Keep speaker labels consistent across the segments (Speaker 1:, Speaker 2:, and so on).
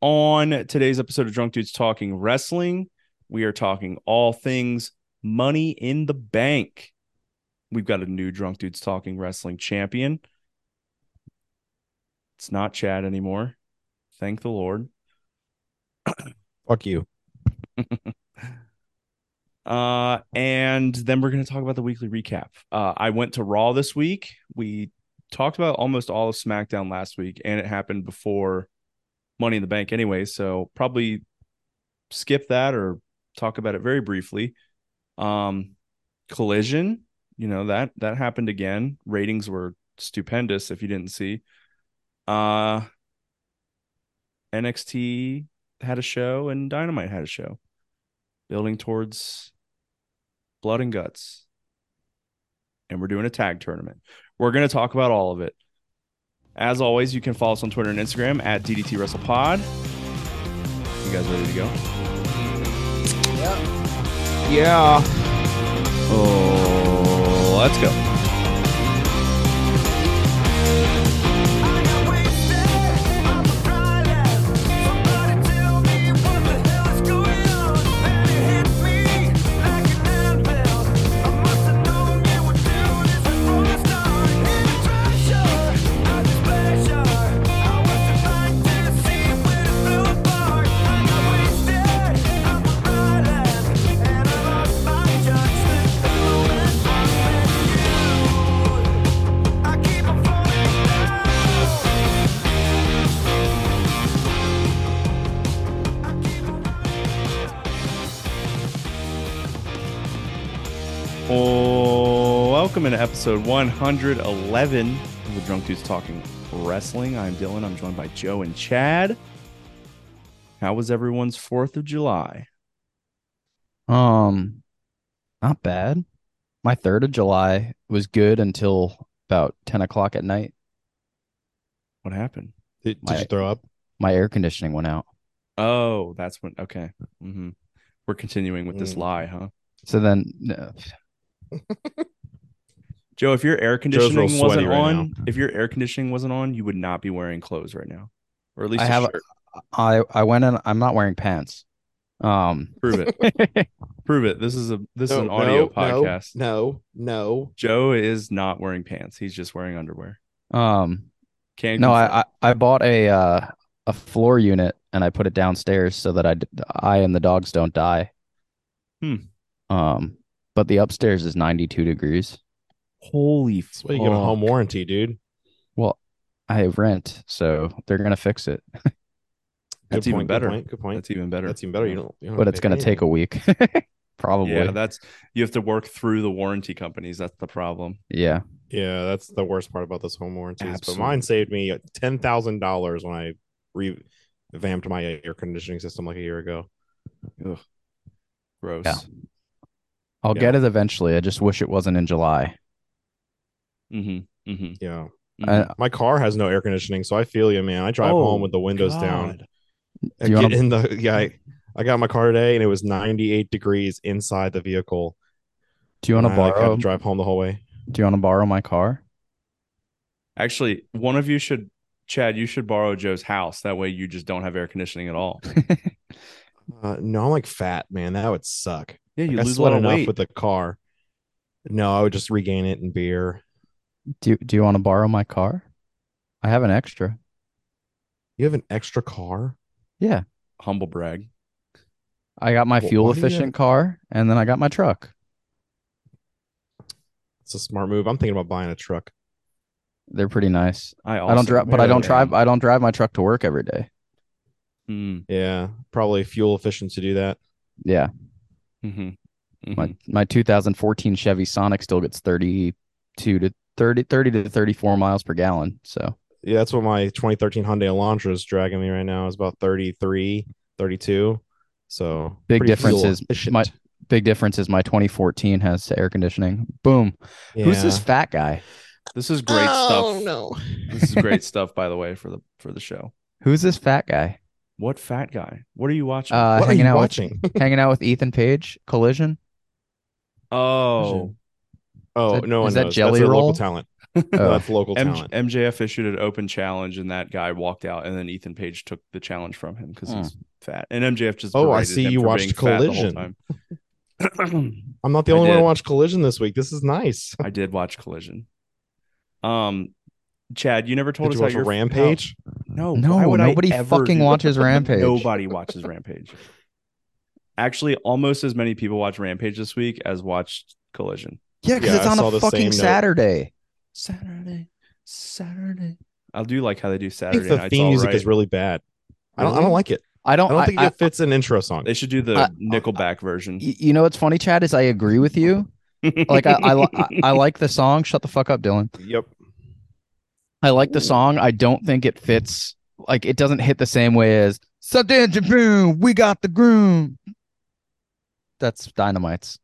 Speaker 1: On today's episode of Drunk Dudes Talking Wrestling, we are talking all things money in the bank. We've got a new Drunk Dudes Talking Wrestling champion. It's not Chad anymore. Thank the Lord.
Speaker 2: Fuck you.
Speaker 1: Uh, and then we're going to talk about the weekly recap. Uh, I went to Raw this week. We talked about almost all of SmackDown last week, and it happened before Money in the Bank anyway. So probably skip that or talk about it very briefly. Um, Collision, you know that that happened again. Ratings were stupendous. If you didn't see, uh, NXT had a show and Dynamite had a show, building towards Blood and Guts. And we're doing a tag tournament. We're going to talk about all of it. As always, you can follow us on Twitter and Instagram at DDT WrestlePod. You guys ready to go?
Speaker 2: Yeah.
Speaker 1: Oh, let's go.
Speaker 3: I keep on falling down.
Speaker 1: Oh, welcome into episode 111 of the Drunk Dudes Talking Wrestling. I'm Dylan. I'm joined by Joe and Chad. How was everyone's 4th of July?
Speaker 2: Um, not bad. My third of July was good until about ten o'clock at night.
Speaker 1: What happened?
Speaker 4: Did, did
Speaker 2: My-
Speaker 4: you throw up?
Speaker 2: My air conditioning went out.
Speaker 1: Oh, that's when. Okay. hmm We're continuing with this
Speaker 4: Mm.
Speaker 1: lie, huh?
Speaker 2: So then, uh, no,
Speaker 1: Joe, if your air
Speaker 4: Joe's real
Speaker 1: conditioning wasn't
Speaker 4: sweaty right
Speaker 1: on, if your air conditioning wasn't on, you would not be wearing clothes right now, or at least
Speaker 2: I
Speaker 1: a
Speaker 2: have a-
Speaker 1: shirt.
Speaker 2: I I went in. I'm not wearing pants. Um,
Speaker 1: Prove it. Prove it. This is a this is an
Speaker 4: No,
Speaker 1: audio
Speaker 4: no,
Speaker 1: podcast.
Speaker 4: No, no,
Speaker 1: Joe is not wearing pants. He's just wearing underwear.
Speaker 2: um,
Speaker 1: Can
Speaker 2: no,
Speaker 1: confirm.
Speaker 2: I, I I bought a uh a floor unit and I put it downstairs so that I d- I and the dogs don't die.
Speaker 1: Hmm.
Speaker 2: Um, but the upstairs is 92 degrees.
Speaker 1: Holy
Speaker 4: That's why you get a home
Speaker 1: fuck.
Speaker 4: warranty, dude.
Speaker 2: Well, I have rent, so they're gonna fix it.
Speaker 4: Good
Speaker 1: That's even
Speaker 4: point,
Speaker 1: better.
Speaker 4: Good point. Good point.
Speaker 1: That's even better.
Speaker 4: That's even better. You don't. You don't
Speaker 2: but it's going to take a week probably
Speaker 1: Yeah, that's you have to work through the warranty companies. That's the problem.
Speaker 2: yeah
Speaker 4: Yeah, that's the worst part about this home warranties.
Speaker 1: Absolutely.
Speaker 4: But mine saved me ten thousand dollars when I revamped my air conditioning system like a year ago.
Speaker 1: Gross.
Speaker 2: i'll
Speaker 4: Yeah.
Speaker 2: get it eventually i just wish it wasn't in july
Speaker 1: Mm-hmm. Mm-hmm.
Speaker 4: Yeah,
Speaker 2: I-
Speaker 4: my car has no air conditioning, so I feel you, man. I drive
Speaker 1: Oh,
Speaker 4: home with the windows down. I
Speaker 2: Do you
Speaker 4: get
Speaker 2: wanna-
Speaker 4: in the yeah. I, I got in my car today, and it was ninety-eight degrees inside the vehicle.
Speaker 2: do you want to
Speaker 4: and I, like, had
Speaker 2: borrow
Speaker 4: to drive home the whole way?
Speaker 2: do you want to borrow my car
Speaker 1: Actually, one of you should, Chad. You should borrow Joe's house. That way, you just don't have air conditioning at all.
Speaker 4: Uh, no, I'm like fat, man. That would suck.
Speaker 1: Yeah, you
Speaker 4: I
Speaker 1: lose a lot
Speaker 4: sweat
Speaker 1: of
Speaker 4: enough
Speaker 1: weight.
Speaker 4: with the car. No, I would just regain it in beer.
Speaker 2: do, do you want to borrow my car i have an extra
Speaker 4: You have an extra car?
Speaker 2: yeah
Speaker 1: Humble brag.
Speaker 2: i got my
Speaker 4: Wh-
Speaker 2: fuel
Speaker 4: why do you
Speaker 2: efficient car and then i got my truck
Speaker 4: It's a smart move. I'm thinking about buying a truck.
Speaker 2: they're pretty nice
Speaker 1: I,
Speaker 2: i
Speaker 1: also
Speaker 2: don't drive but i don't
Speaker 1: barely
Speaker 2: drive
Speaker 1: am.
Speaker 2: i don't drive my truck to work every day
Speaker 1: Mm,
Speaker 4: Yeah, probably fuel efficient to do that.
Speaker 2: yeah
Speaker 1: mhm, mhm.
Speaker 2: my
Speaker 4: Mm-hmm.
Speaker 2: my 2014 chevy sonic still gets 32 to 30 30 to 34 miles per gallon so
Speaker 4: Yeah, that's what my 2013 Hyundai Elantra is dragging me right now. It's about 33, 32. So
Speaker 2: Big
Speaker 4: pretty
Speaker 2: difference
Speaker 4: fuel
Speaker 2: is
Speaker 4: efficient.
Speaker 2: my- big difference is my 2014 has air conditioning boom Who's this Uh,
Speaker 4: Yeah.
Speaker 2: fat guy?
Speaker 1: This is great stuff.
Speaker 4: Oh, no.
Speaker 1: This is great stuff, by the way, for the for the show.
Speaker 2: Who's this fat guy?
Speaker 1: What fat guy? What are you watching?
Speaker 2: Uh,
Speaker 4: what are
Speaker 2: hanging
Speaker 4: you
Speaker 2: out
Speaker 4: watching?
Speaker 2: with hanging out with Ethan Page, Collision.
Speaker 1: oh,
Speaker 4: Oh
Speaker 2: that-
Speaker 4: no, one
Speaker 2: is that
Speaker 4: knows.
Speaker 2: Jelly
Speaker 4: That's a
Speaker 2: Roll?
Speaker 4: local talent. No,
Speaker 2: Oh,
Speaker 4: that's local
Speaker 1: M-
Speaker 4: talent.
Speaker 1: MJF issued an open challenge, and that guy walked out, and then Ethan Page took the challenge from him because
Speaker 2: Hmm.
Speaker 1: he's fat. And MJF just
Speaker 4: Oh, I
Speaker 1: berated
Speaker 4: see
Speaker 1: him
Speaker 4: you
Speaker 1: for
Speaker 4: watched
Speaker 1: being fat the whole
Speaker 4: Collision.
Speaker 1: time.
Speaker 4: I'm not the
Speaker 1: I
Speaker 4: only one
Speaker 1: did.
Speaker 4: to watch Collision this week. This is nice.
Speaker 1: I did watch Collision. Um, Chad, you never told
Speaker 4: Did
Speaker 1: us
Speaker 4: you watch
Speaker 1: how your
Speaker 4: Rampage?
Speaker 1: No,
Speaker 2: No,
Speaker 1: why would I
Speaker 2: nobody
Speaker 1: ever
Speaker 2: fucking
Speaker 1: do that?
Speaker 2: watches Rampage.
Speaker 1: Nobody watches Rampage. Actually, almost as many people watch Rampage this week as watched Collision.
Speaker 2: yeah, because
Speaker 4: Yeah,
Speaker 2: it's
Speaker 4: I
Speaker 2: on
Speaker 4: saw
Speaker 2: a
Speaker 4: the
Speaker 2: fucking
Speaker 4: same note.
Speaker 2: Saturday.
Speaker 1: Saturday, Saturday. I do like how they do
Speaker 4: I
Speaker 1: Saturday.
Speaker 4: think the
Speaker 1: nights,
Speaker 4: theme
Speaker 1: all
Speaker 4: music
Speaker 1: right.
Speaker 4: is really bad. I don't. I
Speaker 2: Really?
Speaker 4: don't like it.
Speaker 2: I
Speaker 4: I
Speaker 2: don't.
Speaker 4: don't
Speaker 2: Oh, I
Speaker 4: think it fits an intro song.
Speaker 1: They should do the
Speaker 2: I-
Speaker 1: Nickelback version.
Speaker 2: y- you know what's funny, Chad? Is I agree with you. Like I, I, li- I, I like the song. Shut the fuck up, Dylan.
Speaker 4: Yep.
Speaker 2: I like the song. I don't think it fits. Like it doesn't hit the same way as Something to Boom. We got the groom. That's dynamites.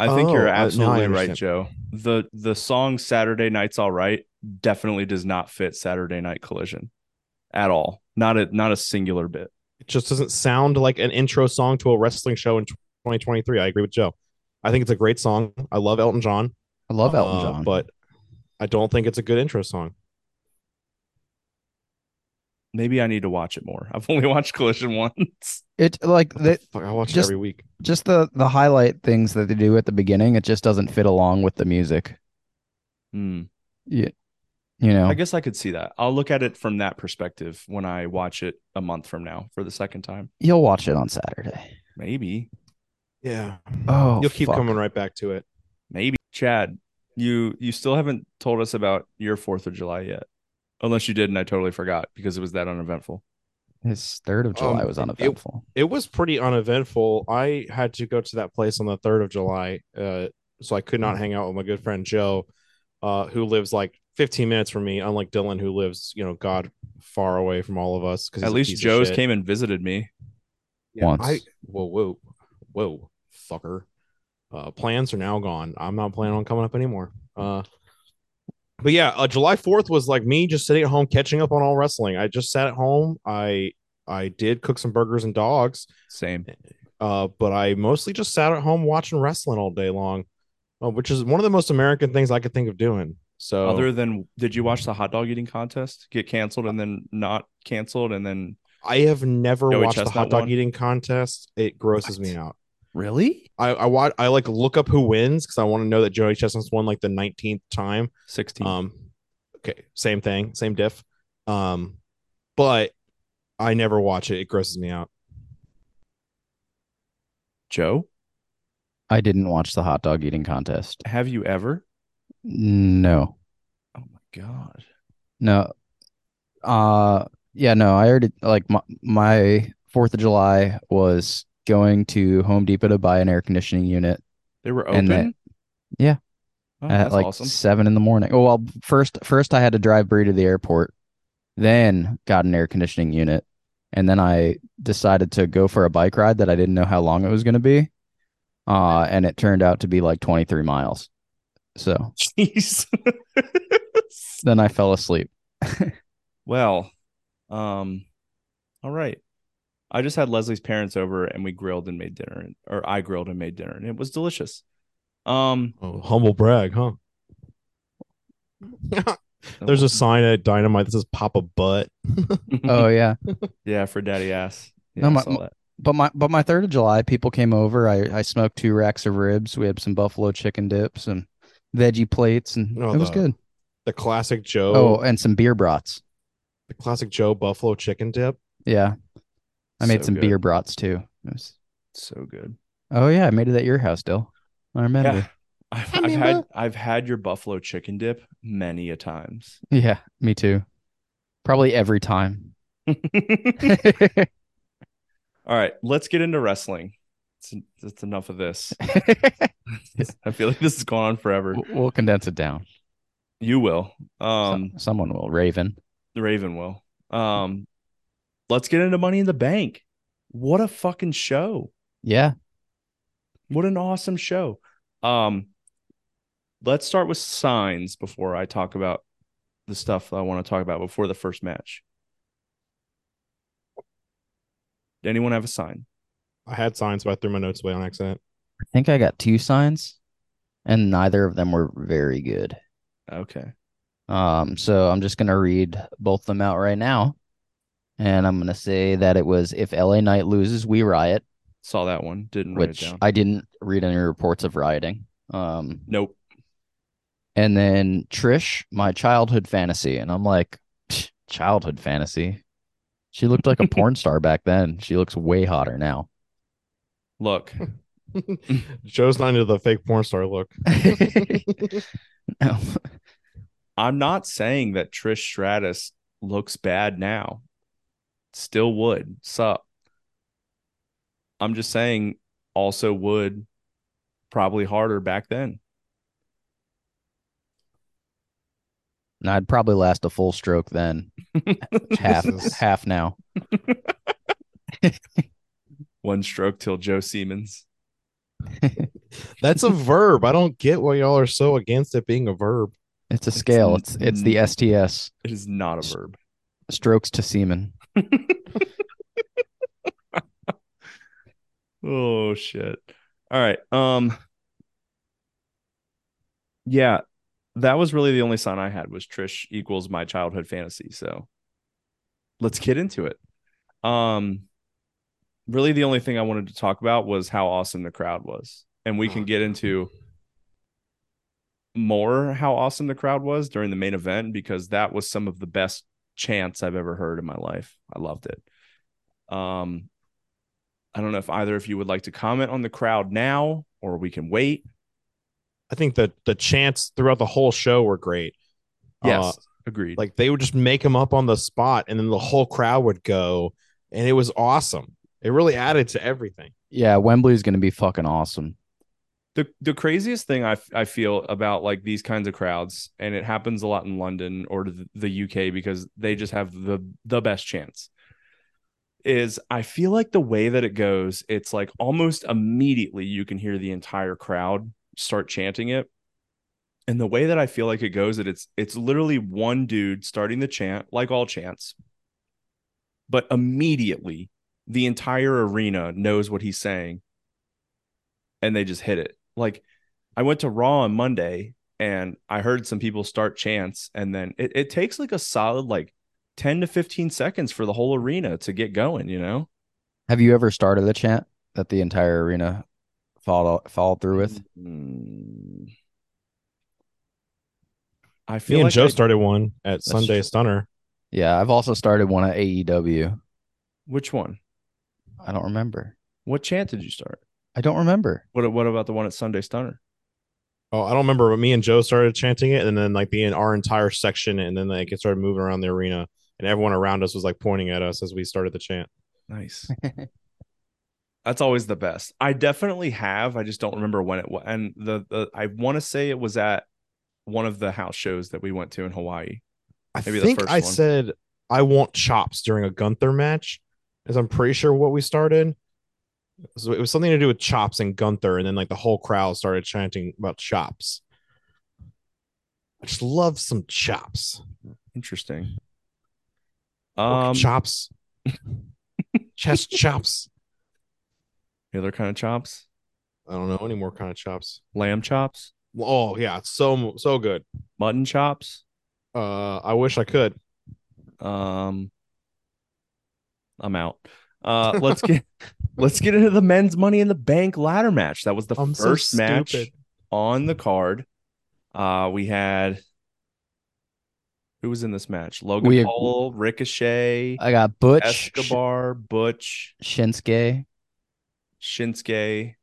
Speaker 1: I think
Speaker 4: Oh,
Speaker 1: you're
Speaker 2: uh,
Speaker 4: I- now I
Speaker 1: absolutely right,
Speaker 4: understand.
Speaker 1: Joe. The the song Saturday Night's All Right definitely does not fit Saturday Night Collision at all. Not a not a singular bit.
Speaker 4: It just doesn't sound like an intro song to a wrestling show in 2023. I agree with Joe. I think it's a great song. I love Elton John.
Speaker 2: I love Elton
Speaker 4: uh,
Speaker 2: John,
Speaker 4: but I don't think it's a good intro song.
Speaker 1: Maybe I need to watch it more. I've only watched Collision once.
Speaker 2: it like the,
Speaker 4: Fuck, I watch
Speaker 2: just-
Speaker 4: it every week.
Speaker 2: just the the highlight things that they do at the beginning. It just doesn't fit along with the music.
Speaker 1: Hmm.
Speaker 2: You know.
Speaker 1: I guess I could see that. I'll look at it from that perspective when I watch it a month from now for the second time.
Speaker 2: You'll watch it on Saturday.
Speaker 1: Maybe,
Speaker 4: Yeah.
Speaker 2: Oh,
Speaker 4: You'll keep
Speaker 2: fuck.
Speaker 4: coming right back to it.
Speaker 1: maybe. Chad, you you still haven't told us about your Fourth of July yet, unless you did and I totally forgot because it was that uneventful.
Speaker 2: His third of July
Speaker 4: Um,
Speaker 2: was
Speaker 4: it-
Speaker 2: uneventful.
Speaker 4: It was pretty uneventful. I had to go to that place on the 3rd of July. Uh, so I could not hang out with my good friend Joe, uh, who lives like 15 minutes from me, unlike Dylan, who lives, you know, God far away from all of us. 'cause he's
Speaker 1: At
Speaker 4: a
Speaker 1: least
Speaker 4: piece of
Speaker 1: Joe's
Speaker 4: shit.
Speaker 1: came and visited me.
Speaker 4: Yeah,
Speaker 2: Once.
Speaker 4: I whoa whoa whoa fucker. Uh, plans are now gone. I'm not planning on coming up anymore. Uh, but yeah, uh, July 4th was like me just sitting at home catching up on all wrestling. I just sat at home. I I did cook some burgers and dogs,
Speaker 1: Same.
Speaker 4: uh, but I mostly just sat at home watching wrestling all day long, uh, which is one of the most American things I could think of doing. So
Speaker 1: Other than, did you watch the hot dog eating contest get canceled and then not canceled and then
Speaker 4: I have never
Speaker 1: Joey
Speaker 4: watched the
Speaker 1: Chestnut
Speaker 4: hot dog
Speaker 1: won?
Speaker 4: eating contest. It grosses me out.
Speaker 2: Really?
Speaker 4: I I, wa- I like look up who wins because I want to know that Joey Chestnut's won like the nineteenth time.
Speaker 1: 16?
Speaker 4: Um, okay, same thing, same diff. Um, but I never watch it. It grosses me out.
Speaker 1: Joe,
Speaker 2: I didn't watch the hot dog eating contest.
Speaker 1: have you ever?
Speaker 2: No.
Speaker 1: Oh my god.
Speaker 2: No. Uh yeah, no, I already like my my 4th of July was going to Home Depot to buy an air conditioning unit
Speaker 1: They were open.
Speaker 2: And they- yeah.
Speaker 1: Oh,
Speaker 2: at
Speaker 1: that's
Speaker 2: like
Speaker 1: awesome.
Speaker 2: 7 in the morning. Oh, well, first first I had to drive Bree to the airport, then got an air conditioning unit, and then I decided to go for a bike ride that I didn't know how long it was going to be. Uh and it turned out to be like 23 miles. So,
Speaker 1: Jeez.
Speaker 2: then I fell asleep.
Speaker 1: well, um, all right. I just had Leslie's parents over and we grilled and made dinner, or I grilled and made dinner, and it was delicious. Um,
Speaker 4: Oh, humble brag, huh? There's a sign at Dynamite that says "Papa Butt."
Speaker 1: Mm-hmm.
Speaker 2: Oh yeah.
Speaker 1: yeah, for daddy ass. Yeah,
Speaker 2: No,
Speaker 1: I
Speaker 2: my-
Speaker 1: saw that.
Speaker 2: But my but my third of July, people came over. I I smoked two racks of ribs. We had some buffalo chicken dips and veggie plates, and
Speaker 4: Oh,
Speaker 2: it was
Speaker 4: the-
Speaker 2: good.
Speaker 4: The classic Joe.
Speaker 2: Oh, and some beer brats.
Speaker 4: the classic Joe Buffalo Chicken Dip.
Speaker 2: Yeah, I made
Speaker 1: So
Speaker 2: some
Speaker 1: good.
Speaker 2: beer brats too. It was-
Speaker 1: So good.
Speaker 2: oh yeah, I made it at your house, Dill. I
Speaker 1: Yeah.
Speaker 2: remember.
Speaker 1: I've,
Speaker 4: I
Speaker 1: I've had
Speaker 4: remember.
Speaker 1: I've had your buffalo chicken dip many a times.
Speaker 2: Yeah, me too. Probably every time.
Speaker 1: All right, let's get into wrestling. It's, that's enough of this. I feel like this has gone on forever.
Speaker 2: We'll- we'll condense it down.
Speaker 1: You will.
Speaker 2: So-
Speaker 1: Um,
Speaker 2: someone will. Raven.
Speaker 1: the Raven will. Um, let's get into Money in the Bank. What a fucking show!
Speaker 2: Yeah.
Speaker 1: What an awesome show. Um, let's start with signs before I talk about the stuff I want to talk about before the first match. Did anyone have a sign?
Speaker 4: I had signs, but I threw my notes away on accident.
Speaker 2: I think I got two signs. and neither of them were very good.
Speaker 1: Okay.
Speaker 2: Um, so I'm just gonna read both of them out right now, and I'm gonna say that it was if LA Knight loses, we riot,
Speaker 1: Saw that one. Didn't write it
Speaker 2: which
Speaker 1: down.
Speaker 2: I didn't read any reports of rioting. Um,
Speaker 1: nope.
Speaker 2: and then Trish, my childhood fantasy, and I'm like, "Psh, childhood fantasy. She looked like a porn star back then. She looks way hotter now.
Speaker 1: Look,
Speaker 4: Joe's not into the fake porn star look.
Speaker 2: No.
Speaker 1: I'm not saying that Trish Stratus looks bad now. Still would. Sup. I'm just saying also would probably harder back then.
Speaker 2: And I'd probably last a full stroke then. half
Speaker 4: Jesus.
Speaker 2: half now.
Speaker 1: One stroke till Joe Siemens.
Speaker 4: That's a verb. I don't get why y'all are so against it being a verb.
Speaker 2: It's a scale. It's
Speaker 1: n-
Speaker 2: it's the STS
Speaker 1: It is not a verb.
Speaker 2: strokes to semen.
Speaker 1: Oh shit. All right. Um Yeah, that was really the only sign I had was Trish equals my childhood fantasy. So let's get into it. Um really the only thing I wanted to talk about was how awesome the crowd was. And we can get into more how awesome the crowd was during the main event because that was some of the best chants I've ever heard in my life. I loved it. Um I don't know if either of you would like to comment on the crowd now or we can wait.
Speaker 4: I think that the chants throughout the whole show were great.
Speaker 1: Yes,
Speaker 4: Uh,
Speaker 1: agreed.
Speaker 4: like they would just make them up on the spot, and then the whole crowd would go, and it was awesome. It really added to everything.
Speaker 2: Yeah, Wembley's gonna be fucking awesome.
Speaker 1: the the craziest thing I, f- I feel about like these kinds of crowds and it happens a lot in London or th- the UK because they just have the the best chance is I feel like the way that it goes it's like almost immediately you can hear the entire crowd start chanting it and the way that I feel like it goes that it's it's literally one dude starting the chant like all chants but immediately the entire arena knows what he's saying and they just hit it. Like I went to Raw on Monday and I heard some people start chants and then it, it takes like a solid like 10 to 15 seconds for the whole arena to get going, you know?
Speaker 2: Have you ever started a chant that the entire arena followed followed through with?
Speaker 1: Mm. I
Speaker 4: Me
Speaker 1: feel
Speaker 4: and
Speaker 1: like
Speaker 4: Joe
Speaker 1: I-
Speaker 4: started one at Sunday
Speaker 2: true.
Speaker 4: Stunner.
Speaker 2: Yeah, I've also started one at AEW.
Speaker 1: which one?
Speaker 2: I don't remember.
Speaker 1: What chant did you start?
Speaker 2: I don't remember.
Speaker 1: What what about the one at Sunday Stunner?
Speaker 4: Oh, I don't remember, but me and Joe started chanting it, and then like the our entire section, and then like it started moving around the arena, and everyone around us was like pointing at us as we started the chant.
Speaker 1: Nice. That's always the best. I definitely have. I just don't remember when it was. And the, the I want to say it was at one of the house shows that we went to in Hawaii.
Speaker 4: I
Speaker 1: Maybe the
Speaker 4: think
Speaker 1: first
Speaker 4: I
Speaker 1: one.
Speaker 4: said I want chops during a Gunther match, as I'm pretty sure what we started. So it was something to do with chops and Gunther, and then like the whole crowd started chanting about chops. I just love some chops.
Speaker 1: Interesting.
Speaker 4: Pork
Speaker 1: Um,
Speaker 4: chops. Chest chops.
Speaker 1: the other kind of chops,
Speaker 4: I don't know any more kind of chops.
Speaker 1: lamb chops,
Speaker 4: Oh yeah, it's so so good.
Speaker 1: mutton chops.
Speaker 4: Uh, I wish I could.
Speaker 1: Um, I'm out. Uh, let's get let's get into the men's Money in the Bank ladder match. That was the
Speaker 4: I'm so
Speaker 1: first match
Speaker 4: stupid.
Speaker 1: on the card. Uh, we had who was in this match? Logan
Speaker 2: We-
Speaker 1: Paul, Ricochet,
Speaker 2: I got Butch
Speaker 1: Escobar, Butch,
Speaker 2: Shinsuke.
Speaker 1: Shinsuke,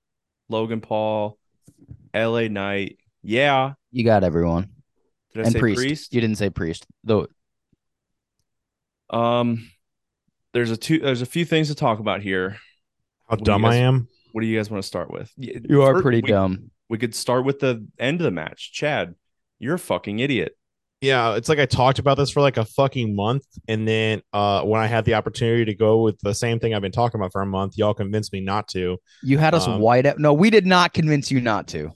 Speaker 1: Logan Paul, L.A. Knight. Yeah,
Speaker 2: You got everyone.
Speaker 1: did I
Speaker 2: and
Speaker 1: say
Speaker 2: priest.
Speaker 1: priest?
Speaker 2: You didn't say priest. Though
Speaker 1: Um, there's a two. There's a few things to talk about here.
Speaker 4: How
Speaker 1: What do
Speaker 4: dumb
Speaker 1: you
Speaker 4: I
Speaker 1: guys-
Speaker 4: am.
Speaker 1: What do you guys want to start with? Y-
Speaker 2: you are
Speaker 1: first,
Speaker 2: pretty
Speaker 1: we,
Speaker 2: dumb.
Speaker 1: We could start with the end of the match. Chad, you're a fucking idiot.
Speaker 4: yeah it's like i talked about this for like a fucking month and then uh when i had the opportunity to go with the same thing i've been talking about for a month y'all convinced me not to
Speaker 2: You had us
Speaker 4: Um,
Speaker 2: white out. No, we did not convince you not to.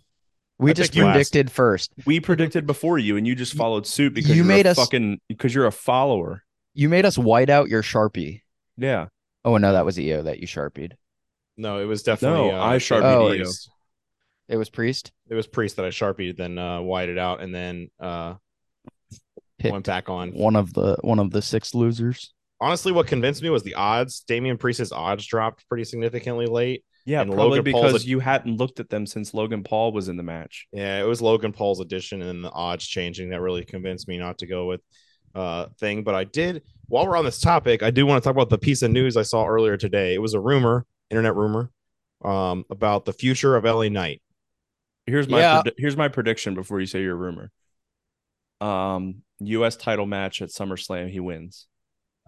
Speaker 2: We
Speaker 4: I
Speaker 2: just
Speaker 4: picked last.
Speaker 2: predicted first.
Speaker 1: We predicted before you, and you just followed suit because
Speaker 2: you
Speaker 1: you are
Speaker 2: made
Speaker 1: a
Speaker 2: us-
Speaker 1: fucking because you're a follower.
Speaker 2: You made us white out your sharpie.
Speaker 1: Yeah,
Speaker 2: Oh no, that was EO that you sharpied.
Speaker 4: no it was definitely
Speaker 1: No,
Speaker 4: uh,
Speaker 1: I sharpened
Speaker 4: Damian
Speaker 2: you.
Speaker 4: Priest.
Speaker 2: It was Priest.
Speaker 4: It was Priest that I sharpied, then uh, whited out, and then uh,
Speaker 2: Picked
Speaker 4: went back on.
Speaker 2: One of the one of the six losers.
Speaker 4: Honestly, what convinced me was the odds. Damian Priest's odds dropped pretty significantly late.
Speaker 1: Yeah,
Speaker 4: And
Speaker 1: probably
Speaker 4: Logan Paul's
Speaker 1: because
Speaker 4: a-
Speaker 1: you hadn't looked at them since Logan Paul was in the match.
Speaker 4: Yeah, it was Logan Paul's addition and then the odds changing that really convinced me not to go with uh thing. But I did while we're on this topic, I do want to talk about the piece of news I saw earlier today. It was a rumor, internet rumor, um, about the future of LA Knight.
Speaker 1: Here's my
Speaker 2: Yeah.
Speaker 1: pred- here's my prediction before you say your rumor. Um, U.S. title match at SummerSlam, he wins.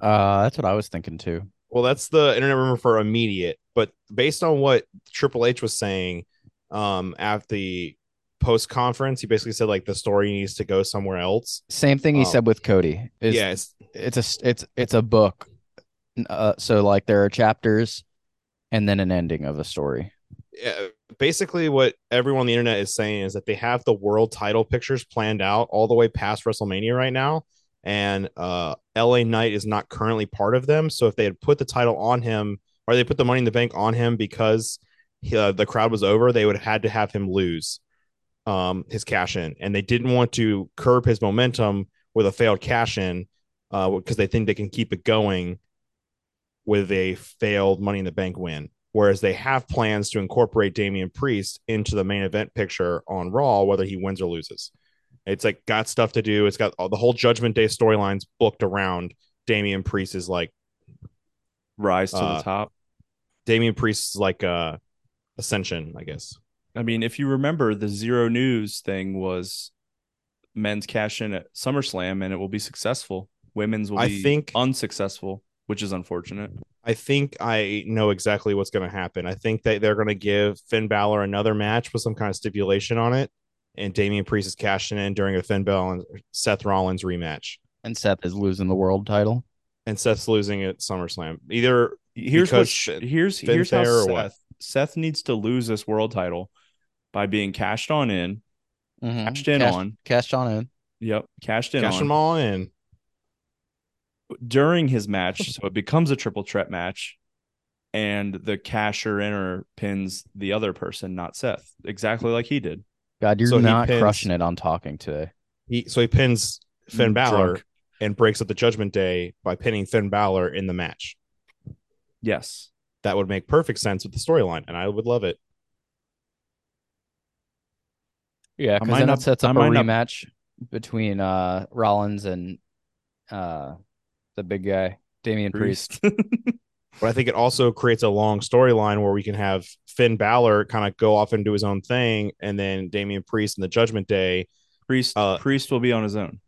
Speaker 2: Uh, that's what I was thinking too.
Speaker 4: Well, that's the internet rumor for immediate, but based on what Triple H was saying um at the post conference, he basically said like the story needs to go somewhere else.
Speaker 2: Same thing he
Speaker 4: Oh.
Speaker 2: said with Cody. Is
Speaker 4: yeah, it's
Speaker 2: it's a s- it's it's a book. Uh, so like there are chapters, and then an ending of a story.
Speaker 4: uh, basically what everyone on the internet is saying is that they have the world title pictures planned out all the way past WrestleMania right now, and uh, LA Knight is not currently part of them. So if they had put the title on him, or they put the Money in the Bank on him because he, uh, the crowd was over, they would have had to have him lose um, his cash in, and they didn't want to curb his momentum with a failed cash in because they think they can keep it going with a failed Money in the Bank win. Whereas they have plans to incorporate Damian Priest into the main event picture on Raw, whether he wins or loses. It's like got stuff to do. It's got all, the whole Judgment Day storylines booked around Damian Priest is like
Speaker 1: Rise to
Speaker 4: Uh,
Speaker 1: the top.
Speaker 4: Damian Priest's like uh ascension, I guess.
Speaker 1: I mean, if you remember, the zero news thing was men's cash in at SummerSlam, and it will be successful. Women's will
Speaker 4: I
Speaker 1: be
Speaker 4: think-
Speaker 1: unsuccessful, which is unfortunate.
Speaker 4: I think I know exactly what's going to happen. I think that they're going to give Finn Balor another match with some kind of stipulation on it, and Damian Priest is cashing in during a Finn Balor and Seth Rollins rematch,
Speaker 2: And Seth is losing the world title.
Speaker 4: and Seth's losing at SummerSlam. Either
Speaker 1: Here's
Speaker 4: Because
Speaker 1: what sh-
Speaker 4: Finn-
Speaker 1: here's
Speaker 4: Finn
Speaker 1: here's how
Speaker 4: Thayer
Speaker 1: Seth
Speaker 4: or what?
Speaker 1: Seth needs to lose this world title by being cashed on in,
Speaker 4: Mm-hmm.
Speaker 1: cashed in
Speaker 2: Cashed-
Speaker 1: on,
Speaker 2: Mm-hmm. Cashed on in.
Speaker 1: yep, cashed in
Speaker 4: cash
Speaker 1: on
Speaker 4: them all in.
Speaker 1: during his match, so it becomes a triple threat match, and the casher inner pins the other person, not Seth, exactly like he did.
Speaker 2: God, you're
Speaker 4: So he
Speaker 2: not
Speaker 4: pins-
Speaker 2: crushing it on talking today.
Speaker 4: He so he pins Finn Balor
Speaker 1: Mm, Drunk.
Speaker 4: and breaks up the Judgment Day by pinning Finn Balor in the match.
Speaker 1: Yes,
Speaker 4: That would make perfect sense with the storyline, and I would love it.
Speaker 2: Yeah,
Speaker 1: might
Speaker 2: because then
Speaker 1: not-
Speaker 2: it sets
Speaker 1: I
Speaker 2: up a
Speaker 1: might not-
Speaker 2: rematch between uh, Rollins and uh, the big guy, Damian Priest.
Speaker 4: But I think it also creates a long storyline where we can have Finn Balor kind of go off and do his own thing, and then Damian Priest and the Judgment Day.
Speaker 1: Priest
Speaker 4: Uh,
Speaker 1: Priest will be on his own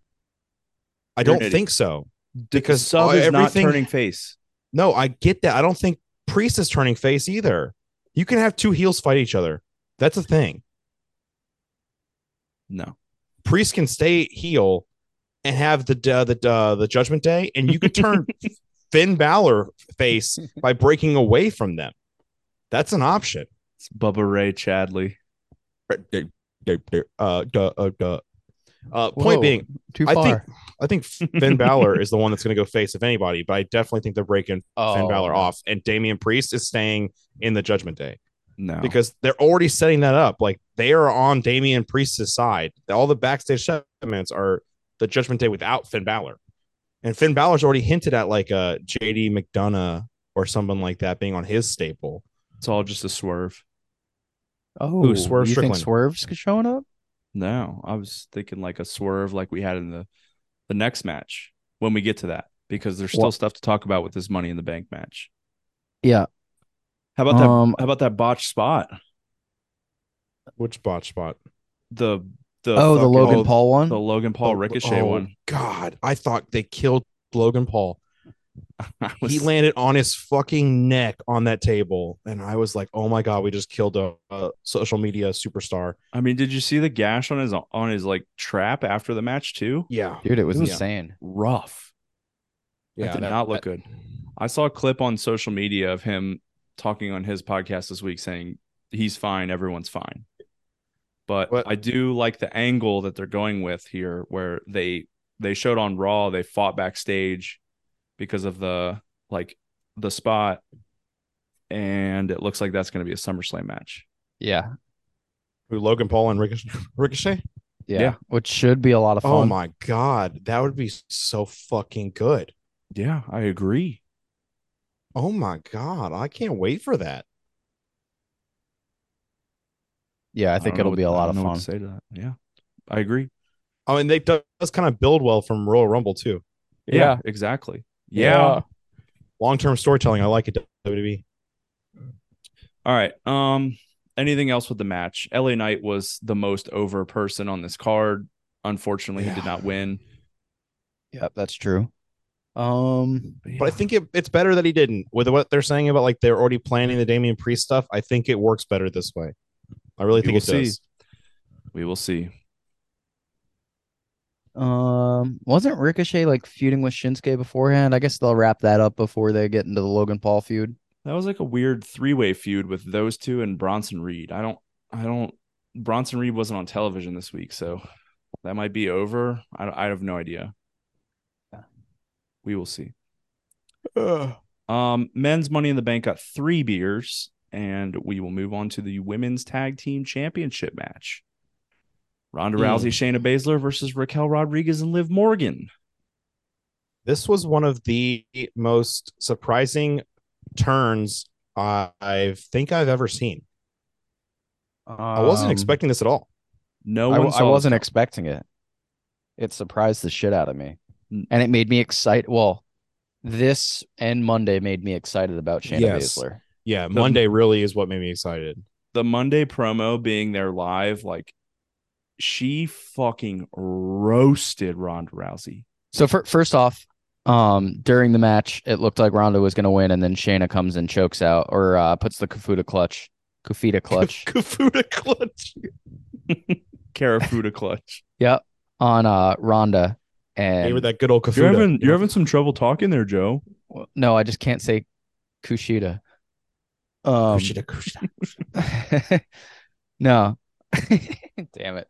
Speaker 4: I don't
Speaker 1: Unity.
Speaker 4: think so because
Speaker 1: Sub is not
Speaker 4: everything-
Speaker 1: turning face.
Speaker 4: No, I get that. I don't think Priest is turning face either. You can have two heels fight each other. That's a thing.
Speaker 1: No,
Speaker 4: Priest can stay heel and have the uh, the uh, the Judgment Day, and you could turn Finn Balor face by breaking away from them. That's an option.
Speaker 1: it's Bubba Ray Chadley.
Speaker 4: Uh, duh, uh, duh. Uh, point
Speaker 2: Whoa,
Speaker 4: being,
Speaker 2: too
Speaker 4: I
Speaker 2: far.
Speaker 4: think I think Finn Balor is the one that's going to go face if anybody, but I definitely think they're breaking Finn
Speaker 2: Oh,
Speaker 4: Balor
Speaker 2: no.
Speaker 4: off, and Damian Priest is staying in the Judgment Day
Speaker 1: No,
Speaker 4: because they're already setting that up. Like they are on Damian Priest's side. All the backstage segments are the Judgment Day without Finn Balor, and Finn Balor's already hinted at like a JD McDonough or someone like that being on his staple.
Speaker 1: it's all just a swerve.
Speaker 2: Oh,
Speaker 4: Who, Swerve
Speaker 2: you think
Speaker 4: Strickland?
Speaker 2: Swerve's showing up?
Speaker 1: No, I was thinking like a swerve like we had in the the next match when we get to that because there's still
Speaker 2: Well-
Speaker 1: stuff to talk about with this Money in the Bank match.
Speaker 2: Yeah.
Speaker 1: How about that?
Speaker 2: Um,
Speaker 1: How about that botched spot?
Speaker 4: Which botch spot?
Speaker 1: The the
Speaker 2: oh, the
Speaker 1: fucking-
Speaker 2: Logan
Speaker 1: oh,
Speaker 2: Paul one.
Speaker 1: the Logan Paul Ricochet
Speaker 4: Oh,
Speaker 1: one.
Speaker 4: God, I thought they killed Logan Paul.
Speaker 1: I
Speaker 4: he
Speaker 1: was-
Speaker 4: landed on his fucking neck on that table, and I was like, "Oh my god, we just killed a, a social media superstar."
Speaker 1: I mean, did you see the gash on his on his like trap after the match too?
Speaker 4: Yeah,
Speaker 2: Dude, it was
Speaker 4: Yeah.
Speaker 2: insane.
Speaker 1: Rough.
Speaker 4: yeah,
Speaker 1: that did not look good. I saw a clip on social media of him talking on his podcast this week saying he's fine, everyone's fine. But
Speaker 4: What-
Speaker 1: I do like the angle that they're going with here where they they showed on Raw they fought backstage because of the like the spot and it looks like that's going to be a SummerSlam match.
Speaker 2: Yeah.
Speaker 4: Who Logan Paul and Ricochet? Ricochet?
Speaker 2: Yeah.
Speaker 1: Yeah.
Speaker 2: Which should be a lot of fun.
Speaker 4: Oh my god, that would be so fucking good.
Speaker 1: Yeah, I agree.
Speaker 4: Oh my god, I can't wait for that.
Speaker 2: Yeah, I think
Speaker 1: don't know
Speaker 2: it'll
Speaker 1: what-
Speaker 2: be a
Speaker 1: I
Speaker 2: lot of
Speaker 1: don't know what
Speaker 2: fun.
Speaker 1: to say to that. Yeah, I agree.
Speaker 4: I mean, they Oh, does kind of build well from Royal Rumble too.
Speaker 1: Yeah,
Speaker 2: Yeah.
Speaker 1: exactly. Yeah.
Speaker 4: Long term storytelling, I like it. E. WWE.
Speaker 1: All right. Um, anything else with the match? LA Knight was the most over person on this card. Unfortunately, he did
Speaker 4: Yeah.
Speaker 1: not win.
Speaker 2: Yep, that's true. Um
Speaker 4: But I think it, it's better that he didn't. With what they're saying about like they're already planning the Damian Priest stuff, I think it works better this way. I really
Speaker 1: We
Speaker 4: think
Speaker 1: will
Speaker 4: it does.
Speaker 1: see. we will see.
Speaker 2: um wasn't Ricochet like feuding with Shinsuke beforehand? I guess they'll wrap that up before they get into the Logan Paul feud.
Speaker 1: That was like a weird three-way feud with those two and Bronson Reed. I don't I don't Bronson Reed wasn't on television this week, so that might be over. I I have no idea. We will see. Um men's money in the bank got 3 beers and we will move on to the women's tag team championship match. Ronda
Speaker 2: Hmm.
Speaker 4: Mm.
Speaker 1: Rousey, Shayna Baszler versus Raquel Rodriguez and Liv Morgan.
Speaker 4: This was one of the most surprising turns I I think I've ever seen. I wasn't
Speaker 2: Um,
Speaker 4: expecting this at all.
Speaker 1: No one
Speaker 2: I, w-
Speaker 1: saw
Speaker 2: I
Speaker 1: this
Speaker 2: wasn't expecting it. It surprised the shit out of me.
Speaker 1: Mm.
Speaker 2: And it made me excited. Well, this and Monday made me excited about Shayna
Speaker 4: Yes.
Speaker 2: Baszler.
Speaker 4: Yeah, Monday really is what made me excited.
Speaker 1: the Monday promo being there live, like she fucking roasted Ronda Rousey.
Speaker 2: So fir- first off, um, during the match, it looked like Ronda was going to win, and then Shayna comes and chokes out or uh, puts the Kafuta clutch, Kufita clutch
Speaker 4: Kafuta clutch.
Speaker 1: Karafuda clutch.
Speaker 2: on uh, Ronda.
Speaker 4: Gave her
Speaker 2: And
Speaker 4: that good old Kafuta.
Speaker 1: You're having you're having some trouble talking there, Joe.
Speaker 2: no, I just can't say Kushida. Um,
Speaker 4: Kushida, Kushida.
Speaker 2: no, damn it.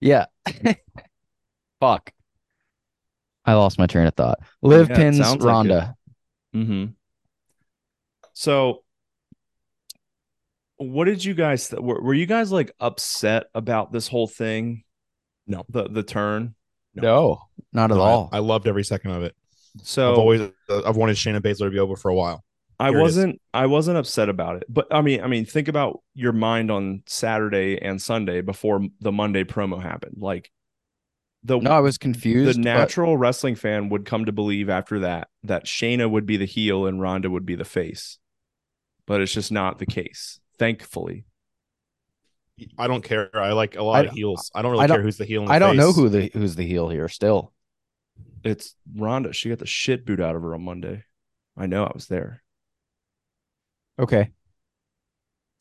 Speaker 2: Yeah, fuck. I lost my train of thought. Liv
Speaker 1: Yeah, it
Speaker 2: pins
Speaker 1: sounds like it.
Speaker 2: Ronda.
Speaker 4: Mm-hmm.
Speaker 1: hmm So, what did you guys? Th- were, were you guys like upset about this whole thing?
Speaker 4: No.
Speaker 1: the the turn.
Speaker 4: No.
Speaker 2: not at
Speaker 4: No, I-
Speaker 2: all.
Speaker 4: I, loved every second of it.
Speaker 1: So
Speaker 4: I've always uh, I've wanted Shayna Baszler to be over for a while.
Speaker 1: I
Speaker 4: Here it is.
Speaker 1: wasn't I wasn't upset about it. But I mean, I mean, think about your mind on Saturday and Sunday before the Monday promo happened. Like the
Speaker 2: no, I was confused.
Speaker 1: the
Speaker 2: but-
Speaker 1: natural wrestling fan would come to believe after that that Shayna would be the heel and Ronda would be the face. But it's just not the case, thankfully.
Speaker 4: I don't care. I like a lot
Speaker 2: I-
Speaker 4: of heels. I don't really
Speaker 2: I don't-
Speaker 4: care who's the heel. and the
Speaker 2: I don't know
Speaker 4: face.
Speaker 2: who the who's the heel here still.
Speaker 1: It's Ronda. She got the shit boot out of her on Monday. I know I was there.
Speaker 2: Okay.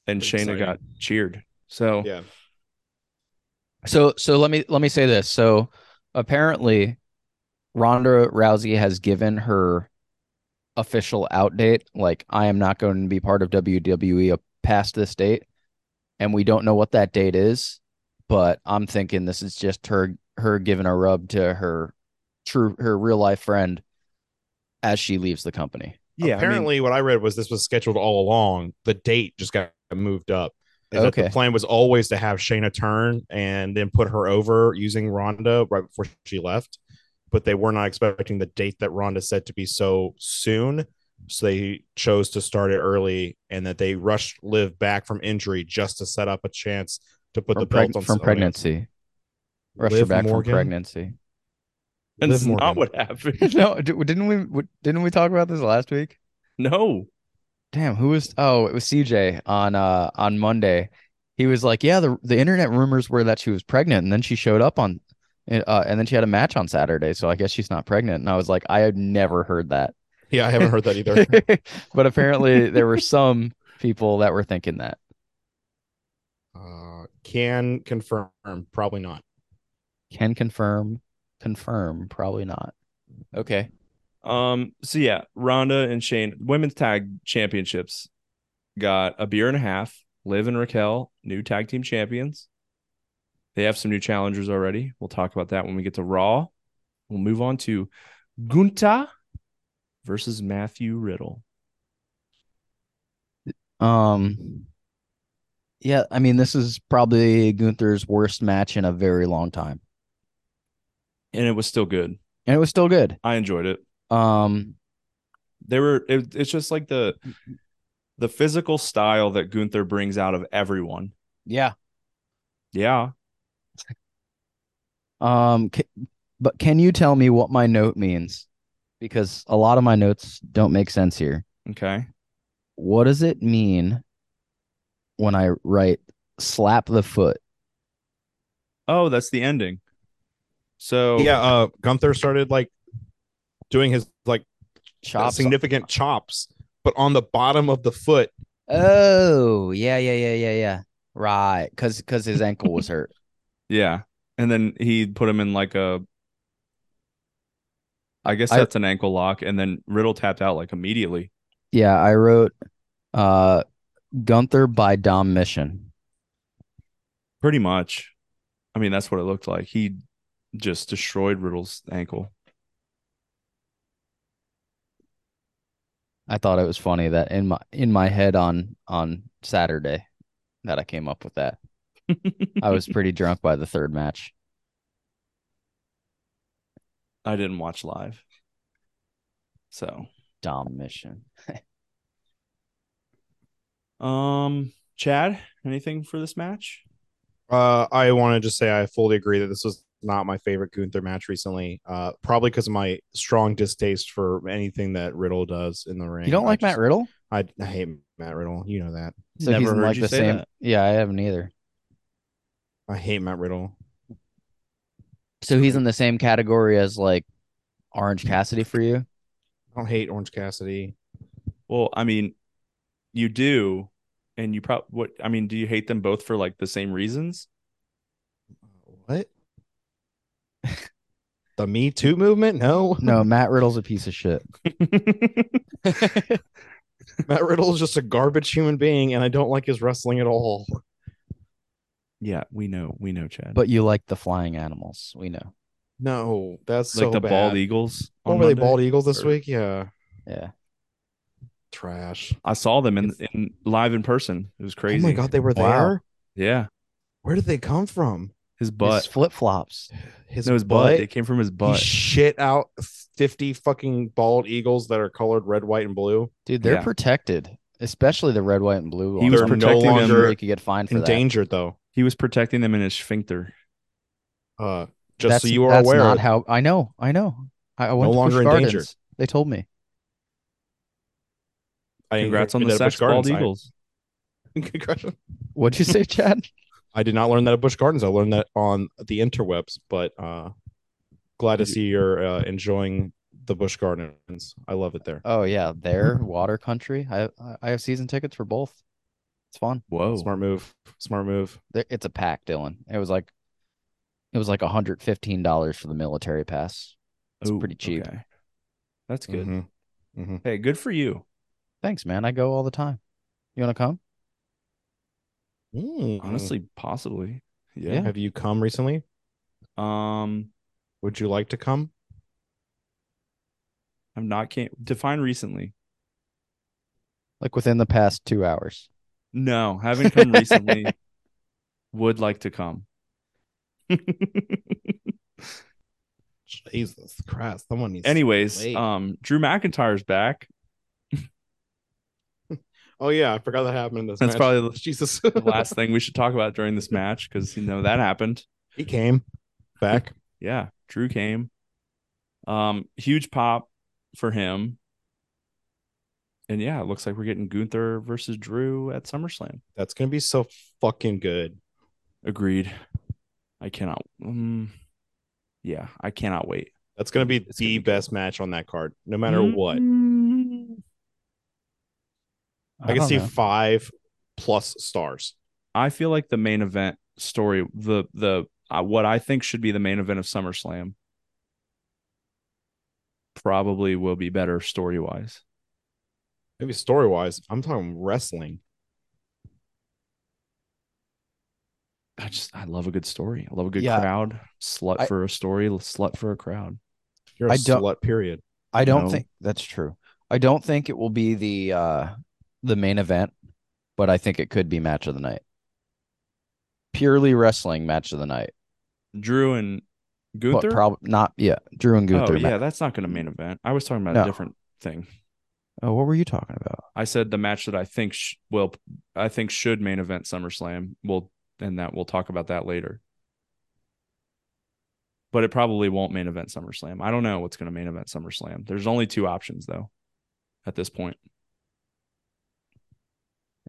Speaker 1: And
Speaker 4: Pretty
Speaker 1: Shayna
Speaker 4: exciting.
Speaker 1: got cheered. So
Speaker 4: Yeah,
Speaker 2: So so let me let me say this. So apparently Ronda Rousey has given her official out date like I am not going to be part of WWE up past this date and we don't know what that date is, but I'm thinking this is just her her giving a rub to her true her real life friend as she leaves the company.
Speaker 1: yeah, I mean,
Speaker 4: Apparently, what I read was this was scheduled all along. The date just got moved up. Is that
Speaker 2: Okay.
Speaker 4: The plan was always to have Shayna turn and then put her over using Ronda right before she left, but they were not expecting the date that Ronda said to be so soon. So they chose to start it early, and that they rushed Liv back from injury just to set up a chance to put
Speaker 2: From
Speaker 4: the
Speaker 2: preg-
Speaker 4: belt on
Speaker 2: from
Speaker 4: Sonya.
Speaker 2: pregnancy. Rush her
Speaker 4: Liv
Speaker 2: back
Speaker 4: Morgan?
Speaker 2: from pregnancy.
Speaker 1: and
Speaker 4: Liv
Speaker 1: it's not
Speaker 4: Morgan.
Speaker 1: what happened.
Speaker 2: no, d- didn't we w- didn't we talk about this last week?
Speaker 1: no.
Speaker 2: Damn, who was? Oh, it was CJ on uh on Monday. He was like, yeah, the the internet rumors were that she was pregnant, and then she showed up on, uh, and then she had a match on Saturday, so I guess she's not pregnant. And I was like, I had never heard that,
Speaker 4: Yeah, I haven't heard that either.
Speaker 2: but apparently there were some people that were thinking that.
Speaker 4: Uh, can confirm, probably not.
Speaker 2: Can confirm, confirm, probably not. Okay,
Speaker 1: Um, so yeah, Ronda and Shane, women's tag championships got a beer and a half. Liv and Raquel, new tag team champions. They have some new challengers already. We'll talk about that when we get to Raw. We'll move on to Gunta versus Matthew Riddle.
Speaker 2: um, Yeah, I mean, this is probably Gunther's worst match in a very long time,
Speaker 1: and it was still good.
Speaker 2: and it was still good.
Speaker 1: I enjoyed it.
Speaker 2: Um,
Speaker 1: They were. It, it's just like the the physical style that Gunther brings out of everyone.
Speaker 2: yeah.
Speaker 1: Yeah,
Speaker 2: Um, ca- but can you tell me what my note means? Because a lot of my notes don't make sense here.
Speaker 1: okay.
Speaker 2: What does it mean when I write slap the foot?
Speaker 1: Oh, that's the ending.
Speaker 2: Oh.
Speaker 1: So
Speaker 4: Yeah, uh, Gunther started like doing his like
Speaker 2: Chops.
Speaker 4: significant chops, but on the bottom of the foot.
Speaker 2: Oh, yeah, yeah, yeah, yeah, yeah. Right, cause cause his ankle was hurt.
Speaker 1: yeah, and then he put him in like a. I guess
Speaker 2: I-
Speaker 1: that's an ankle lock, and then Riddle tapped out like immediately.
Speaker 2: Yeah, I wrote uh Gunther by Dom Mission.
Speaker 1: Pretty much. I mean, that's what it looked like. He just destroyed Riddle's ankle.
Speaker 2: I thought it was funny that in my in my head on on Saturday that I came up with that. I was pretty drunk by the third match.
Speaker 1: I didn't watch live. So,
Speaker 2: Dom Mission.
Speaker 1: um, Chad, anything for this match?
Speaker 4: Uh, I want to just say I fully agree that this was not my favorite Gunther match recently. Uh, probably because of my strong distaste for anything that Riddle does in the ring.
Speaker 2: You don't like
Speaker 4: I
Speaker 2: Matt Riddle?
Speaker 4: Riddle? I, I hate Matt Riddle. You know that.
Speaker 2: So
Speaker 1: Never
Speaker 2: he's in,
Speaker 1: heard
Speaker 2: like
Speaker 1: you
Speaker 2: the
Speaker 1: say
Speaker 2: same.
Speaker 1: that.
Speaker 2: Yeah, I haven't either.
Speaker 4: I hate Matt Riddle.
Speaker 2: So he's in the same category as like Orange Cassidy for you.
Speaker 4: I don't hate Orange Cassidy.
Speaker 1: Well, I mean, you do, and you probably what I mean, do you hate them both for like the same reasons?
Speaker 4: What? the Me Too movement? No.
Speaker 2: No, Matt Riddle's a piece of shit.
Speaker 4: Matt Riddle is just a garbage human being, and I don't like his wrestling at all.
Speaker 1: yeah, we know, we know, Chad.
Speaker 2: But you like the flying animals. We know.
Speaker 4: No, that's
Speaker 1: like
Speaker 4: so
Speaker 1: the
Speaker 4: bad.
Speaker 1: bald eagles.
Speaker 4: Oh,
Speaker 1: on
Speaker 4: were they
Speaker 1: Monday?
Speaker 4: bald eagles this
Speaker 1: Or-
Speaker 4: week? Yeah,
Speaker 2: Yeah.
Speaker 4: trash.
Speaker 1: I saw them in, in live in person. It was crazy.
Speaker 4: Oh my god, they were
Speaker 2: Wow.
Speaker 4: there.
Speaker 1: Yeah,
Speaker 4: Where did they come from?
Speaker 1: his butt.
Speaker 2: His flip flops.
Speaker 4: His,
Speaker 1: no, his butt. They came from his
Speaker 4: He
Speaker 1: butt.
Speaker 4: shit out fifty fucking bald eagles that are colored red, white, and blue.
Speaker 2: Dude, they're
Speaker 1: Yeah.
Speaker 2: protected, especially the red, white, and blue.
Speaker 1: He
Speaker 2: ones.
Speaker 1: was
Speaker 2: I'm
Speaker 4: They're no
Speaker 1: protecting them.
Speaker 4: longer
Speaker 2: sure he could get fined for that.
Speaker 4: endangered though.
Speaker 1: He was protecting them in his sphincter.
Speaker 4: Uh, just
Speaker 2: that's,
Speaker 4: so you are
Speaker 2: that's
Speaker 4: aware,
Speaker 2: not how I know. I know. I, I went
Speaker 4: No
Speaker 2: to
Speaker 4: longer
Speaker 2: Busch
Speaker 4: endangered.
Speaker 2: Gardens. They told me.
Speaker 4: I
Speaker 1: Congrats on
Speaker 4: didn't
Speaker 1: the
Speaker 4: get that at
Speaker 1: sex
Speaker 4: Busch Gardens.
Speaker 1: bald eagles.
Speaker 4: I- Congrats.
Speaker 2: What'd you say, Chad?
Speaker 4: I did not learn that at Bush Gardens. I learned that on the interwebs. But uh, glad to
Speaker 1: Did you-
Speaker 4: see you're uh, enjoying the Bush Gardens. I love it there.
Speaker 2: oh yeah, their water country. I I- I have season tickets for both. It's fun.
Speaker 1: Whoa.
Speaker 4: Smart move. Smart move.
Speaker 2: There- It's a pack, Dylan. It was like it was like hundred fifteen dollars for the military pass. It's
Speaker 1: Ooh,
Speaker 2: pretty cheap.
Speaker 1: okay. That's good.
Speaker 4: Mhm. Mhm.
Speaker 1: Hey, good for you.
Speaker 2: Thanks, man. I go all the time. You want to come?
Speaker 4: Mm.
Speaker 1: Honestly, possibly.
Speaker 4: Yeah.
Speaker 1: Yeah.
Speaker 4: Have you come recently?
Speaker 1: Um,
Speaker 4: Would you like to come?
Speaker 1: I'm not can't define recently.
Speaker 2: Like within the past two hours.
Speaker 1: No, haven't come recently. Would like to come.
Speaker 4: Jesus Christ. Someone needs
Speaker 1: Anyways,
Speaker 4: Wait.
Speaker 1: um, Drew McIntyre's back.
Speaker 4: Oh yeah, I forgot that happened in this.
Speaker 1: That's
Speaker 4: match.
Speaker 1: probably the-
Speaker 4: Jesus.
Speaker 1: The last thing we should talk about during this match because you know that happened.
Speaker 4: he came back.
Speaker 1: Yeah, Drew came. Um, huge pop for him. And yeah, it looks like we're getting Gunther versus Drew at SummerSlam.
Speaker 4: That's gonna be so fucking good.
Speaker 1: Agreed. I cannot. Um, yeah, I cannot wait.
Speaker 4: That's gonna be
Speaker 1: It's gonna
Speaker 4: the
Speaker 1: be good.
Speaker 4: best match on that card, no matter what.
Speaker 1: Mm,
Speaker 4: I, can
Speaker 2: don't
Speaker 4: see
Speaker 2: know.
Speaker 4: five plus stars.
Speaker 1: I feel like the main event story, the the uh, what I think should be the main event of SummerSlam, probably will be better story wise.
Speaker 4: Maybe story wise, I'm talking wrestling.
Speaker 1: I just I love a good story. I love a good
Speaker 2: Yeah.
Speaker 1: crowd. Slut
Speaker 2: I-
Speaker 1: for a story. Slut for a crowd.
Speaker 4: You're a
Speaker 2: I don't-
Speaker 4: slut. Period.
Speaker 2: I don't
Speaker 1: No.
Speaker 2: think that's true. I don't think it will be the uh the main event, but I think it could be match of the night. purely wrestling match of the night.
Speaker 1: Drew and
Speaker 2: But
Speaker 1: Gunther.
Speaker 2: prob- not yeah, Drew and Gunther.
Speaker 1: oh
Speaker 2: ma-
Speaker 1: yeah, that's not going to main event. I was talking about
Speaker 2: No.
Speaker 1: a different thing.
Speaker 2: Oh, what were you talking about?
Speaker 1: I said the match that I think sh- will I think should main event SummerSlam. We'll and that we'll talk about that later. But it probably won't main event SummerSlam. I don't know what's going to main event SummerSlam. There's only two options though, at this point.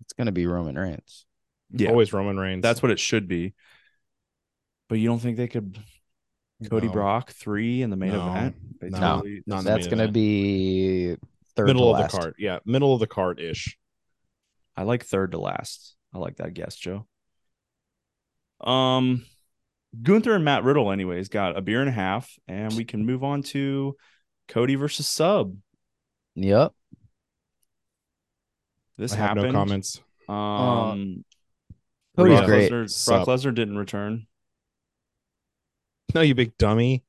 Speaker 2: It's gonna be Roman Reigns.
Speaker 1: Yeah,
Speaker 4: Always Roman Reigns.
Speaker 1: that's what it should be. But you don't think they could Cody
Speaker 4: No.
Speaker 1: Brock three in the main
Speaker 4: No.
Speaker 1: event? They
Speaker 4: No.
Speaker 1: totally-
Speaker 4: Not in the
Speaker 2: That's
Speaker 4: main
Speaker 2: gonna
Speaker 4: event.
Speaker 2: be third to
Speaker 4: middle of
Speaker 2: last.
Speaker 4: the card. Yeah, middle of the card ish.
Speaker 1: I like third to last. I like that guess, Joe. Um, Gunther and Matt Riddle, anyways, got a beer and a half, and we can move on to Cody versus Sub.
Speaker 2: Yep.
Speaker 1: This
Speaker 4: I have
Speaker 1: happened.
Speaker 4: no comments.
Speaker 1: Um,
Speaker 2: Cody's
Speaker 1: Brock
Speaker 2: great.
Speaker 1: Lesnar, Brock
Speaker 4: Sub.
Speaker 1: Lesnar didn't return.
Speaker 4: No, you big dummy.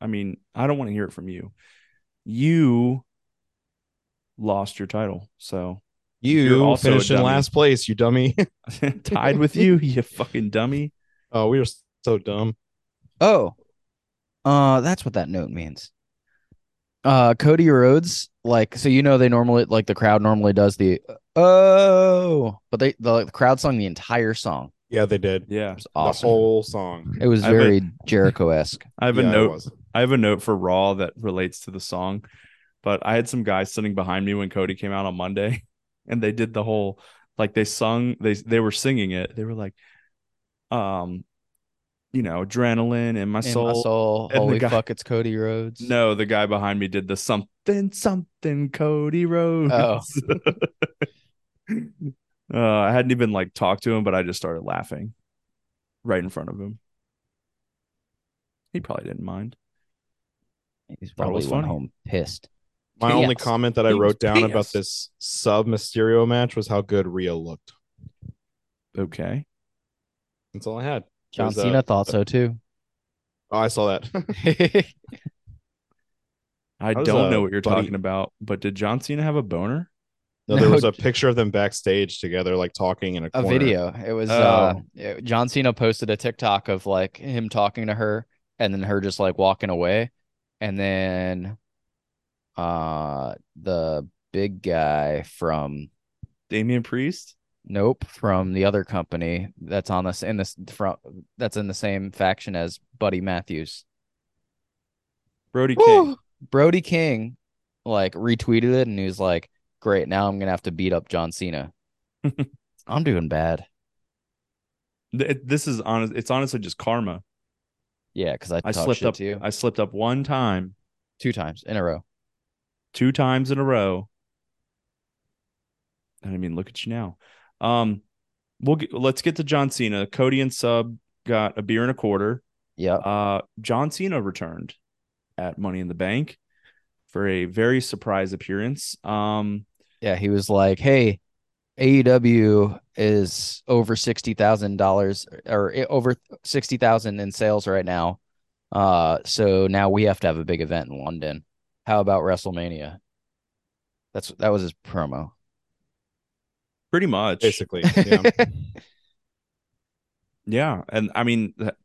Speaker 1: I mean, I don't want to hear it from you. You lost your title, so You're
Speaker 4: You
Speaker 1: also a
Speaker 4: finished in
Speaker 1: dummy.
Speaker 4: last place, you dummy.
Speaker 1: tied with you, you fucking dummy.
Speaker 4: oh, we are so dumb.
Speaker 2: Oh, uh, that's what that note means. Uh, Cody Rhodes, like, so you know they normally like the crowd normally does the oh, but they the, the crowd sung the entire song.
Speaker 4: Yeah, they did.
Speaker 1: Yeah,
Speaker 2: It was
Speaker 4: The
Speaker 2: awesome.
Speaker 4: whole song.
Speaker 2: It was
Speaker 1: I bet-
Speaker 2: very Jericho esque.
Speaker 1: I have a
Speaker 4: Yeah, it
Speaker 1: note
Speaker 4: was.
Speaker 1: I have a note for Raw that relates to the song, but I had some guys sitting behind me when Cody came out on Monday, and they did the whole like they sung they they were singing it. They were like, um, you know, adrenaline in my, soul.
Speaker 2: soul,
Speaker 1: and the
Speaker 2: holy
Speaker 1: guy-
Speaker 2: fuck, it's Cody Rhodes.
Speaker 1: No, the guy behind me did the something something Cody Rhodes.
Speaker 2: Oh.
Speaker 1: Uh, I hadn't even like talked to him, but I just started laughing right in front of him. He probably didn't mind.
Speaker 2: he's
Speaker 1: That was
Speaker 2: probably went
Speaker 1: funny.
Speaker 2: home pissed.
Speaker 4: My only
Speaker 2: Yes.
Speaker 4: comment that I
Speaker 1: He was
Speaker 4: wrote down about
Speaker 1: pissed.
Speaker 4: this sub Mysterio match was how good Rhea looked.
Speaker 1: Okay.
Speaker 4: That's all I had.
Speaker 2: John
Speaker 4: There's
Speaker 1: uh,
Speaker 4: a-
Speaker 2: Cena thought so too.
Speaker 4: Oh, I saw that.
Speaker 1: I
Speaker 4: That was
Speaker 1: don't
Speaker 4: a
Speaker 1: know what you're
Speaker 4: buddy-
Speaker 1: talking about, but did John Cena have a boner?
Speaker 4: No, there
Speaker 2: No.
Speaker 4: was a picture of them backstage together, like talking in a,
Speaker 2: a
Speaker 4: corner.
Speaker 2: video. It was uh,
Speaker 1: Oh.
Speaker 2: it- John Cena posted a TikTok of like him talking to her and then her just like walking away. And then uh the big guy from
Speaker 1: Damian Priest?
Speaker 2: Nope from the other company that's on this in this front that's in the same faction as Buddy Matthews.
Speaker 1: Brody King.
Speaker 2: Woo! Brody King like retweeted it and he was like, Great, now I'm gonna have to beat up John Cena. I'm doing bad.
Speaker 1: Th- it- This is honest. It's honestly just karma.
Speaker 2: Yeah, because I,
Speaker 1: I
Speaker 2: talked
Speaker 1: slipped
Speaker 2: shit
Speaker 1: up.
Speaker 2: to you
Speaker 1: I slipped up one time,
Speaker 2: two times in a row.
Speaker 1: two times in a row. And I mean, look at you now. Um, we'll get, let's get to John Cena. Cody and Sub got a beer and a quarter.
Speaker 2: Yep.
Speaker 1: Uh, John Cena returned at Money in the Bank for a very surprise appearance. Um,
Speaker 2: Yeah, he was like, "Hey, AEW is over sixty thousand dollars or i- over sixty thousand in sales right now. Uh, so now we have to have a big event in London. How about WrestleMania?" That's that was his promo.
Speaker 1: pretty much.
Speaker 4: Basically, yeah.
Speaker 1: Yeah, and I mean, that-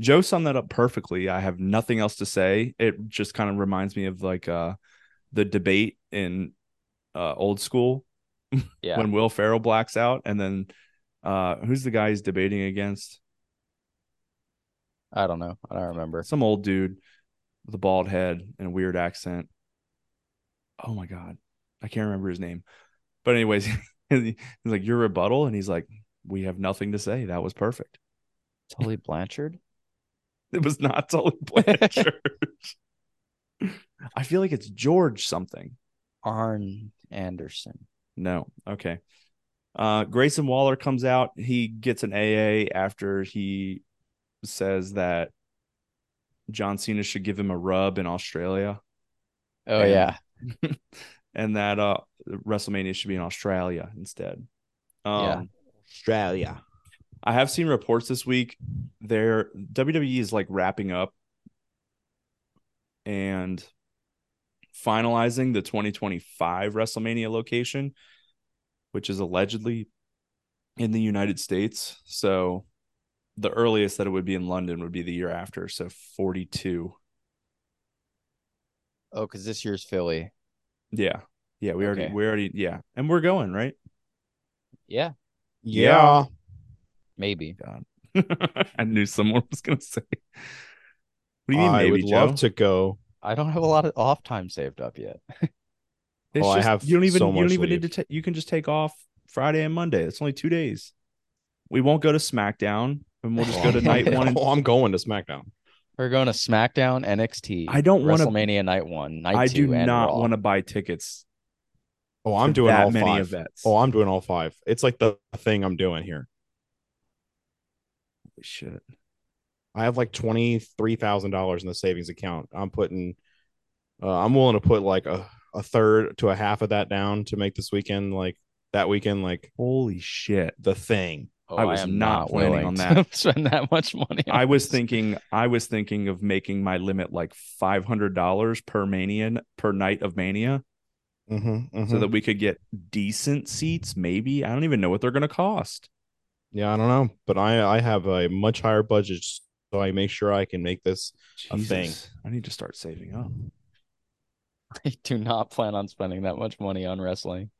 Speaker 1: Joe summed that up perfectly. I have nothing else to say. It just kind of reminds me of like uh the debate in uh old school
Speaker 2: yeah,
Speaker 1: when Will Farrell blacks out, and then uh who's the guy he's debating against?
Speaker 2: I don't know. I don't remember.
Speaker 1: Some old dude with a bald head and a weird accent. Oh my god, I can't remember his name. But anyways, he's like your rebuttal, and he's like, "We have nothing to say. That was perfect."
Speaker 2: Tully Blanchard.
Speaker 1: It was not Tully Blanchard. I feel like it's George something.
Speaker 2: Arn Anderson.
Speaker 1: No. Okay. Uh, Grayson Waller comes out. He gets an AA after he says that John Cena should give him a rub in Australia
Speaker 2: Oh
Speaker 1: And-
Speaker 2: yeah,
Speaker 1: and that uh, WrestleMania should be in Australia instead. Um,
Speaker 2: Yeah.
Speaker 4: Australia.
Speaker 1: I have seen reports this week. Their WWE E is like wrapping up and finalizing the 2025 WrestleMania location, which is allegedly in the United States. So the earliest that it would be in London would be the year after. So 42.
Speaker 2: Oh, because this year's Philly.
Speaker 1: Yeah. Yeah. We already,
Speaker 2: Okay.
Speaker 1: we already, yeah. And we're going, right?
Speaker 2: Yeah,
Speaker 4: Yeah.
Speaker 2: maybe.
Speaker 1: I knew someone was going to say. What do you mean,
Speaker 4: I
Speaker 1: maybe,
Speaker 4: would love
Speaker 1: Joe?
Speaker 4: to go.
Speaker 2: I don't have a lot of off time saved up yet.
Speaker 1: It's
Speaker 4: Oh, I
Speaker 1: just-
Speaker 4: have
Speaker 1: you don't even
Speaker 4: so
Speaker 1: you don't
Speaker 4: much
Speaker 1: even need to
Speaker 4: leave.
Speaker 1: take you can just take off Friday and Monday. It's only two days. We won't go to SmackDown and we'll just go to night one. And,
Speaker 4: oh, I'm going to SmackDown.
Speaker 2: We're going to SmackDown, NXT.
Speaker 1: I don't want to.
Speaker 2: WrestleMania night one, night
Speaker 1: I
Speaker 2: two,
Speaker 1: do
Speaker 2: and
Speaker 1: not
Speaker 2: want
Speaker 1: want to buy tickets.
Speaker 4: Oh,
Speaker 1: for
Speaker 4: I'm doing
Speaker 1: that
Speaker 4: all
Speaker 1: many
Speaker 4: five.
Speaker 1: events.
Speaker 4: Oh, I'm doing all five. It's like the thing I'm doing here.
Speaker 1: Holy shit!
Speaker 4: I have like twenty three thousand dollars in the savings account. I'm putting, uh, I'm willing to put like a, a third to a half of that down to make this weekend like that weekend like
Speaker 1: Holy shit!
Speaker 4: the thing.
Speaker 2: Oh,
Speaker 1: I was
Speaker 2: am
Speaker 1: not planning
Speaker 2: willing
Speaker 1: on
Speaker 2: to spend that much money. on
Speaker 1: I was
Speaker 2: this.
Speaker 1: thinking. I was thinking of making my limit like five hundred dollars per manian per night of mania,
Speaker 4: Mm-hmm,
Speaker 1: so that we could get decent seats. Maybe I don't even know what they're going to cost.
Speaker 4: yeah, I don't know, but I I have a much higher budget, so I make sure I can make this. A thing.
Speaker 1: Jesus, I need to start saving up.
Speaker 2: I do not plan on spending that much money on wrestling.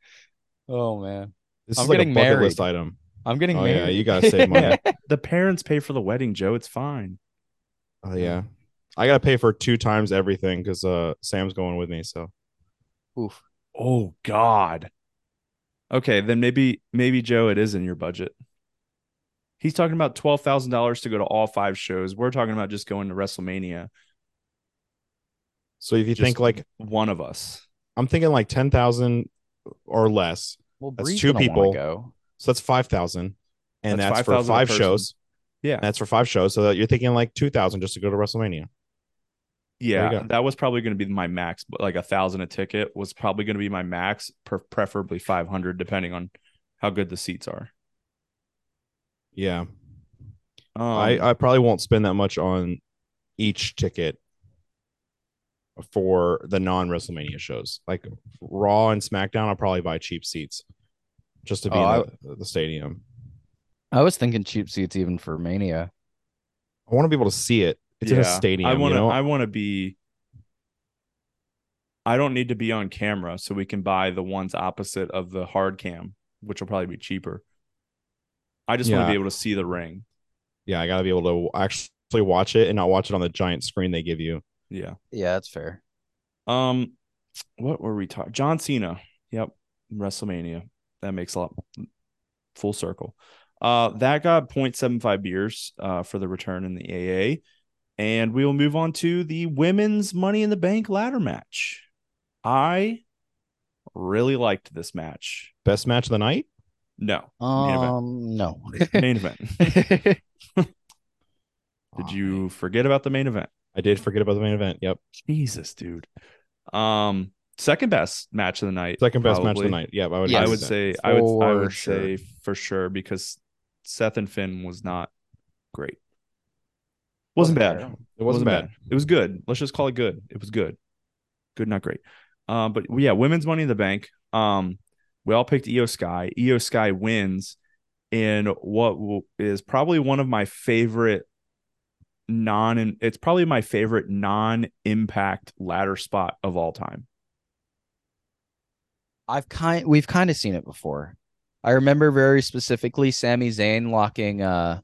Speaker 2: Oh man,
Speaker 4: This
Speaker 2: I'm
Speaker 4: is like a
Speaker 2: getting
Speaker 4: bucket
Speaker 2: married.
Speaker 4: list item.
Speaker 2: I'm getting
Speaker 4: Oh
Speaker 2: married.
Speaker 4: yeah, you gotta save money.
Speaker 1: The parents pay for the wedding, Joe. It's fine.
Speaker 4: oh yeah, I gotta pay for two times everything because uh Sam's going with me, so
Speaker 2: Oof.
Speaker 1: Oh God. Okay, then maybe maybe Joe, it is in your budget. He's talking about twelve thousand dollars to go to all five shows. We're talking about just going to WrestleMania.
Speaker 4: so if you
Speaker 1: Just
Speaker 4: think like
Speaker 1: one of us.
Speaker 4: I'm thinking like ten thousand or less.
Speaker 2: Well,
Speaker 4: That's
Speaker 2: Bree's
Speaker 4: two
Speaker 2: gonna wanna
Speaker 4: people.
Speaker 2: Go.
Speaker 4: So that's five thousand, and
Speaker 1: That's
Speaker 4: that's, for
Speaker 1: 5,000 a
Speaker 4: five
Speaker 1: person.
Speaker 4: shows.
Speaker 1: Yeah.
Speaker 4: And that's for five shows. So that you're thinking like two thousand just to go to WrestleMania. you
Speaker 1: Yeah,
Speaker 4: go.
Speaker 1: that was probably going to be my max, but like a thousand a ticket was probably going to be my max, pre- preferably five hundred, depending on how good the seats are.
Speaker 4: Yeah,
Speaker 1: Um,
Speaker 4: I I probably won't spend that much on each ticket for the non WrestleMania shows. Like Raw and SmackDown, I'll probably buy cheap seats just to be
Speaker 2: Oh, I-
Speaker 4: in the, the stadium.
Speaker 2: I was thinking cheap seats even for Mania.
Speaker 4: I want to be able to see it. It's in a
Speaker 1: Yeah,
Speaker 4: stadium.
Speaker 1: I want to.
Speaker 4: You know?
Speaker 1: I want to be. I don't need to be on camera, so we can buy the ones opposite of the hard cam, which will probably be cheaper. I just want to
Speaker 4: Yeah.
Speaker 1: be able to see the ring.
Speaker 4: yeah, I gotta be able to actually watch it and not watch it on the giant screen they give you.
Speaker 1: Yeah.
Speaker 2: Yeah, that's fair.
Speaker 1: Um, what were we talking? John Cena. Yep, WrestleMania. That makes a lot full circle. Uh, that got 0.75 beers uh, for the return in the AA, and we will move on to the women's Money in the Bank ladder match. I really liked this match.
Speaker 4: Best match of the night.
Speaker 1: No Main event.
Speaker 2: Um, no.
Speaker 1: main event.
Speaker 2: Did
Speaker 1: Did you forget about the main event?
Speaker 4: I did forget about the main event. Yep.
Speaker 1: Jesus, dude. Um, second best match of the night.
Speaker 4: Second best match of the
Speaker 1: probably.
Speaker 4: night. Yep. I would,
Speaker 2: Yes.
Speaker 1: I would
Speaker 4: that.
Speaker 1: say I would I
Speaker 2: For
Speaker 1: would
Speaker 2: sure.
Speaker 1: say for sure because Seth and Finn was not great. Wasn't, bad.
Speaker 4: it wasn't bad.
Speaker 1: It was good. Let's just call it good. It was good. Good, not great. Um, but yeah, women's money in the bank. Um, we all picked Io Sky. Io Sky wins in what will- is probably one of my favorite non and it's probably my favorite non-impact ladder spot of all time.
Speaker 2: I've kind we've kind of seen it before. I remember very specifically Sami Zayn locking uh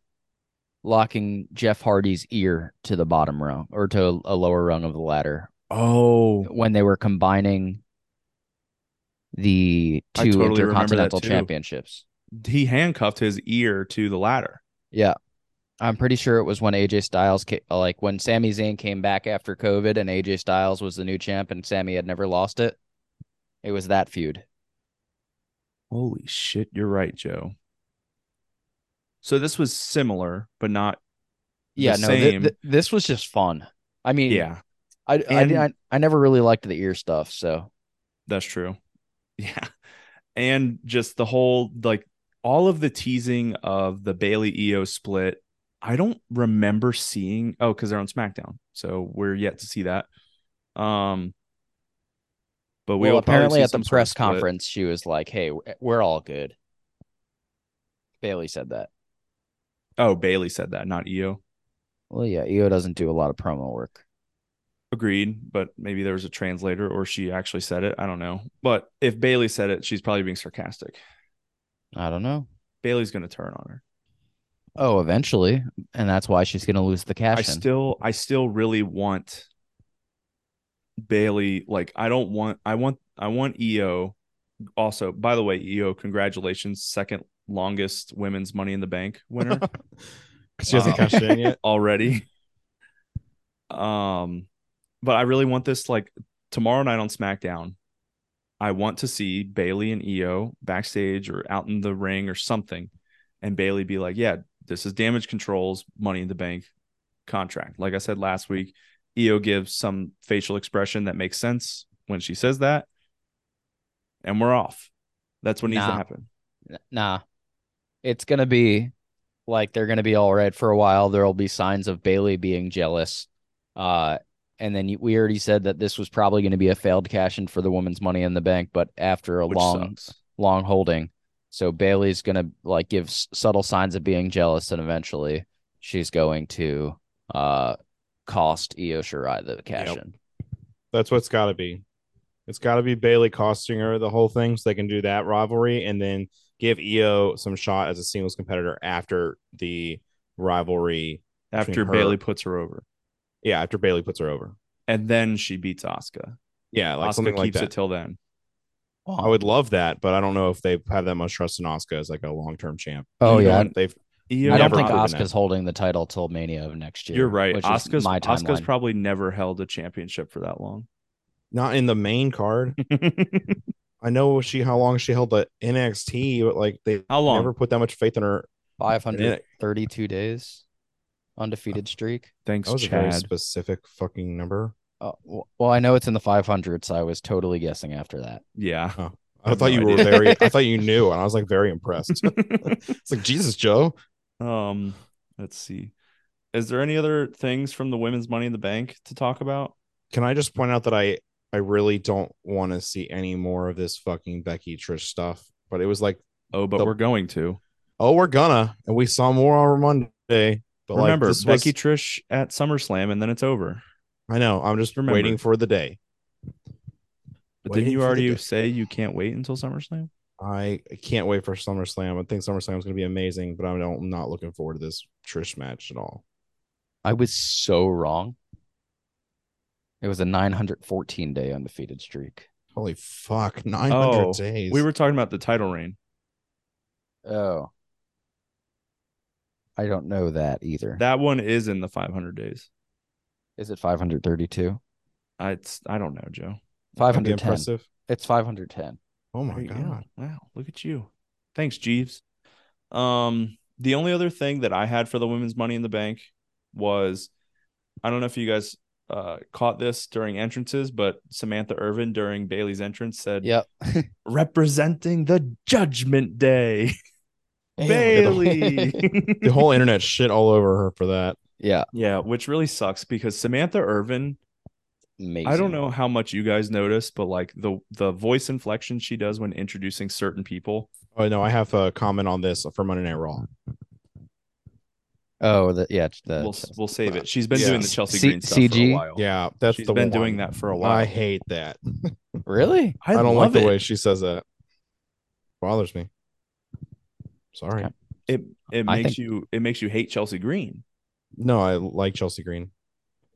Speaker 2: locking Jeff Hardy's ear to the bottom rung or to a lower rung of the ladder
Speaker 1: Oh,
Speaker 2: when they were combining the
Speaker 1: I
Speaker 2: two
Speaker 1: totally remember that
Speaker 2: intercontinental
Speaker 1: too.
Speaker 2: championships.
Speaker 1: he handcuffed his ear to the ladder.
Speaker 2: Yeah. I'm pretty sure it was when AJ Styles came, like when Sami Zayn came back after COVID and AJ Styles was the new champ and Sami had never lost it. It was that feud.
Speaker 1: Holy shit, you're right, Joe. So this was similar, but not the
Speaker 2: Yeah, no, thi-
Speaker 1: same.
Speaker 2: thi- this was just fun. I mean,
Speaker 1: yeah,
Speaker 2: I,
Speaker 1: And-
Speaker 2: I, I, I never really liked the ear stuff, so
Speaker 1: that's true. Yeah. And just the whole like all of the teasing of the Bailey EO split. I don't remember seeing oh, because they're on SmackDown. So we're yet to see that. Um but we
Speaker 2: well,
Speaker 1: will probably
Speaker 2: apparently
Speaker 1: see
Speaker 2: at the
Speaker 1: some sort of
Speaker 2: press
Speaker 1: split.
Speaker 2: conference she was like, "Hey, we're- we're all good." Bailey said that.
Speaker 1: Oh, Bailey said that, not E EO.
Speaker 2: Well, yeah, EO doesn't do a lot of promo work.
Speaker 1: Agreed, but maybe there was a translator or she actually said it. I don't know. But if Bailey said it, she's probably being sarcastic.
Speaker 2: I don't know.
Speaker 1: Bailey's going to turn on her.
Speaker 2: Oh, eventually, and that's why she's gonna lose the cash.
Speaker 1: I still I still really want Bailey like I don't want I want I want EO also by the way EO congratulations second longest women's money in the bank winner
Speaker 4: She hasn't
Speaker 1: Uh,
Speaker 4: cashed it in yet.
Speaker 1: already um but I really want this like tomorrow night on SmackDown I want to see Bailey and EO backstage or out in the ring or something and Bailey be like yeah this is damage controls money in the bank contract like I said last week EO gives some facial expression that makes sense when she says that, and we're off. That's what needs to
Speaker 2: Nah.
Speaker 1: happen.
Speaker 2: N- Nah, it's gonna be like they're gonna be all right for a while. There'll be signs of Bailey being jealous, uh, and then you, we already said that this was probably gonna be a failed cash in for the woman's Money in the Bank, but after a
Speaker 1: Which
Speaker 2: long,
Speaker 1: sucks.
Speaker 2: long holding, so Bailey's gonna like give s- subtle signs of being jealous, and eventually she's going to uh cost Io Shirai the cash
Speaker 4: Yep.
Speaker 2: in.
Speaker 4: That's what's got to be. It's got to be Bailey costing her the whole thing, so they can do that rivalry and then give EO some shot as a singles competitor after the rivalry.
Speaker 1: After
Speaker 4: between her-
Speaker 1: Bailey puts her over,
Speaker 4: Yeah, after Bailey puts her over.
Speaker 1: and then she beats Asuka.
Speaker 4: Yeah, like
Speaker 1: Asuka
Speaker 4: something like
Speaker 1: keeps
Speaker 4: that.
Speaker 1: it till then.
Speaker 4: I would love that, but I don't know if they have that much trust in Asuka as like a long term champ.
Speaker 2: Oh
Speaker 4: You know,
Speaker 2: yeah,
Speaker 4: they've
Speaker 1: EO,
Speaker 2: I don't
Speaker 4: never
Speaker 2: think
Speaker 4: proven that.
Speaker 2: Asuka's holding the title till Mania of next year.
Speaker 1: you're right.
Speaker 2: Which
Speaker 1: Asuka's
Speaker 2: is my timeline.
Speaker 1: Asuka's probably never held a championship for that long.
Speaker 4: not in the main card. I know she how long she held the NXT, but like they
Speaker 1: How long?
Speaker 4: never put that much faith in her.
Speaker 2: 532 days, undefeated streak.
Speaker 1: Thanks,
Speaker 4: That was a very
Speaker 1: Chad.
Speaker 4: specific fucking number.
Speaker 2: Uh, w- well, I know it's in the 500s. I was totally guessing after that.
Speaker 1: yeah. I
Speaker 4: I,
Speaker 1: have
Speaker 4: thought
Speaker 1: no
Speaker 4: you were
Speaker 1: idea.
Speaker 4: very. I thought you knew, and I was like very impressed. it's like Jesus, Joe.
Speaker 1: um. Let's see. Is there any other things from the women's Money in the Bank to talk about?
Speaker 4: Can I just point out that I I really don't want to see any more of this fucking Becky Trish stuff. But it was like,
Speaker 1: Oh, but
Speaker 4: The-
Speaker 1: we're going to.
Speaker 4: oh, we're gonna, and we saw more on Monday. But
Speaker 1: Remember
Speaker 4: like, this was-
Speaker 1: Becky Trish at SummerSlam, and then it's over.
Speaker 4: I know. I'm just
Speaker 1: Remember.
Speaker 4: waiting for the day.
Speaker 1: But
Speaker 4: Waiting
Speaker 1: didn't you
Speaker 4: for the
Speaker 1: already
Speaker 4: day.
Speaker 1: say you can't wait until SummerSlam?
Speaker 4: I can't wait for SummerSlam. I think SummerSlam is going to be amazing, but I don't, I'm not looking forward to this Trish match at all.
Speaker 2: I was so wrong. It was a 914 day undefeated streak.
Speaker 4: Holy fuck, 900
Speaker 1: Oh,
Speaker 4: days.
Speaker 1: We were talking about the title reign.
Speaker 2: Oh. I don't know that either. Is
Speaker 1: That one is in the 500 days.
Speaker 2: it 532?
Speaker 1: I it's, I don't know, Joe.
Speaker 4: That'd be
Speaker 2: 510.
Speaker 4: impressive.
Speaker 2: It's 510.
Speaker 4: Oh my
Speaker 1: There you go.
Speaker 4: god.
Speaker 1: Wow, look at you. Thanks, Jeeves. Um, the only other thing that I had for the women's money in the bank was I don't know if you guys uh caught this during entrances, but Samantha Irvin during Bailey's entrance said
Speaker 2: Yep.
Speaker 1: representing the judgment day. Bailey.
Speaker 4: The whole internet shit all over her for that.
Speaker 2: yeah.
Speaker 1: yeah, which really sucks because Samantha Irvin I
Speaker 2: amazing.
Speaker 1: don't know how much you guys notice, but like the the voice inflection she does when introducing certain people.
Speaker 4: Oh no, I have a comment on this for Monday Night Raw.
Speaker 2: Oh, the, yeah. it's The,
Speaker 1: we'll we'll save it. She's been
Speaker 4: Yeah.
Speaker 1: doing the Chelsea
Speaker 2: C-
Speaker 1: Green stuff for
Speaker 2: CG?
Speaker 1: a while.
Speaker 4: Yeah, that's
Speaker 1: she's
Speaker 4: the
Speaker 1: been
Speaker 4: one.
Speaker 1: doing that for a while.
Speaker 4: I
Speaker 1: I,
Speaker 4: hate that.
Speaker 2: really?
Speaker 4: I, don't like
Speaker 1: love
Speaker 4: the
Speaker 1: it.
Speaker 4: way she says that. Bothers me. Sorry.
Speaker 2: Okay.
Speaker 1: it it
Speaker 2: I
Speaker 1: makes
Speaker 2: think-
Speaker 1: you it makes you hate Chelsea Green.
Speaker 4: No, I like Chelsea Green.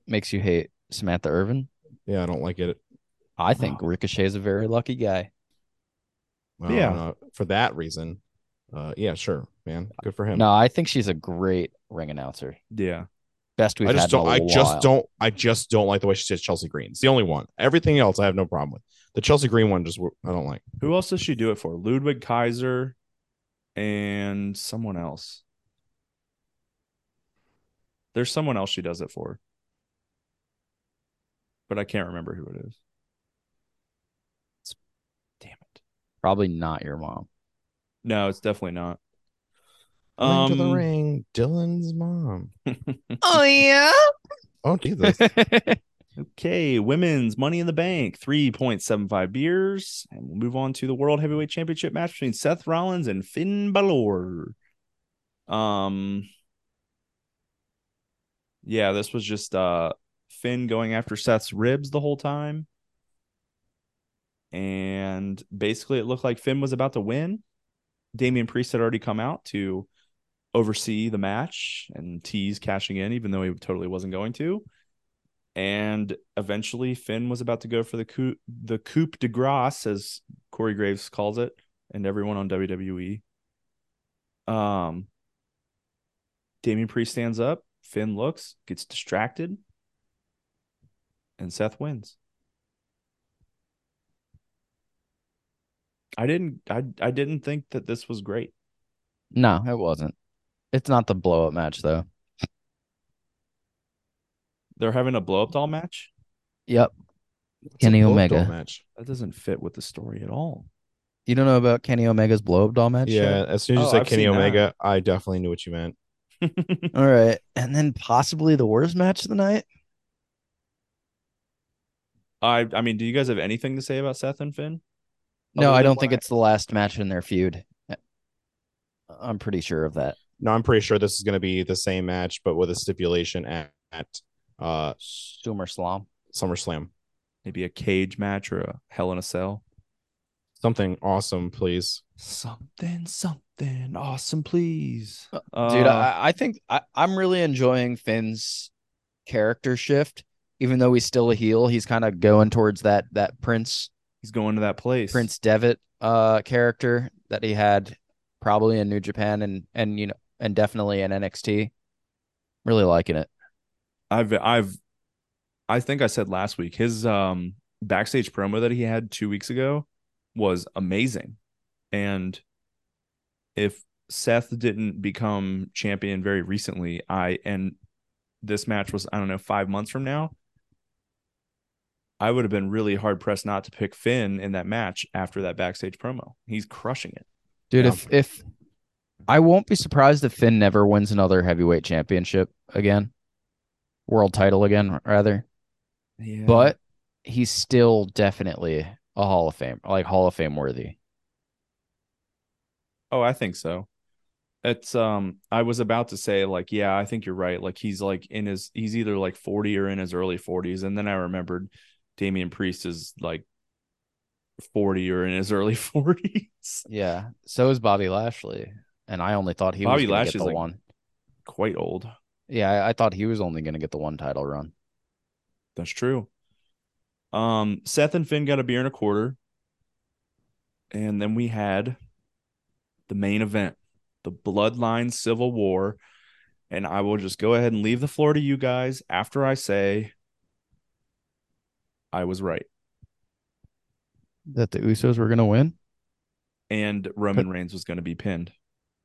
Speaker 2: Makes you hate Samantha Irvin?
Speaker 4: Yeah, I don't like it.
Speaker 2: I think Ricochet's a very lucky guy.
Speaker 4: I don't
Speaker 1: Yeah.
Speaker 4: know, for that reason. Uh, yeah, sure, man. Good for him.
Speaker 2: No, I think she's a great ring announcer.
Speaker 1: Yeah.
Speaker 2: Best we've
Speaker 4: I just
Speaker 2: had
Speaker 4: don't.
Speaker 2: in a
Speaker 4: I
Speaker 2: while.
Speaker 4: just don't. I just don't like the way she says Chelsea Green. It's the only one. Everything else, I have no problem with. The Chelsea Green one, just I don't like.
Speaker 1: Who else does she do it for? Ludwig Kaiser and someone else. There's someone else she does it for. But I can't remember who it is. Damn it.
Speaker 2: Probably not your mom.
Speaker 1: No, it's definitely not.
Speaker 4: ring to the
Speaker 1: Um,
Speaker 4: ring, Dylan's mom.
Speaker 2: Oh yeah.
Speaker 4: Oh Jesus,
Speaker 1: Okay, women's Money in the Bank, 3.75 beers. And we'll move on to the World Heavyweight Championship match between Seth Rollins and Finn Balor. Um Yeah, this was just uh Finn going after Seth's ribs the whole time. And basically it looked like Finn was about to win. Damian Priest had already come out to oversee the match and tease cashing in, even though he totally wasn't going to. And eventually Finn was about to go for the coup the coup de grace, as Corey Graves calls it, and everyone on WWE um, Damian Priest stands up. Finn looks, gets distracted, and Seth wins. I didn't. I I didn't think that this was great.
Speaker 2: No, it wasn't. It's not the blow up match though.
Speaker 1: They're having a blow up doll match.
Speaker 2: Yep.
Speaker 4: It's a
Speaker 2: Kenny
Speaker 4: blow-up
Speaker 2: Omega.
Speaker 4: doll match.
Speaker 1: That doesn't fit with the story at all.
Speaker 2: You don't know about Kenny Omega's blow up doll match?
Speaker 4: yeah,
Speaker 2: yet?
Speaker 4: as soon as you
Speaker 1: Oh,
Speaker 4: said
Speaker 1: I've
Speaker 4: Kenny
Speaker 1: seen that.
Speaker 4: Omega, I definitely knew what you meant.
Speaker 2: All right. And then possibly the worst match of the night.
Speaker 1: I I mean, do you guys have anything to say about Seth and Finn?
Speaker 2: No,
Speaker 1: Other
Speaker 2: I
Speaker 1: than
Speaker 2: don't think
Speaker 1: what I-
Speaker 2: it's the last match in their feud. I'm pretty sure of that.
Speaker 4: No, I'm pretty sure this is going to be the same match, but with a stipulation at, at uh,
Speaker 2: SummerSlam.
Speaker 4: SummerSlam.
Speaker 1: Maybe a cage match or a Hell in a Cell.
Speaker 4: Something awesome, please.
Speaker 1: Something, something awesome, please,
Speaker 2: Dude,
Speaker 1: Uh,
Speaker 2: I, I think I, I'm really enjoying Finn's character shift. Even though he's still a heel, he's kind of going towards that that Prince
Speaker 1: he's going to that place.
Speaker 2: Prince Devitt uh character that he had probably in New Japan and and you know and definitely in NXT. Really liking it.
Speaker 1: I've I've I think I said last week his um backstage promo that he had 2 weeks ago was amazing. And if Seth didn't become champion very recently, I and this match was I don't know 5 months from now, I would have been really hard pressed not to pick Finn in that match after that backstage promo. He's crushing it.
Speaker 2: Dude,
Speaker 4: Yeah.
Speaker 2: if if I won't be surprised if Finn never wins another heavyweight championship again, world title again, rather.
Speaker 1: Yeah.
Speaker 2: But he's still definitely a Hall of Fame, like Hall of Fame worthy.
Speaker 1: Oh, I think so. It's um I was about to say like yeah, I think you're right. Like he's like in his he's either like 40 or in his early 40s and then I remembered Damian Priest is like 40 or in his early 40s.
Speaker 2: Yeah. So is Bobby Lashley, and I only thought he
Speaker 1: Bobby
Speaker 2: was going to get
Speaker 1: Lashley's
Speaker 2: the
Speaker 1: like-
Speaker 2: one.
Speaker 1: Quite old.
Speaker 2: Yeah, I, I thought he was only going to get the one title run.
Speaker 1: That's true. Um Seth and Finn got a beer and a quarter. And then we had the main event, the Bloodline Civil War. And I will just go ahead and leave the floor to you guys after I say I was right.
Speaker 2: That the Usos were going to win.
Speaker 1: and Roman Reigns was going to be pinned.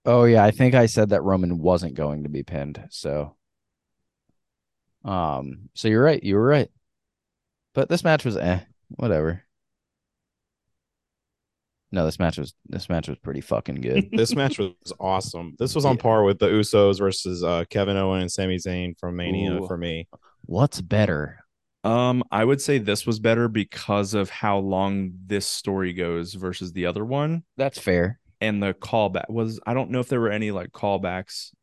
Speaker 2: Oh yeah, I think I said that Roman wasn't going to be pinned. So, um, so you're right. You were right. But this match was eh, whatever. No, this match was this match was pretty fucking good.
Speaker 4: This match was awesome. This was on
Speaker 2: Yeah.
Speaker 4: par with the Usos versus uh, Kevin Owens and Sami Zayn from Mania
Speaker 1: Ooh.
Speaker 4: for me.
Speaker 2: What's better?
Speaker 1: Um, I would say this was better because of how long this story goes versus the other one,
Speaker 2: That's fair.
Speaker 1: and the callback was. I don't know if there were any like callbacks,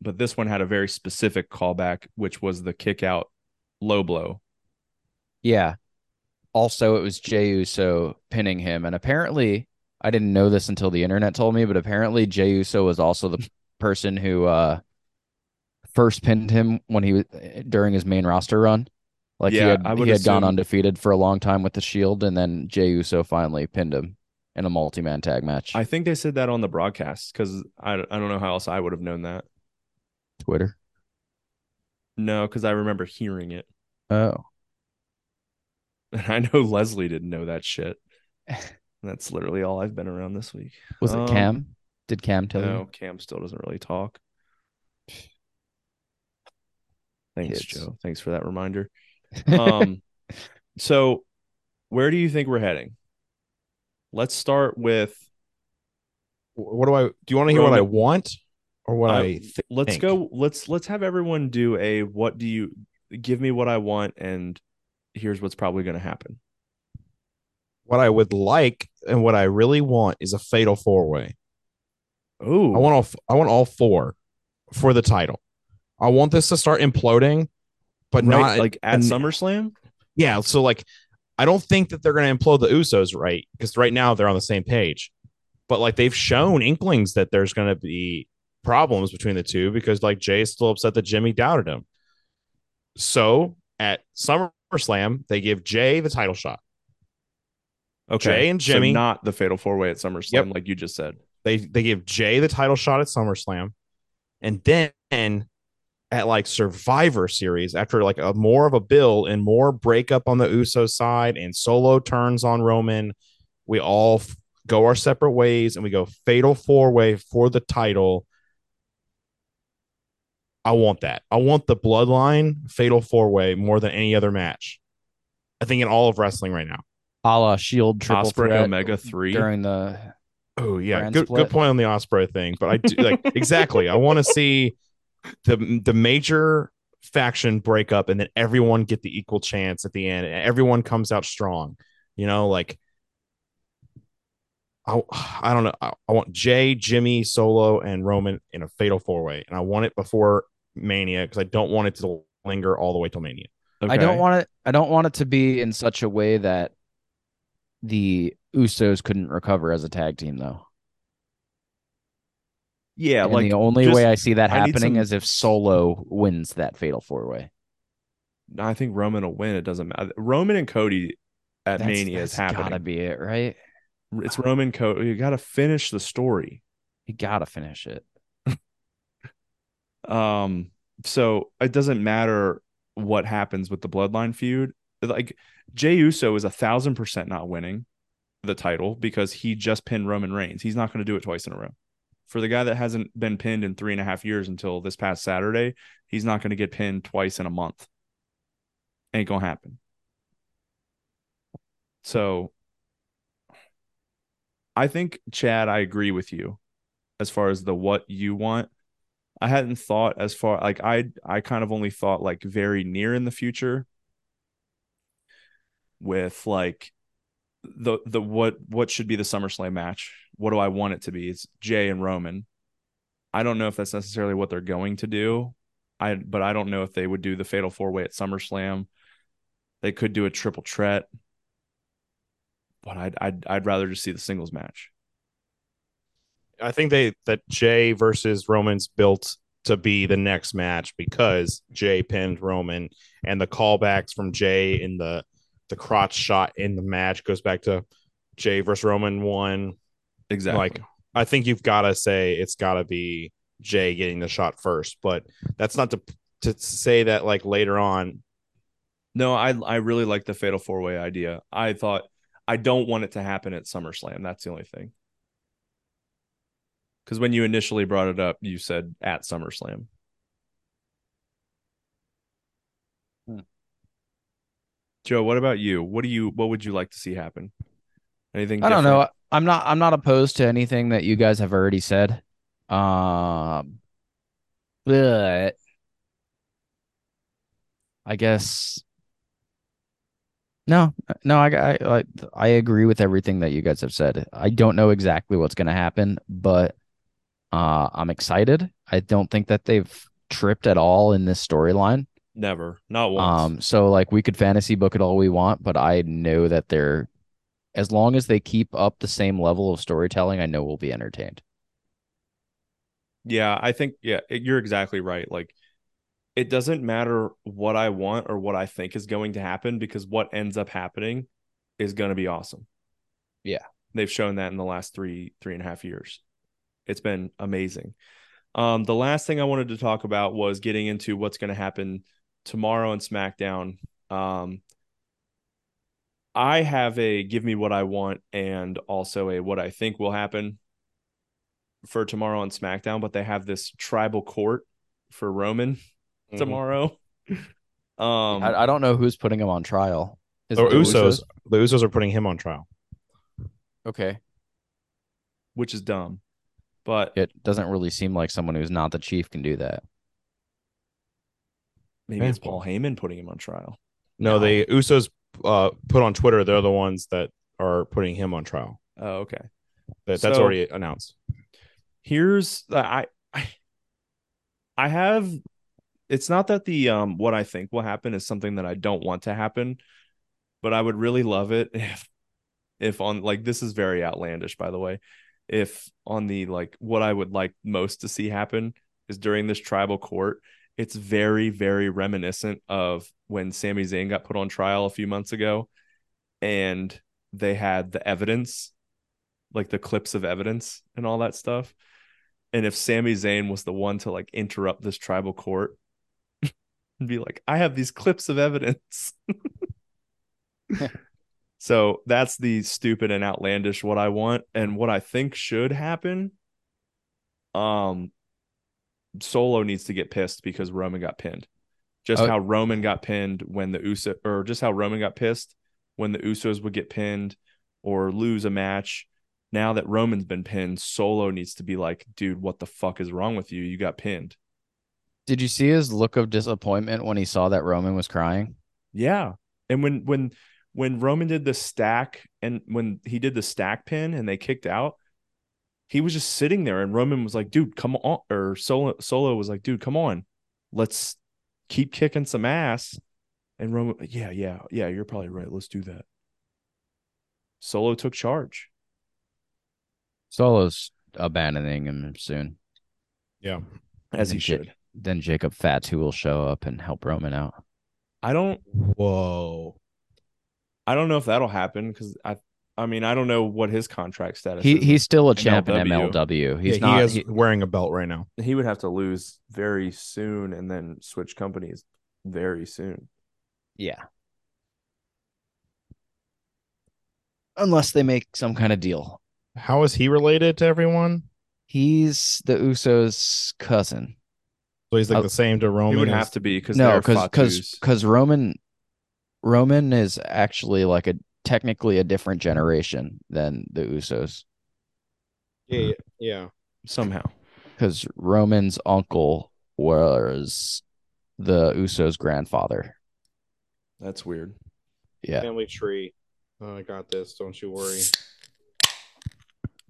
Speaker 1: but this one had a very specific callback, which was the kick out low blow.
Speaker 2: Yeah. Also, it was Jey Uso pinning him, and apparently, I didn't know this until the internet told me, but apparently, Jey Uso was also the person who uh first pinned him when he was eh, during his main roster run. Like he
Speaker 1: Yeah,
Speaker 2: had,
Speaker 1: I would
Speaker 2: he had gone
Speaker 1: assume-
Speaker 2: undefeated for a long time with the Shield, and then Jey Uso finally pinned him in a multi-man tag match.
Speaker 1: I think they said that on the broadcast because I I don't know how else I would have known that.
Speaker 2: Twitter.
Speaker 1: No, because I remember hearing it,
Speaker 2: Oh,
Speaker 1: and I know Leslie didn't know that shit. That's literally all I've been around this week.
Speaker 2: was
Speaker 1: Um,
Speaker 2: it Cam? Did Cam tell
Speaker 1: No,
Speaker 2: you?
Speaker 1: Cam still doesn't really talk. Thanks,
Speaker 2: Kids.
Speaker 1: Joe. Thanks for that reminder. Um, so where do you think we're heading? Let's start with
Speaker 4: Wh- What do I do? You want to hear what I
Speaker 1: Roman-
Speaker 4: want or what I,
Speaker 1: I-
Speaker 4: think?
Speaker 1: let's
Speaker 4: Think.
Speaker 1: go let's let's have everyone do a what do you give me what I want and here's what's probably going to happen.
Speaker 4: What I would like and what I really want is a fatal four way.
Speaker 1: Oh,
Speaker 4: I want all f- I want all four for the title. I want this to start imploding, but not
Speaker 1: like at
Speaker 4: and-
Speaker 1: SummerSlam.
Speaker 4: yeah. So like, I don't think that they're going to implode the Usos right because right now they're on the same page, but like they've shown inklings that there's going to be problems between the two because like Jay's still upset that Jimmy doubted him. So at SummerSlam they give Jay the title shot.
Speaker 1: Okay,
Speaker 4: Jay and
Speaker 1: So
Speaker 4: Jimmy-
Speaker 1: not the Fatal Four Way at SummerSlam,
Speaker 4: Yep.
Speaker 1: like you just said.
Speaker 4: They they give Jay the title shot at SummerSlam, and then at like Survivor Series, after like a more of a build and more breakup on the Uso side and solo turns on Roman, we all f- go our separate ways and we go fatal four way for the title. I want that. I want the bloodline fatal four way more than any other match. I think in all of wrestling right now.
Speaker 2: a la Shield triple
Speaker 1: Osprey
Speaker 2: threat
Speaker 1: Omega three.
Speaker 2: during the
Speaker 4: Oh yeah,
Speaker 2: brand
Speaker 4: good,
Speaker 2: split.
Speaker 4: good point on the Osprey thing, but I do like exactly. I want to see the the major faction break up and then everyone get the equal chance at the end and everyone comes out strong. You know, like I I don't know. I, I want Jay, Jimmy, Solo and Roman in a fatal four-way and I want it before Mania cuz I don't want it to linger all the way till Mania.
Speaker 2: I don't
Speaker 1: Okay.
Speaker 2: want it. I don't want it to be in such a way that the Usos couldn't recover as a tag team, though.
Speaker 1: Yeah,
Speaker 2: and
Speaker 1: like
Speaker 2: the only
Speaker 1: just-
Speaker 2: way I see that
Speaker 1: I need
Speaker 2: happening
Speaker 1: some-
Speaker 2: is if Solo wins that Fatal Four Way.
Speaker 1: I think Roman will win. It doesn't matter. Roman and Cody at Mania is
Speaker 2: Gotta
Speaker 1: happening.
Speaker 2: be it, right?
Speaker 1: It's Roman Cody. You got to finish the story.
Speaker 2: You gotta finish it.
Speaker 1: Um, so it doesn't matter what happens with the bloodline feud. Like Jey Uso is a thousand percent not winning the title because he just pinned Roman Reigns. He's not going to do it twice in a row. For the guy that hasn't been pinned in three and a half years until this past Saturday, he's not going to get pinned twice in a month. Ain't gonna happen. So I think Chad, I agree with you as far as the what you want. I hadn't thought as far like I I kind of only thought like very near in the future with like the the what what should be the SummerSlam match? What do I want it to be? It's Jay and Roman. I don't know if that's necessarily what they're going to do. I but I don't know if they would do the fatal four way at SummerSlam. They could do a triple threat. But I'd I'd I'd rather just see the singles match.
Speaker 4: I think they that Jay versus Roman's built to be the next match because Jay pinned Roman and the callbacks from Jay in the the crotch shot in the match goes back to Jay versus Roman one.
Speaker 1: Exactly.
Speaker 4: Like I think you've got to say it's got to be Jay getting the shot first, but that's not to to say that like later on
Speaker 1: No, I I really like the fatal four way idea. I thought I don't want it to happen at SummerSlam. That's the only thing. Because when you initially brought it up, you said at SummerSlam.
Speaker 2: Hmm.
Speaker 1: Joe, what about you? What do you what would you like to see happen? Anything?
Speaker 2: I don't
Speaker 1: different?
Speaker 2: know. I'm not. I'm not opposed to anything that you guys have already said. Um, but I guess no, no. I I I- I agree with everything that you guys have said. I don't know exactly what's going to happen, but uh, I'm excited. I don't think that they've tripped at all in this storyline.
Speaker 1: Never, not once.
Speaker 2: Um, so like we could fantasy book it all we want, but I know that they're as long as they keep up the same level of storytelling, I know we'll be entertained.
Speaker 1: Yeah, I think yeah, it- you're exactly right. Like it doesn't matter what I want or what I think is going to happen because what ends up happening is going to be awesome.
Speaker 2: Yeah.
Speaker 1: They've shown that in the last three, three and a half years. It's been amazing. Um, the last thing I wanted to talk about was getting into what's going to happen tomorrow on SmackDown. Um, I have a give me what I want and also a what I think will happen for tomorrow on SmackDown, but they have this tribal court for Roman tomorrow. Um,
Speaker 2: Mm-hmm. I, I don't know who's putting him on trial. Is
Speaker 4: or
Speaker 2: it the
Speaker 4: Oh, Usos, the Usos are putting him on trial.
Speaker 2: Okay.
Speaker 1: which is dumb. But
Speaker 2: It doesn't really seem like someone who's not the chief can do that.
Speaker 1: maybe
Speaker 4: Man,
Speaker 1: it's
Speaker 4: Paul.
Speaker 1: Paul Heyman putting him on trial.
Speaker 4: No, the Usos uh, put on Twitter they're the ones that are putting him on trial.
Speaker 1: Oh, okay.
Speaker 4: That, that's
Speaker 1: So-
Speaker 4: already announced.
Speaker 1: here's uh, I I I have it's not that the um what I think will happen is something that I don't want to happen, but I would really love it if if on like this is very outlandish by the way, if on the like what I would like most to see happen is during this tribal court, it's very very reminiscent of when Sami Zayn got put on trial a few months ago and they had the evidence like the clips of evidence and all that stuff. And if Sami Zayn was the one to like interrupt this tribal court and be like, I have these clips of evidence. so that's the stupid and outlandish what I want and what I think should happen. Um Solo needs to get pissed because Roman got pinned. Just
Speaker 2: Oh.
Speaker 1: how Roman got pinned when the Uso or just how Roman got pissed when the Usos would get pinned or lose a match now that Roman's been pinned, Solo needs to be like, dude, what the fuck is wrong with you? You got pinned.
Speaker 2: Did you see his look of disappointment when he saw that Roman was crying?
Speaker 1: Yeah. And when when when Roman did the stack and when he did the stack pin and they kicked out, he was just sitting there and Roman was like, dude, come on. Or Solo Solo was like, dude, come on. Let's keep kicking some ass. And Roman, yeah, yeah, yeah, you're probably right. Let's do that. Solo took charge.
Speaker 2: Solo's abandoning him soon.
Speaker 4: Yeah.
Speaker 1: As he
Speaker 2: And Ja-
Speaker 1: should.
Speaker 2: Then Jacob Fats, who will show up and help Roman out.
Speaker 1: I don't
Speaker 4: Whoa.
Speaker 1: I don't know if that'll happen because I I mean I don't know what his contract status
Speaker 2: He
Speaker 1: is.
Speaker 2: he's still a champ in
Speaker 1: MLW.
Speaker 2: MLW.
Speaker 4: Yeah,
Speaker 2: He's not.
Speaker 4: he is
Speaker 2: he-
Speaker 4: wearing a belt right now.
Speaker 1: he would have to lose very soon and then switch companies very soon.
Speaker 2: yeah. Unless they make some kind of deal.
Speaker 4: How is he related to everyone?
Speaker 2: He's the Usos' cousin.
Speaker 4: So he's like
Speaker 2: Uh,
Speaker 4: the same to
Speaker 1: He
Speaker 4: Roman.
Speaker 1: would
Speaker 4: as-
Speaker 1: have to be because
Speaker 2: no,
Speaker 1: because
Speaker 2: because because Roman Roman is actually like a technically a different generation than the Usos
Speaker 4: Yeah, yeah, yeah.
Speaker 1: somehow
Speaker 2: because Roman's uncle was the Usos' grandfather.
Speaker 1: that's weird.
Speaker 2: Yeah,
Speaker 4: Family tree. Oh, I got this. Don't you worry.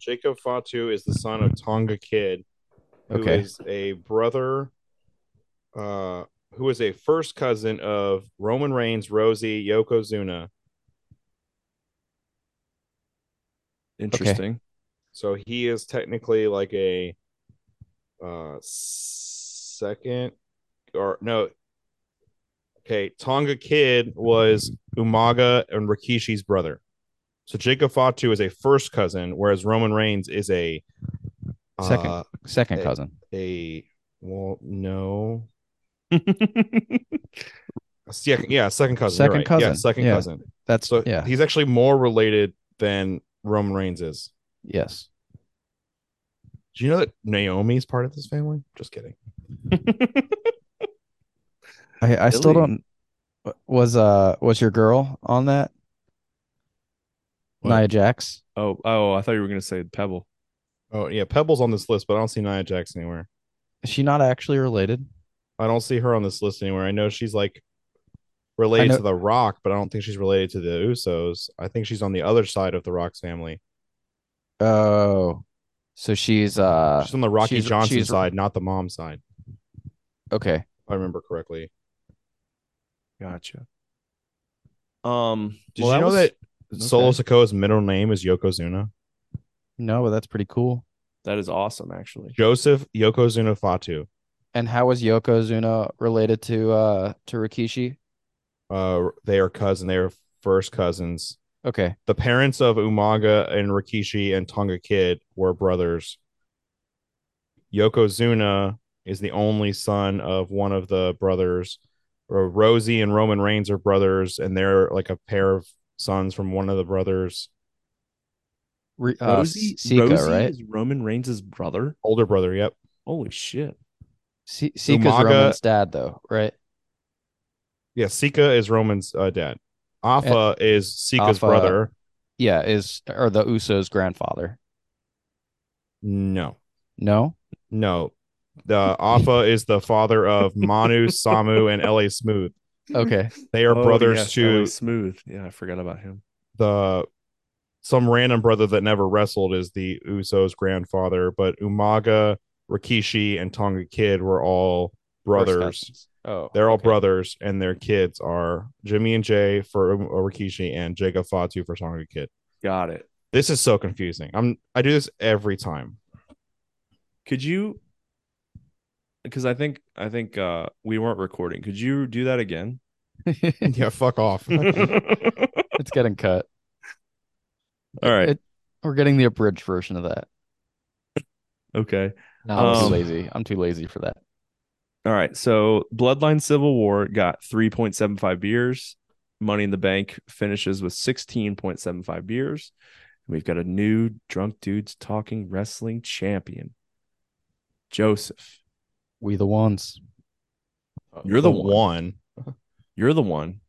Speaker 4: Jacob Fatu is the son of Tonga Kid, who is
Speaker 2: Okay.
Speaker 4: a brother, uh, who is a first cousin of Roman Reigns, Rosie, Yokozuna.
Speaker 1: Interesting.
Speaker 4: So he is technically like a uh second or no. Okay, Tonga Kid was Umaga and Rikishi's brother. So Jacob Fatu is a first cousin, whereas Roman Reigns is a
Speaker 2: Second.
Speaker 4: uh,
Speaker 2: second
Speaker 4: Hey.
Speaker 2: cousin.
Speaker 4: a well, no, a second, yeah, second cousin, you're
Speaker 2: Second
Speaker 4: right. yeah,
Speaker 2: cousin,
Speaker 4: second
Speaker 2: yeah.
Speaker 4: cousin.
Speaker 2: That's
Speaker 4: So
Speaker 2: yeah.
Speaker 4: he's actually more related than Roman Reigns is.
Speaker 2: Yes.
Speaker 4: Do you know that Naomi's part of this family? Just kidding.
Speaker 2: I, I still
Speaker 1: Billy.
Speaker 2: don't was uh was your girl on that?
Speaker 4: What?
Speaker 2: Nia Jax.
Speaker 1: oh oh, I thought you were gonna say Pebble.
Speaker 4: Oh yeah, Pebble's on this list, but I don't see Nia Jax anywhere.
Speaker 2: Is she not actually related?
Speaker 4: I don't see her on this list anywhere. I know she's like related
Speaker 2: know-
Speaker 4: to The Rock, but I don't think she's related to the Usos. I think she's on the other side of the Rock's family.
Speaker 2: Oh. So she's uh
Speaker 4: she's on the Rocky
Speaker 2: she's-
Speaker 4: Johnson
Speaker 2: she's-
Speaker 4: side, not the mom side.
Speaker 2: okay.
Speaker 4: If I remember correctly.
Speaker 1: Gotcha. Um,
Speaker 4: Did
Speaker 1: well,
Speaker 4: you know
Speaker 1: was-
Speaker 4: that
Speaker 1: okay.
Speaker 4: Solo Sokoa's middle name is Yokozuna?
Speaker 2: No, but that's pretty cool.
Speaker 1: that is awesome actually?
Speaker 4: Joseph Yokozuna Fatu.
Speaker 2: And how was Yokozuna related to uh to Rikishi?
Speaker 4: Uh, they are cousin. They are first cousins.
Speaker 2: Okay.
Speaker 4: The parents of Umaga and Rikishi and Tonga Kid were brothers. Yokozuna is the only son of one of the brothers. Ro- Rosie and Roman Reigns are brothers, and they're like a pair of sons from one of the brothers,
Speaker 2: Re- uh, Sika,
Speaker 1: Rosie
Speaker 2: right?
Speaker 1: is Roman Reigns' brother.
Speaker 4: older brother. Yep.
Speaker 1: Holy shit!
Speaker 2: Se- Sika's
Speaker 4: Umaga-
Speaker 2: Roman's dad though, right?
Speaker 4: Yeah. Sika is Roman's uh, dad. Alpha is Sika's
Speaker 2: Alpha-
Speaker 4: brother.
Speaker 2: Yeah, is or the Usos grandfather.
Speaker 4: No,
Speaker 2: No?
Speaker 4: no. The Alpha is the father of Manu, Samu, and LA Smooth.
Speaker 2: Okay.
Speaker 4: They are
Speaker 1: Oh,
Speaker 4: brothers
Speaker 1: yes,
Speaker 4: to
Speaker 1: Ellie Smooth. Yeah, I forgot about him.
Speaker 4: the some random brother that never wrestled is the Usos' grandfather, but Umaga, Rikishi, and Tonga Kid were all brothers.
Speaker 5: cousins. Oh,
Speaker 4: They're all
Speaker 5: okay.
Speaker 4: brothers, and their kids are Jimmy and Jay for um, Rikishi and Jacob Fatu for Tonga Kid.
Speaker 1: Got it.
Speaker 4: This is so confusing. I'm I do this every time.
Speaker 1: Could you? Because I think I think uh, we weren't recording. Could you do that again?
Speaker 2: it's
Speaker 4: yeah, fuck off.
Speaker 2: getting cut.
Speaker 1: All right.
Speaker 2: It- we're getting the abridged version of that.
Speaker 1: Okay.
Speaker 5: No,
Speaker 2: I'm
Speaker 1: Um,
Speaker 2: too lazy. I'm too lazy for that.
Speaker 1: All right. So Bloodline Civil War got 3.75 beers. Money in the Bank finishes with 16.75 beers. And we've got a new drunk dudes talking wrestling champion. Joseph,
Speaker 2: We the ones.
Speaker 1: You're the one.
Speaker 4: one.
Speaker 1: you're the one.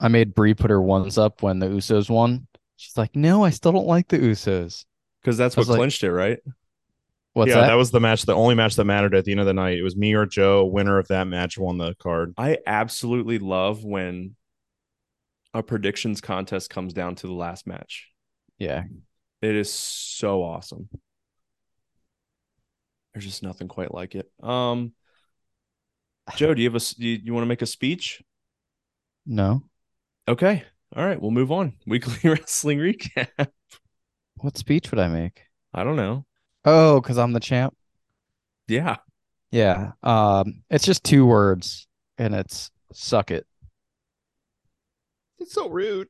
Speaker 2: I made Brie put her ones up when the Usos won. She's like, no, I still don't like the Usos.
Speaker 1: Because that's
Speaker 2: I
Speaker 1: what
Speaker 2: was like-
Speaker 1: clinched it, right?
Speaker 2: What's
Speaker 4: yeah,
Speaker 2: that?
Speaker 4: that? was the match, the only match that mattered at the end of the night. It was me or Joe, winner of that match, won the card.
Speaker 1: I absolutely love when a predictions contest comes down to the last match.
Speaker 2: yeah.
Speaker 1: It is so awesome. There's just nothing quite like it. Um, Joe, do you have a s- do you, you want to make a speech?
Speaker 2: No.
Speaker 1: Okay. All right. We'll move on. Weekly wrestling recap.
Speaker 2: What speech would I make?
Speaker 1: I don't know.
Speaker 2: Oh, because I'm the champ.
Speaker 1: Yeah.
Speaker 2: Yeah. Um, it's just two words, and it's suck it.
Speaker 4: It's so rude.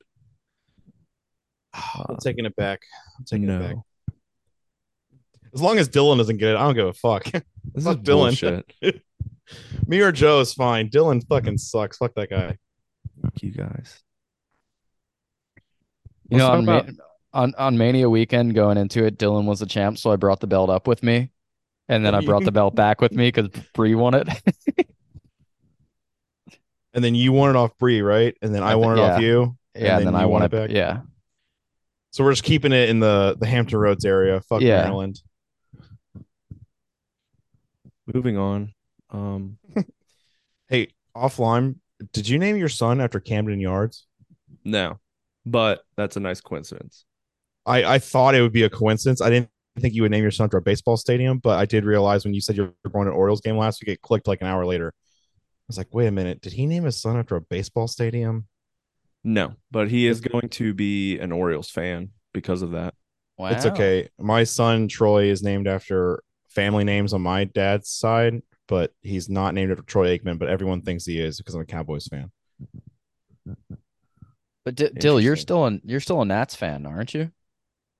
Speaker 4: I'm taking it back. I'm taking
Speaker 1: No.
Speaker 4: it back. As long as Dylan doesn't get it, I don't give a fuck.
Speaker 1: This
Speaker 4: Fuck
Speaker 1: is
Speaker 4: Dylan.
Speaker 1: bullshit.
Speaker 4: me or Joe is fine. Dylan fucking sucks. Fuck that guy.
Speaker 1: Fuck you guys. Let's
Speaker 2: You know,
Speaker 1: talk
Speaker 2: on, Ma- on on Mania weekend going into it, Dylan was the champ, so I brought the belt up with me, and then I brought the belt back with me because Bree won it.
Speaker 4: And then you won it off Bree, right? And then I,
Speaker 2: I thi-
Speaker 4: won it off
Speaker 2: yeah.
Speaker 4: you.
Speaker 2: yeah, and
Speaker 4: then
Speaker 2: then, I
Speaker 4: you won
Speaker 2: won
Speaker 4: it
Speaker 2: it.
Speaker 4: back.
Speaker 2: Yeah,
Speaker 4: So we're just keeping it in the the Hampton Roads area. Fuck
Speaker 2: Yeah.
Speaker 4: Maryland.
Speaker 1: Moving on. Um,
Speaker 4: Hey, offline, did you name your son after Camden Yards?
Speaker 1: no, but that's a nice coincidence.
Speaker 4: I, I thought it would be a coincidence. I didn't think you would name your son after a baseball stadium, but I did realize when you said you're going to an Orioles game last week, it clicked like an hour later. I was like, wait a minute, did he name his son after a baseball stadium?
Speaker 1: No, but he is going to be an Orioles fan because of that.
Speaker 2: wow.
Speaker 4: It's okay. My son Troy is named after family names on my dad's side, but he's not named after Troy Aikman, but everyone thinks he is because I'm a Cowboys fan.
Speaker 2: But D- Dill, you're
Speaker 1: Interesting.
Speaker 2: still an you're still a Nats fan, aren't you?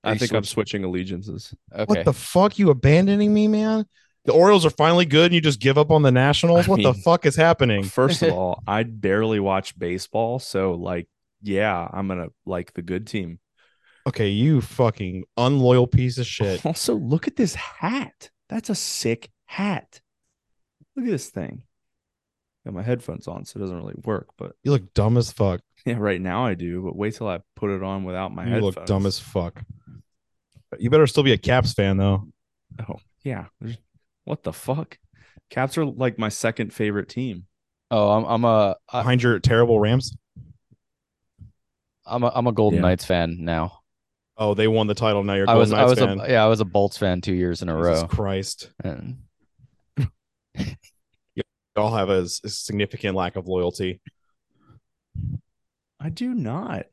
Speaker 1: I
Speaker 2: Are you
Speaker 1: think I'm switching allegiances.
Speaker 2: Okay.
Speaker 4: What the fuck? You abandoning me, man? The Orioles are finally good and you just give up on the Nationals?
Speaker 1: I
Speaker 4: what the
Speaker 1: mean-
Speaker 4: fuck is happening?
Speaker 1: First of all, I barely watch baseball, so like, yeah, I'm gonna like the good team.
Speaker 4: Okay, you fucking unloyal piece of shit.
Speaker 1: Also, look at this hat. That's a sick hat. Look at this thing. Got my headphones on, so it doesn't really work. But
Speaker 4: You look dumb as fuck.
Speaker 1: yeah, right now I do. But wait till I put it on without my
Speaker 4: you
Speaker 1: headphones.
Speaker 4: look dumb as fuck. You better still be a Caps fan though.
Speaker 1: yeah. there's- What the fuck? Caps are like my second favorite team.
Speaker 2: Oh, I'm I'm a I,
Speaker 4: Behind your terrible Rams.
Speaker 2: I'm a I'm a Golden
Speaker 1: Yeah.
Speaker 2: Knights fan now.
Speaker 4: Oh, they won the title. Now you're a
Speaker 2: I was
Speaker 4: Golden
Speaker 2: I
Speaker 4: Knights
Speaker 2: was
Speaker 4: fan.
Speaker 2: a yeah I was a Bolts fan two years in a
Speaker 4: Jesus
Speaker 2: row.
Speaker 4: Christ.
Speaker 2: And-
Speaker 4: Y'all have a, s- a significant lack of loyalty.
Speaker 1: I do not.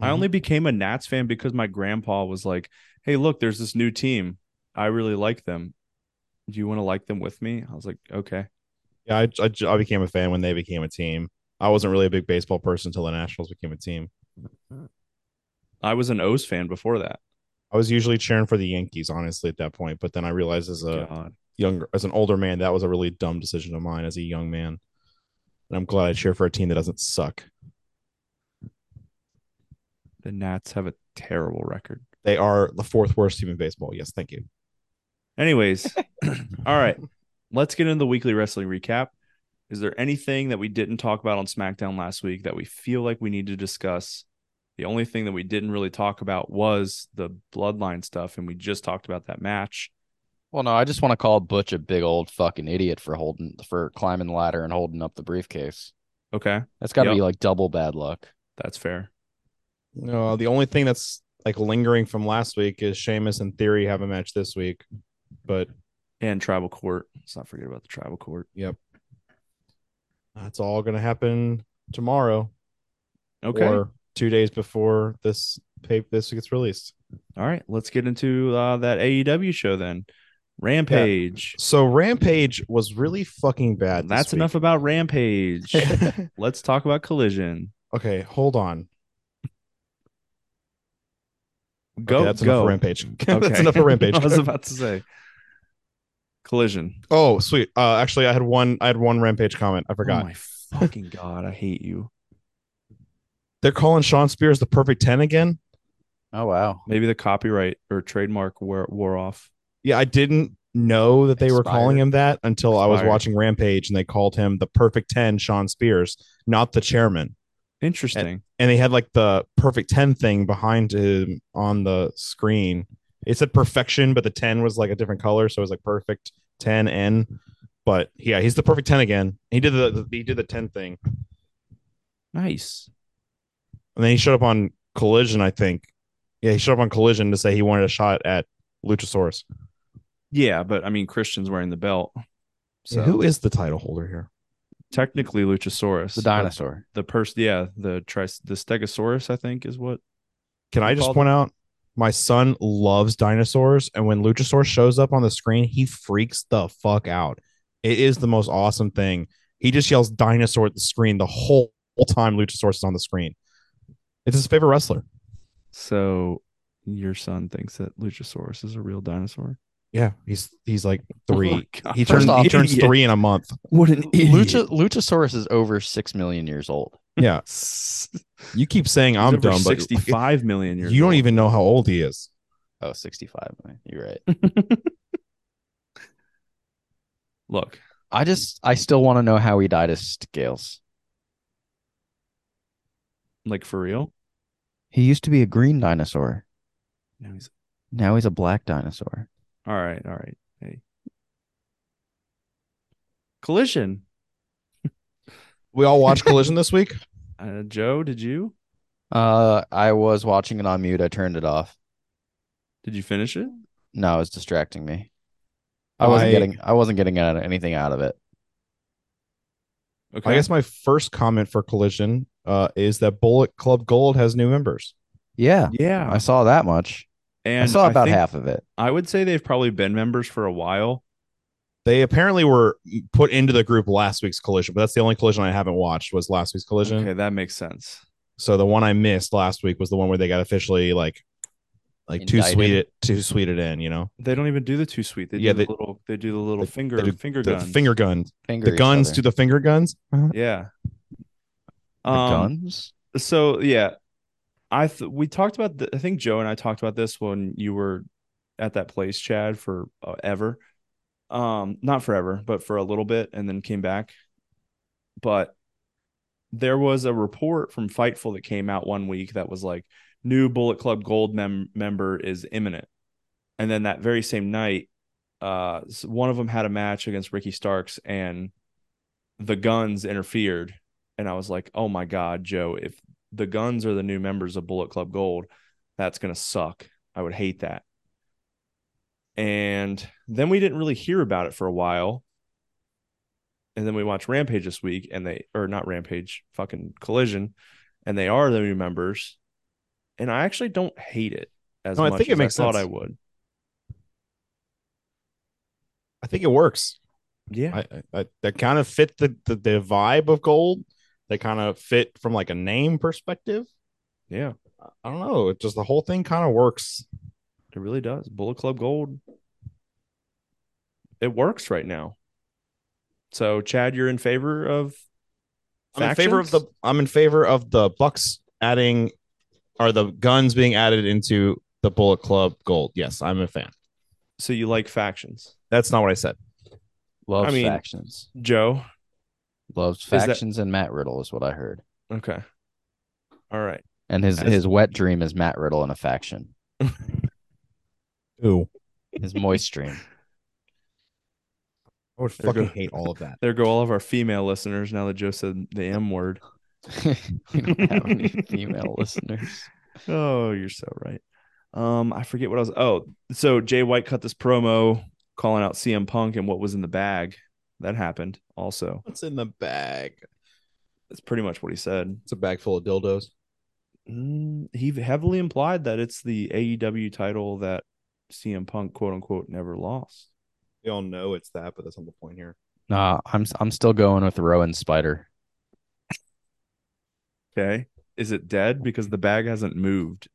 Speaker 1: I only became a Nats fan because my grandpa was like, "Hey, look, there's this new team. I really like them. Do you want to like them with me?" I was like, "Okay."
Speaker 4: Yeah, I, I, I became a fan when they became a team. I wasn't really a big baseball person until the Nationals became a team.
Speaker 1: I was an O's fan before that.
Speaker 4: I was usually cheering for the Yankees, honestly, at that point. But then I realized as a
Speaker 1: God.
Speaker 4: younger, as an older man, that was a really dumb decision of mine as a young man. And I'm glad I cheer for a team that doesn't suck.
Speaker 1: The Nats have a terrible record.
Speaker 4: They are the fourth worst team in baseball. Yes, thank you.
Speaker 1: Anyways, all right. Let's get into the weekly wrestling recap. Is there anything that we didn't talk about on SmackDown last week that we feel like we need to discuss? The only thing that we didn't really talk about was the bloodline stuff, and we just talked about that match.
Speaker 2: Well, no, I just want to call Butch a big old fucking idiot for holding for climbing the ladder and holding up the briefcase.
Speaker 1: Okay,
Speaker 2: That's got to
Speaker 1: Yep.
Speaker 2: be like double bad luck.
Speaker 1: that's fair.
Speaker 4: No, the only thing that's like lingering from last week is Sheamus and Theory have a match this week, but
Speaker 1: And tribal court. Let's not forget about the tribal court.
Speaker 4: that's all going to happen tomorrow
Speaker 1: Okay.
Speaker 4: or two days before this pay- this gets released.
Speaker 1: All right. Let's get into uh, that AEW show then. Rampage.
Speaker 4: So Rampage was really fucking bad. this
Speaker 1: That's
Speaker 4: week.
Speaker 1: enough about Rampage. Let's talk about Collision.
Speaker 4: okay, hold on.
Speaker 1: Go
Speaker 4: Okay, that's enough
Speaker 1: go.
Speaker 4: for Rampage.
Speaker 1: Okay.
Speaker 4: that's enough for Rampage.
Speaker 1: I was about to say. Collision.
Speaker 4: oh, sweet. Uh, actually, I had one. I had one Rampage comment. I forgot.
Speaker 1: Oh my fucking god! I hate you.
Speaker 4: They're calling Sean Spears the perfect ten again.
Speaker 2: Oh wow.
Speaker 1: Maybe the copyright or trademark wore, wore off.
Speaker 4: Yeah, I didn't know that they were calling
Speaker 2: Expired.
Speaker 4: him that until I was
Speaker 1: Expired.
Speaker 4: watching Rampage and they called him the perfect 10 Sean Spears, not the chairman.
Speaker 1: Interesting.
Speaker 4: And they had like the perfect 10 thing behind him on the screen. It said perfection, but the 10 was like a different color, so it was like perfect 10 N. But yeah, he's the perfect 10 again. He did the, the he did the 10 thing.
Speaker 1: Nice.
Speaker 4: And then he showed up on Collision, I think. Yeah, he showed up on Collision to say he wanted a shot at Luchasaurus.
Speaker 1: Yeah, but I mean Christian's wearing the belt, so
Speaker 4: So who is the title holder here?
Speaker 1: technically Luchasaurus,
Speaker 2: The
Speaker 1: but
Speaker 2: dinosaur.
Speaker 1: the person. Yeah, the tri- the Stegosaurus, I think, is what.
Speaker 4: Can I just
Speaker 1: Called-
Speaker 4: point out my son loves dinosaurs, and when Luchasaurus shows up on the screen, he freaks the fuck out. It is the most awesome thing. He just yells dinosaur at the screen the whole, whole time Luchasaurus is on the screen. It's his favorite wrestler.
Speaker 1: So your son thinks that Luchasaurus is a real dinosaur.
Speaker 4: Yeah, he's he's like
Speaker 1: Oh my
Speaker 4: three.
Speaker 1: God.
Speaker 4: he turns
Speaker 2: First off,
Speaker 4: he turns
Speaker 1: idiot.
Speaker 4: three in a month.
Speaker 1: What an
Speaker 2: Lucha, Luchasaurus is over six million years old.
Speaker 4: Yeah, you keep saying I'm
Speaker 1: He's over
Speaker 4: dumb, but
Speaker 1: 65 million years.
Speaker 4: you don't
Speaker 1: old.
Speaker 4: even know how old he is.
Speaker 2: Oh, 65. man. You're right.
Speaker 1: look.
Speaker 2: I just, I still want to know how he died of scales.
Speaker 1: Like for real?
Speaker 2: He used to be a green dinosaur.
Speaker 1: No, he's
Speaker 2: Now he's a black dinosaur.
Speaker 1: all right. All right. Hey, collision.
Speaker 4: We all watched Collision this week.
Speaker 1: Uh, Joe, did you
Speaker 2: Uh, I was watching it on mute. I turned it off.
Speaker 1: did you finish it?
Speaker 2: No, it was distracting me. I wasn't
Speaker 4: I-
Speaker 2: getting, I wasn't getting out anything out of it.
Speaker 1: Okay.
Speaker 4: I guess my first comment for Collision uh, is that Bullet Club Gold has new members.
Speaker 2: Yeah,
Speaker 1: yeah.
Speaker 2: I saw that much.
Speaker 1: and
Speaker 2: I saw about
Speaker 1: think-
Speaker 2: half of it.
Speaker 1: I would say they've probably been members for a while.
Speaker 4: they apparently were put into the group last week's collision but that's the only collision i haven't watched was last week's collision
Speaker 1: Okay, that makes sense.
Speaker 4: so the one i missed last week was the one where they got officially like like too
Speaker 2: Indicted.
Speaker 4: sweet it too sweet it in you know
Speaker 1: They don't even do the two sweet. They
Speaker 4: Yeah,
Speaker 1: do
Speaker 4: they-
Speaker 1: the little. They do the little
Speaker 4: they-
Speaker 1: finger
Speaker 4: they do
Speaker 1: finger
Speaker 4: the
Speaker 1: guns.
Speaker 4: finger gun
Speaker 2: Finger
Speaker 4: the guns
Speaker 2: to
Speaker 4: to the finger guns
Speaker 1: Yeah.
Speaker 2: the
Speaker 1: Um,
Speaker 2: guns.
Speaker 1: so yeah i th- we talked about th- i think joe and i talked about this when you were at that place chad for uh, ever um not forever but for a little bit and then came back but there was a report from fightful that came out one week that was like new bullet club gold mem- member is imminent and then that very same night uh s- one of them had a match against ricky starks and the guns interfered and i was like oh my god joe if the guns are the new members of Bullet Club Gold, that's going to suck. I would hate that. And then we didn't really hear about it for a while. And then we watched Rampage this week and they, or not Rampage, fucking Collision, and they are the new members. And I actually don't hate it as
Speaker 4: No, I
Speaker 1: much
Speaker 4: think it
Speaker 1: as
Speaker 4: makes
Speaker 1: I thought
Speaker 4: sense.
Speaker 1: I would.
Speaker 4: i think it works
Speaker 1: Yeah.
Speaker 4: I, I, I that kind of fit the, the the vibe of gold they kind of fit from like a name perspective
Speaker 1: yeah.
Speaker 4: i don't know it just the whole thing kind of works
Speaker 1: It really does. Bullet Club Gold. It works right now. So, Chad, you're in favor of.
Speaker 4: I'm in favor of the
Speaker 1: factions?
Speaker 4: I'm in favor of the Bucks adding or the guns being added into the Bullet Club gold. Yes, I'm a fan.
Speaker 1: So you like factions,
Speaker 4: That's not what I said.
Speaker 2: Loves
Speaker 1: I mean-
Speaker 2: factions.
Speaker 1: Joe?
Speaker 2: Loves
Speaker 1: that-
Speaker 2: factions and Matt Riddle is what I heard.
Speaker 1: Okay. All right.
Speaker 2: And his
Speaker 1: That's-
Speaker 2: his wet dream is Matt Riddle in a faction.
Speaker 4: Ooh.
Speaker 2: His moist dream.
Speaker 4: I would
Speaker 1: There you go.
Speaker 4: fucking hate all of that.
Speaker 1: There go all of our female listeners now that Joe said the M word.
Speaker 2: we don't have any female listeners.
Speaker 1: Oh, you're so right. Um, I forget what I was. Oh, so Jay White cut this promo calling out CM Punk and what was in the bag. That happened also.
Speaker 4: What's in the bag?
Speaker 1: That's pretty much what he said.
Speaker 4: It's a bag full of dildos.
Speaker 1: Mm, he heavily implied that it's the AEW title that CM Punk quote unquote never lost.
Speaker 4: We all know it's that, but that's not the point here.
Speaker 2: Nah, I'm I'm still going with Rowan Spider.
Speaker 1: Okay. Is it dead? Because the bag hasn't moved.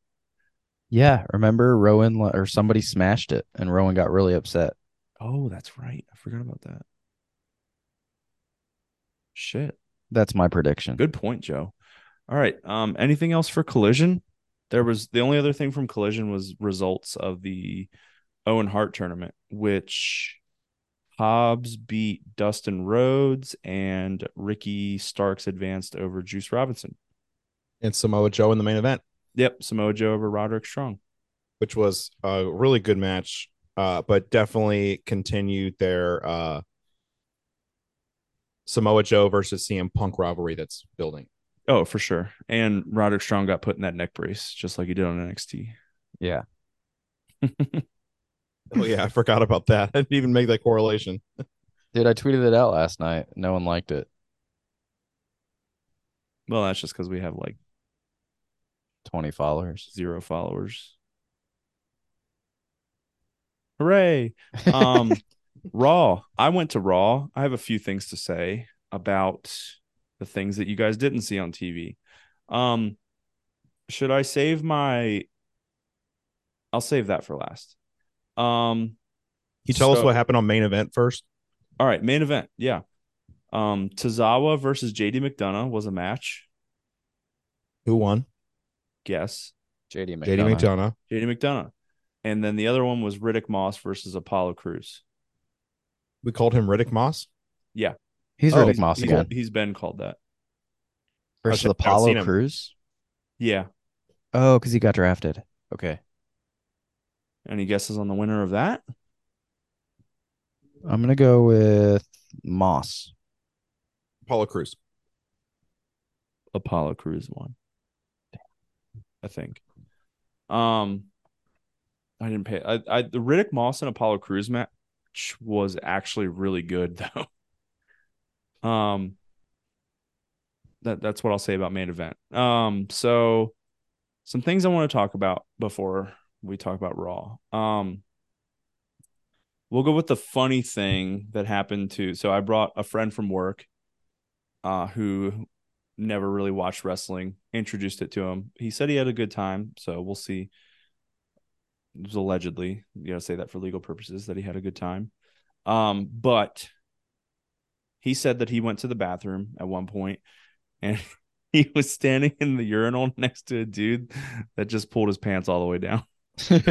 Speaker 2: Yeah, remember Rowan le- or somebody smashed it and Rowan got really upset.
Speaker 1: Oh, that's right. I forgot about that. Shit.
Speaker 2: That's my prediction.
Speaker 1: Good point, Joe. All right. Um, anything else for collision? There was the only other thing from collision was results of the Owen Hart tournament, which Hobbs beat Dustin Rhodes and Ricky Starks advanced over Juice Robinson.
Speaker 4: And Samoa Joe in the main event,
Speaker 1: Yep, Samoa Joe over Roderick Strong.
Speaker 4: which was a really good match, uh, but definitely continued their uh, Samoa Joe versus CM Punk rivalry that's building.
Speaker 1: Oh, for sure. And Roderick Strong got put in that neck brace, just like he did on NXT.
Speaker 2: Yeah.
Speaker 4: Oh yeah, I forgot about that. I didn't even make that correlation.
Speaker 2: Dude, I tweeted it out last night. No one liked it.
Speaker 1: Well, that's just because we have like
Speaker 2: 20 followers.
Speaker 1: zero followers. Hooray! um raw i went to raw i have a few things to say about the things that you guys didn't see on tv um should i save my i'll save that for last um
Speaker 4: Can you tell us
Speaker 1: So-
Speaker 4: what happened on main event first?
Speaker 1: all right main event yeah um tazawa versus jd mcdonough was a match
Speaker 4: Who won?
Speaker 1: guess
Speaker 2: JD McDonough.
Speaker 4: JD McDonough.
Speaker 1: jd mcdonough and then the other one was riddick moss versus apollo cruz
Speaker 4: We called him Riddick Moss.
Speaker 2: He's
Speaker 4: Oh,
Speaker 2: Riddick
Speaker 4: he's-
Speaker 2: Moss
Speaker 1: He's-
Speaker 2: again
Speaker 1: he's been called that
Speaker 2: versus
Speaker 4: I've seen
Speaker 2: Apollo
Speaker 4: him.
Speaker 2: Cruz.
Speaker 1: yeah
Speaker 2: Oh, because he got drafted. Okay.
Speaker 1: any guesses on the winner of that
Speaker 2: I'm gonna go with Moss.
Speaker 4: Apollo Cruz.
Speaker 1: Apollo Crews won. I think. Um, I didn't pay. I, I the Riddick Moss and Apollo Crews match was actually really good though. Um, that that's what I'll say about main event. Um, so some things I want to talk about before we talk about Raw. Um, we'll go with the funny thing that happened to. So I brought a friend from work, uh, who never really watched wrestling, introduced it to him. He said he had a good time, so we'll see. It was allegedly, you gotta say that for legal purposes, that he had a good time. Um, but he said that he went to the bathroom at one point and he was standing in the urinal next to a dude that just pulled his pants all the way down.
Speaker 2: and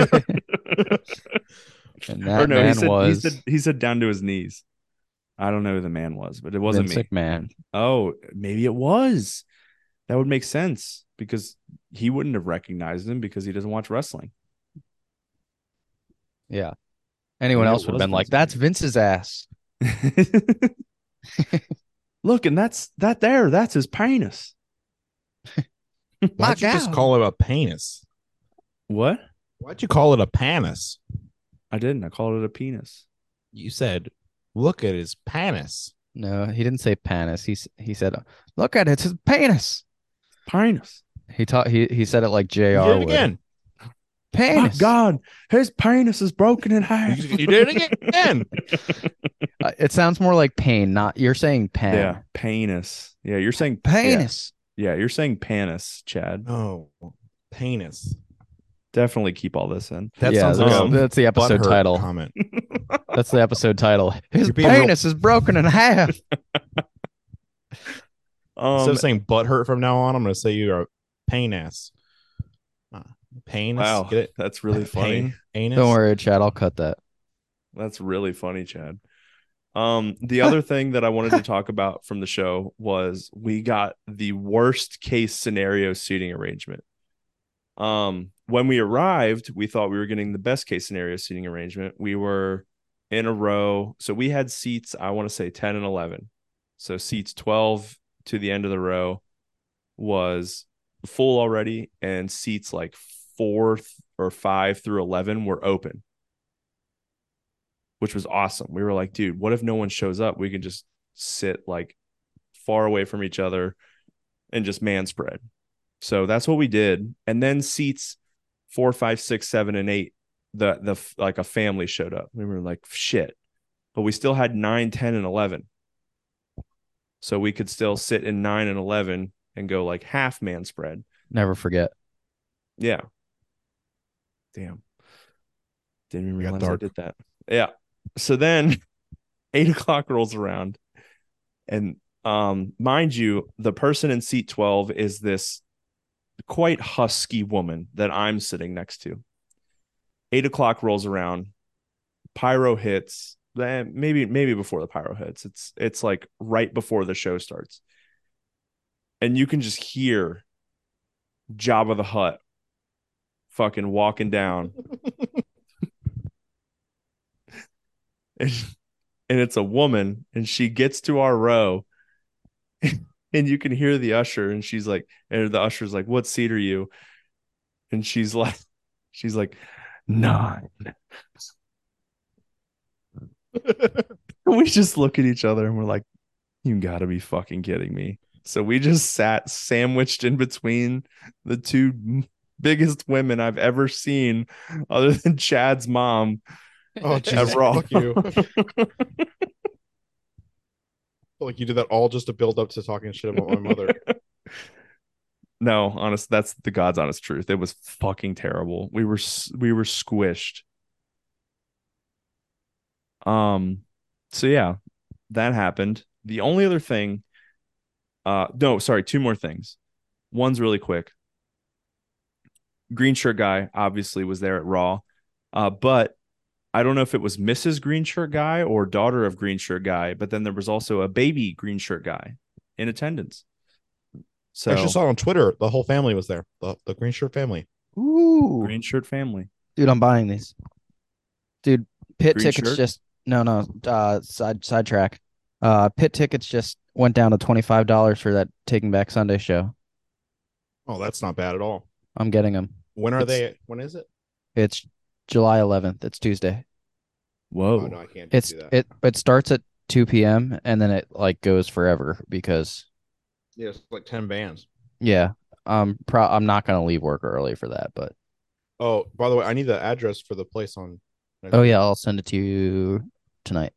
Speaker 2: that
Speaker 1: he
Speaker 2: man
Speaker 1: said,
Speaker 2: was
Speaker 1: he said he said down to his knees. I don't know who the man was, but it wasn't
Speaker 2: Vince
Speaker 1: me.
Speaker 2: McMahon.
Speaker 1: Oh, maybe it was. That would make sense because he wouldn't have recognized him because he doesn't watch wrestling.
Speaker 2: Yeah. Anyone
Speaker 1: Maybe it
Speaker 2: else would have
Speaker 1: was
Speaker 2: been like,
Speaker 1: Vince
Speaker 2: "That's
Speaker 1: McMahon."
Speaker 2: Vince's ass."
Speaker 1: Look, and that's that there, that's his penis.
Speaker 4: Why'd you just
Speaker 2: God.
Speaker 4: call it a penis?
Speaker 1: What?
Speaker 4: Why'd you call it a penis?
Speaker 1: I didn't. I called it a penis.
Speaker 4: You said, look at his penis.
Speaker 2: No, he didn't say penis. He s- he said, "Look at it, it's his penis."
Speaker 1: Penis.
Speaker 2: He taught he he said it like Jr.
Speaker 4: You did it
Speaker 2: would.
Speaker 4: again.
Speaker 1: My
Speaker 2: Penis.
Speaker 1: God, his penis is broken in half.
Speaker 4: You, you did it again.
Speaker 2: Uh, it sounds more like pain. Not you're saying pen.
Speaker 1: yeah, penis. Yeah, you're saying
Speaker 2: Penis.
Speaker 1: Yeah, yeah, you're saying penis, Chad.
Speaker 4: no, penis.
Speaker 1: Definitely keep all this in.
Speaker 4: That
Speaker 2: Yeah,
Speaker 4: sounds like
Speaker 2: that's,
Speaker 1: um,
Speaker 4: a
Speaker 2: that's the episode
Speaker 4: butthurt
Speaker 2: title.
Speaker 4: comment.
Speaker 2: That's the episode title. His
Speaker 4: You're being real-
Speaker 2: penis is broken in half.
Speaker 1: Um,
Speaker 4: Instead of saying butt hurt from now on, I'm going to say you're a pain ass. Uh, Pain.
Speaker 1: wow,
Speaker 4: Get it?
Speaker 1: that's really funny.
Speaker 4: Pain, anus.
Speaker 2: Don't worry, Chad. I'll cut that.
Speaker 1: That's really funny, Chad. Um, the other thing that I wanted to talk about from the show was we got the worst case scenario seating arrangement. Um, when we arrived, we thought we were getting the best case scenario seating arrangement. We were in a row. So we had seats, I want to say 10 and 11. So seats 12 to the end of the row was full already, and seats like four th- or five through 11 were open, which was awesome. We were like, dude, what if no one shows up? We can just sit like far away from each other and just man spread. So that's what we did. And then seats four, five, six, seven, and eight the the f- like a family showed up. We were like shit, but we still had nine, ten, and eleven, so we could still sit in nine and eleven and go like half man spread.
Speaker 2: Never forget.
Speaker 1: Yeah. Damn. Didn't even
Speaker 4: It got
Speaker 1: realize
Speaker 4: dark.
Speaker 1: I did that. Yeah. So then eight o'clock rolls around. And um, mind you, the person in seat 12 is this quite husky woman that I'm sitting next to. Eight o'clock rolls around, pyro hits. eh, Maybe, maybe before the pyro hits. It's it's like right before the show starts. And you can just hear Jabba the Hutt fucking walking down. and, and it's a woman, and she gets to our row, and you can hear the usher, and she's like, and the usher's like, What seat are you? And she's like, She's like, Nine. And we just look at each other and we're like, You gotta be fucking kidding me. So we just sat sandwiched in between the two biggest women I've ever seen, other than Chad's mom.
Speaker 4: Oh, Jesus,
Speaker 1: Raw.
Speaker 4: fuck you. I feel like you did that all just to build up to talking shit about my mother.
Speaker 1: No, honest, that's the God's honest truth. It was fucking terrible. We were s- we were squished. Um, so yeah, that happened. The only other thing, uh, no, sorry, two more things. One's really quick. Green shirt guy obviously was there at Raw, uh, but I don't know if it was Mrs. Green shirt guy or daughter of Green shirt guy. But then there was also a baby Green shirt guy in attendance. So
Speaker 4: I just saw on Twitter the whole family was there. The, the green shirt family.
Speaker 2: Ooh,
Speaker 1: green shirt family.
Speaker 2: dude, I'm buying these. Dude, pit
Speaker 1: Green
Speaker 2: tickets
Speaker 1: shirt?
Speaker 2: just no, no. Uh, side sidetrack. Uh, pit tickets just went down to twenty five dollars for that Taking Back Sunday show.
Speaker 4: Oh, that's not bad at all.
Speaker 2: I'm getting them.
Speaker 4: When are
Speaker 2: It's-
Speaker 4: they? When is it?
Speaker 2: It's July 11th. It's Tuesday.
Speaker 1: Whoa.
Speaker 4: Oh, no, I can't
Speaker 2: It's
Speaker 4: do that.
Speaker 2: it it starts at 2 p.m. and then it like goes forever because
Speaker 4: yeah, it's like 10 bands.
Speaker 2: yeah, I'm pro I'm not gonna leave work early for that. But
Speaker 4: Oh, by the way, I need the address for the place on.
Speaker 2: oh yeah, I'll send it to you tonight.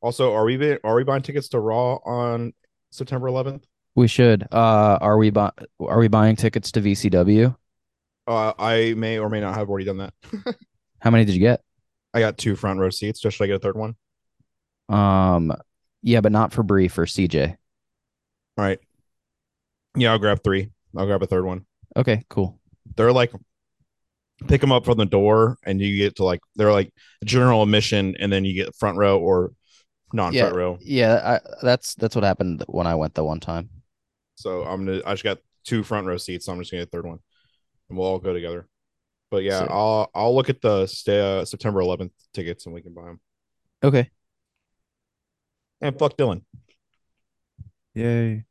Speaker 4: Also, are we be- are we buying tickets to Raw on September 11th?
Speaker 2: We should. Uh, are we bu- are we buying tickets to VCW?
Speaker 4: Uh, I may or may not have already done that.
Speaker 2: How many did you get?
Speaker 4: I got two front row seats. So should I get a third one?
Speaker 2: Um, yeah, but not for Bree for CJ.
Speaker 4: All right. Yeah, I'll grab three. I'll grab a third one.
Speaker 2: Okay, cool.
Speaker 4: They're like pick them up from the door, and you get to like they're like general admission, and then you get front row or non front row.
Speaker 2: Yeah, I, that's that's what happened when I went the one time.
Speaker 4: So I'm gonna I just got two front row seats, so I'm just gonna get a third one, and we'll all go together. But yeah,
Speaker 1: Sick.
Speaker 4: I'll I'll look at the sta uh, September 11th tickets, and we can buy them.
Speaker 2: Okay.
Speaker 4: And fuck Dylan,
Speaker 1: Yay.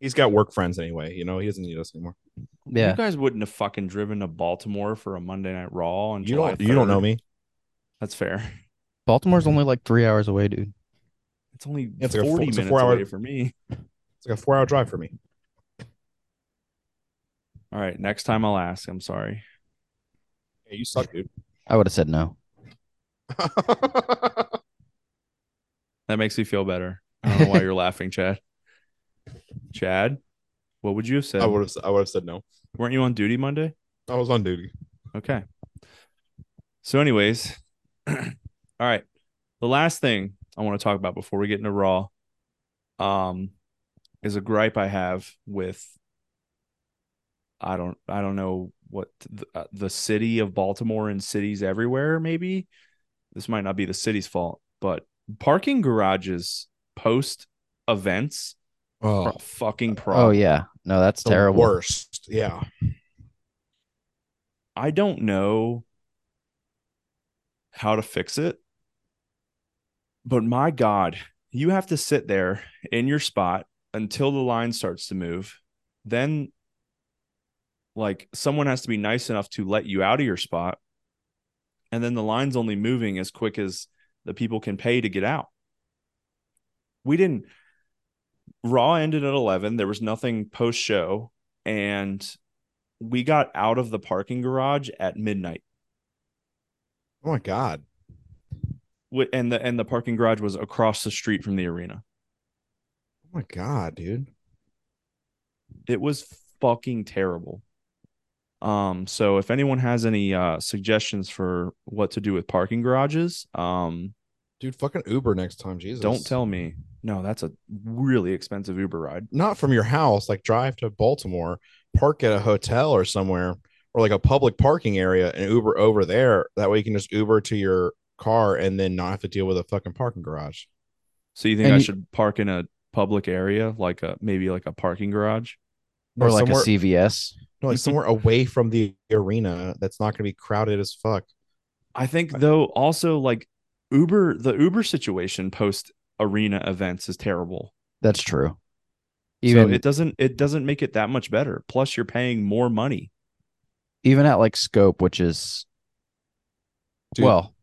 Speaker 4: he's got work friends anyway. You know he doesn't need us anymore.
Speaker 1: You
Speaker 2: Yeah.
Speaker 1: guys wouldn't have fucking driven to Baltimore for a Monday Night Raw. On
Speaker 4: You
Speaker 1: July
Speaker 4: don't you don't
Speaker 1: 3rd.
Speaker 4: know me.
Speaker 1: That's fair.
Speaker 2: Baltimore's only like three hours away, dude.
Speaker 1: It's only
Speaker 4: It's like
Speaker 1: 40
Speaker 4: a four- it's
Speaker 1: minutes
Speaker 4: a four-hour-
Speaker 1: away for me.
Speaker 4: It's like a four hour drive for me.
Speaker 1: All right. Next time I'll ask. I'm sorry.
Speaker 4: Hey, you suck, dude.
Speaker 2: I would have said no.
Speaker 1: That makes me feel better. I don't know why you're laughing, Chad. Chad, what would you have said?
Speaker 4: I would have I would have said no.
Speaker 1: Weren't you on duty Monday?
Speaker 4: I was on duty.
Speaker 1: Okay. So, anyways, all right. The last thing I want to talk about before we get into Raw, um, is a gripe I have with. I don't. I don't know what the, uh, the city of Baltimore and cities everywhere. Maybe this might not be the city's fault, but parking garages post events
Speaker 4: Oh,
Speaker 1: are a fucking problem.
Speaker 2: Oh yeah, no, that's terrible.
Speaker 4: Worst. Yeah.
Speaker 1: I don't know how to fix it. But my God, you have to sit there in your spot until the line starts to move. Then, like, someone has to be nice enough to let you out of your spot. And then the line's only moving as quick as the people can pay to get out. We didn't. Raw ended at 11. There was nothing post show. And we got out of the parking garage at midnight.
Speaker 4: Oh my god.
Speaker 1: Wi- and the and the parking garage was across the street from the arena.
Speaker 4: Oh my god, dude.
Speaker 1: It was fucking terrible. Um, so if anyone has any uh suggestions for what to do with parking garages, um,
Speaker 4: Dude, fucking Uber next time, Jesus.
Speaker 1: don't tell me. No, that's a really expensive Uber ride.
Speaker 4: Not from your house, like drive to Baltimore, park at a hotel or somewhere, or like a public parking area and Uber over there. That way you can just Uber to your car and then not have to deal with a fucking parking garage.
Speaker 1: So you think
Speaker 2: And
Speaker 1: I
Speaker 2: you-
Speaker 1: should park in a public area, like a maybe like a parking garage?
Speaker 2: or like
Speaker 4: somewhere,
Speaker 2: a CVS.
Speaker 4: no, like somewhere away from the arena that's not gonna be crowded as fuck.
Speaker 1: I think though also like Uber the Uber situation post arena events is terrible.
Speaker 2: That's true. Even
Speaker 1: so it doesn't it doesn't make it that much better. Plus, you're paying more money.
Speaker 2: even at like Scope, which is
Speaker 4: Dude,
Speaker 2: well,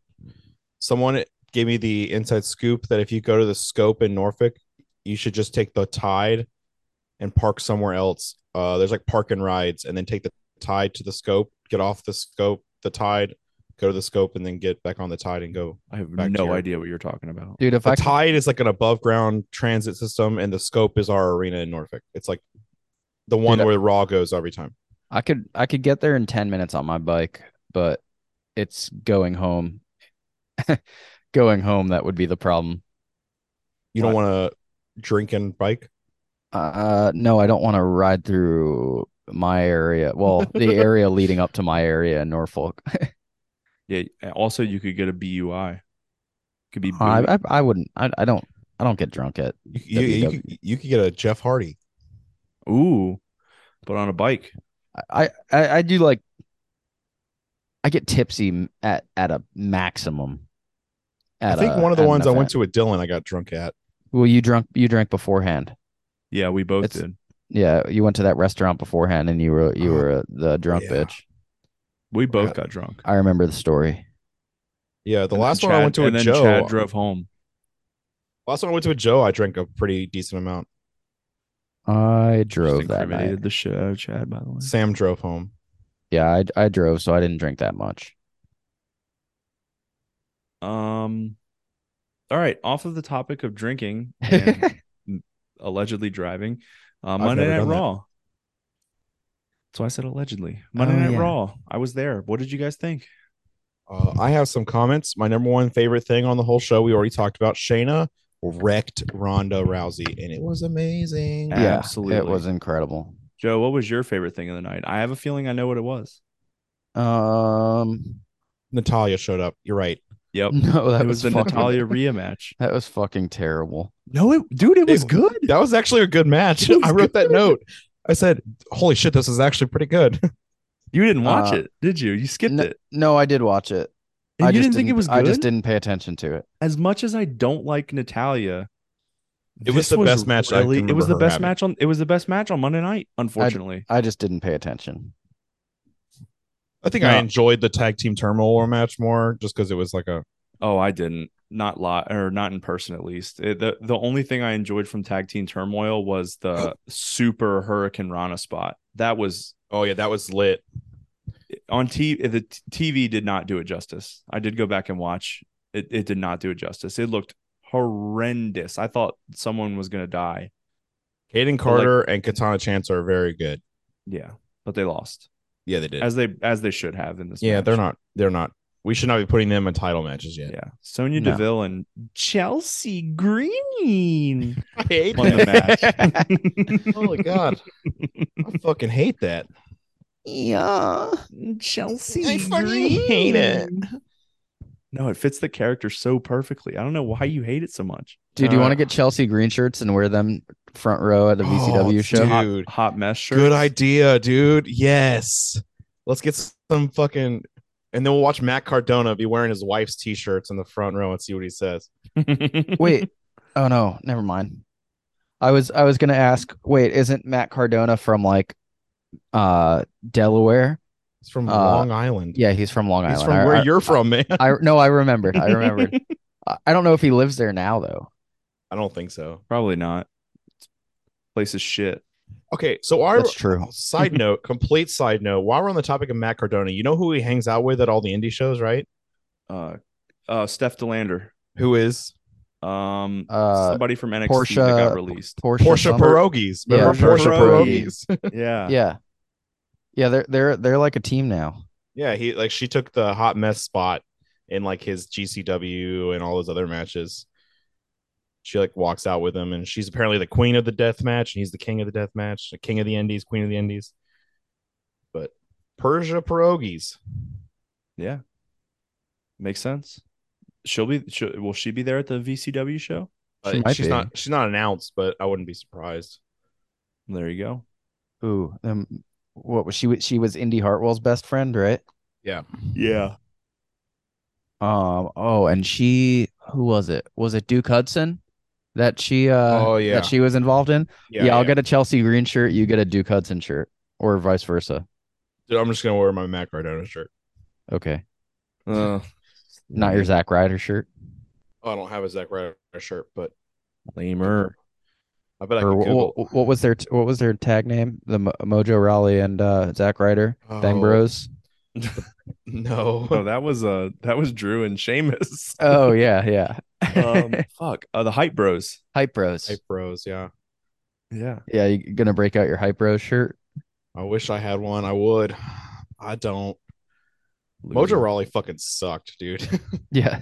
Speaker 4: someone gave me the inside scoop that if you go to the scope in Norfolk, you should just take the tide and park somewhere else. Uh, there's like park and rides, and then take the tide to the scope, get off the scope, the tide, go to the scope, and then get back on the tide and go.
Speaker 1: I have
Speaker 4: Back to
Speaker 1: no
Speaker 4: your-
Speaker 1: idea what you're talking about.
Speaker 2: dude. If
Speaker 4: The
Speaker 2: I could,
Speaker 4: tide is like an above ground transit system, and the scope is our arena in Norfolk. It's like the one
Speaker 2: Dude, I-
Speaker 4: where Raw goes every time.
Speaker 2: I could, I could get there in ten minutes on my bike, but it's going home. going home, that would be the problem.
Speaker 4: You don't want to drink and bike.
Speaker 2: Uh, no, I don't want to ride through my area. Well, the area leading up to my area in Norfolk.
Speaker 1: Yeah. Also, you could get a BUI. Could be.
Speaker 2: I,
Speaker 1: booed.
Speaker 2: I, I wouldn't. I, I don't. I don't get drunk at.
Speaker 4: You, you, you, could, you could get a Jeff Hardy.
Speaker 1: Ooh, but on a bike.
Speaker 2: I, I, I do like. I get tipsy m- at at a maximum.
Speaker 4: I
Speaker 2: at
Speaker 4: think
Speaker 2: a-
Speaker 4: one of the
Speaker 2: at an
Speaker 4: ones I went
Speaker 2: event.
Speaker 4: to with Dylan, I got drunk at.
Speaker 2: Well, you drunk. You drank beforehand.
Speaker 1: Yeah, we both
Speaker 2: It's-
Speaker 1: did.
Speaker 2: Yeah, you went to that restaurant beforehand, and you were you
Speaker 1: Uh-huh.
Speaker 4: Oh,
Speaker 2: were uh, the drunk
Speaker 4: yeah.
Speaker 2: bitch.
Speaker 1: We both
Speaker 4: Oh, yeah.
Speaker 1: got drunk.
Speaker 2: I remember the story.
Speaker 4: Yeah, the
Speaker 1: And then
Speaker 4: last one I went
Speaker 1: Chad-
Speaker 4: to
Speaker 1: and
Speaker 4: with
Speaker 1: then
Speaker 4: Joe.
Speaker 1: Chad drove home.
Speaker 4: last one I went to with Joe, I drank a pretty decent amount.
Speaker 2: I
Speaker 1: Just
Speaker 2: drove that night.
Speaker 1: incriminated the shit out of Chad. By the way,
Speaker 4: Sam drove home.
Speaker 2: Yeah, I I drove, so I didn't drink that much.
Speaker 1: um, all right. Off of the topic of drinking and allegedly driving, uh, Monday
Speaker 4: never
Speaker 1: Night
Speaker 4: done that.
Speaker 1: Raw. So I said allegedly. Monday
Speaker 2: Oh,
Speaker 1: Night
Speaker 2: yeah.
Speaker 1: Raw. I was there. What did you guys think?
Speaker 4: Uh, I have some comments. My number one favorite thing on the whole show, we already talked about Shayna wrecked Ronda Rousey, and it was amazing.
Speaker 1: Yeah,
Speaker 2: yeah,
Speaker 1: absolutely.
Speaker 2: It was incredible.
Speaker 1: Joe, what was your favorite thing of the night? I have a feeling I know what it was.
Speaker 2: Um,
Speaker 4: Natalia showed up. You're right.
Speaker 1: Yep.
Speaker 2: no,
Speaker 1: Oh,
Speaker 2: that
Speaker 1: it
Speaker 2: was,
Speaker 1: was the
Speaker 2: fucking,
Speaker 1: Natalia Rhea match.
Speaker 2: That was fucking terrible.
Speaker 1: No, it dude, it
Speaker 4: was
Speaker 1: good.
Speaker 4: That was actually a good match.
Speaker 1: It was
Speaker 4: I wrote that note. I said, "Holy shit, this is actually pretty good."
Speaker 1: You didn't watch
Speaker 2: Uh,
Speaker 1: it, did you? You skipped
Speaker 2: no,
Speaker 1: it.
Speaker 2: No, I did watch it.
Speaker 1: And
Speaker 2: I
Speaker 1: you
Speaker 2: just
Speaker 1: didn't think it was good?
Speaker 2: I just didn't pay attention to it.
Speaker 1: As much as I don't like Natalia,
Speaker 4: It was
Speaker 1: this
Speaker 4: the best match I can
Speaker 1: It was
Speaker 4: remember
Speaker 1: the
Speaker 4: her
Speaker 1: best
Speaker 4: having.
Speaker 1: match on it was the best match on Monday night, unfortunately.
Speaker 2: I just didn't pay attention.
Speaker 4: I think
Speaker 1: No.
Speaker 4: I enjoyed the tag team turmoil war match more, just because it was like a
Speaker 1: oh, I didn't. Not lot or not in person at least. It, the the only thing I enjoyed from Tag Team Turmoil was the super Hurricane Rana spot. That was
Speaker 4: oh yeah, that was lit.
Speaker 1: on TV the t- TV did not do it justice. I did go back and watch. It it did not do it justice. It looked horrendous. I thought someone was going to die.
Speaker 4: Caden Carter and Katana Chance are very good.
Speaker 1: Yeah, but they lost
Speaker 4: Yeah, they did.
Speaker 1: as they as they should have in this.
Speaker 4: Yeah,
Speaker 1: match.
Speaker 4: they're not. They're not. We should not be putting them in title matches yet.
Speaker 1: Yeah, Sonya
Speaker 2: No.
Speaker 1: Deville and Chelsea Green
Speaker 4: I hate
Speaker 1: won the
Speaker 4: that.
Speaker 1: match.
Speaker 4: oh my god, I fucking hate that.
Speaker 2: Yeah.
Speaker 1: Chelsea
Speaker 4: I fucking hate it.
Speaker 1: Green. No, it fits the character so perfectly. I don't know why you hate it so much.
Speaker 2: Dude, you
Speaker 4: Uh,
Speaker 2: want to get Chelsea green shirts and wear them front row at a
Speaker 4: Oh,
Speaker 2: VCW show?
Speaker 4: dude.
Speaker 1: Hot, hot mess shirt.
Speaker 4: Good idea, dude. Yes, let's get some fucking And then we'll watch Matt Cardona be wearing his wife's t-shirts in the front row and see what he says.
Speaker 2: Wait. oh no, never mind. I was I was gonna ask. Wait, isn't Matt Cardona from like uh Delaware?
Speaker 4: He's from
Speaker 2: Uh,
Speaker 4: Long Island.
Speaker 2: Yeah, he's from Long
Speaker 4: he's
Speaker 2: Island.
Speaker 4: from
Speaker 2: I-
Speaker 4: where
Speaker 2: I,
Speaker 4: you're from, man.
Speaker 2: I no, I remembered. I remembered. I- I don't know if he lives there now though.
Speaker 4: I don't think so.
Speaker 1: Probably not. Place is shit.
Speaker 4: Okay, so our
Speaker 2: That's true.
Speaker 4: side note, complete side note. While we're on the topic of Matt Cardona, you know who he hangs out with at all the indie shows, right?
Speaker 1: Uh, uh, Steph Delander.
Speaker 4: Who is
Speaker 1: Um,
Speaker 2: Uh,
Speaker 1: somebody from NXT that
Speaker 2: Portia
Speaker 1: got released.
Speaker 2: Portia,
Speaker 4: Portia
Speaker 2: Summer-
Speaker 4: Pierogies?
Speaker 2: Yeah,
Speaker 4: Remember Portia
Speaker 1: Portia
Speaker 4: Pierogies?
Speaker 1: Yeah.
Speaker 2: Yeah. Yeah, they're they're they're like a team now.
Speaker 4: yeah, he like she took the hot mess spot in like his GCW and all those other matches. She like walks out with him, and she's apparently the queen of the death match, and he's the king of the death match, the king of the indies, queen of the indies. But Persia pierogies.
Speaker 1: Makes sense. She'll be. she will she be there at the VCW show?
Speaker 2: She
Speaker 4: Uh,
Speaker 2: might
Speaker 4: she's
Speaker 2: be.
Speaker 4: not. She's not announced, but I wouldn't be surprised.
Speaker 1: There you go.
Speaker 2: Ooh, um, what was she? was- She was Indy Hartwell's best friend, right?
Speaker 4: Yeah.
Speaker 1: Yeah.
Speaker 2: Um. Oh, and she. Who was it? Was it Duke Hudson? That she. Uh,
Speaker 4: Oh, yeah.
Speaker 2: That she was involved in. Yeah, I'll get a Chelsea Green shirt. You get a Duke Hudson shirt, or vice versa.
Speaker 4: Dude, I'm just gonna wear my Matt Cardona shirt.
Speaker 2: Okay,
Speaker 1: Uh,
Speaker 2: not your Zach Ryder shirt.
Speaker 4: Oh, I don't have a Zach Ryder shirt, but
Speaker 1: lamer.
Speaker 4: I bet I
Speaker 2: or
Speaker 4: can
Speaker 2: wh-
Speaker 4: Google.
Speaker 2: wh- what was their t- What was their tag name? The Mo- Mojo Raleigh and uh, Zach Ryder, Bang
Speaker 4: Oh,
Speaker 2: Bros.
Speaker 1: Oh,
Speaker 4: No,
Speaker 1: that was uh, that was Drew and Sheamus.
Speaker 2: Oh yeah, yeah.
Speaker 1: um, fuck. Uh, the Hype Bros.
Speaker 2: Hype Bros.
Speaker 4: Hype Bros. Yeah,
Speaker 1: Yeah.
Speaker 2: Yeah, you gonna break out your Hype Bros shirt?
Speaker 4: I wish I had one. I would. I don't. Mojo Raleigh fucking sucked, dude.
Speaker 2: Yeah.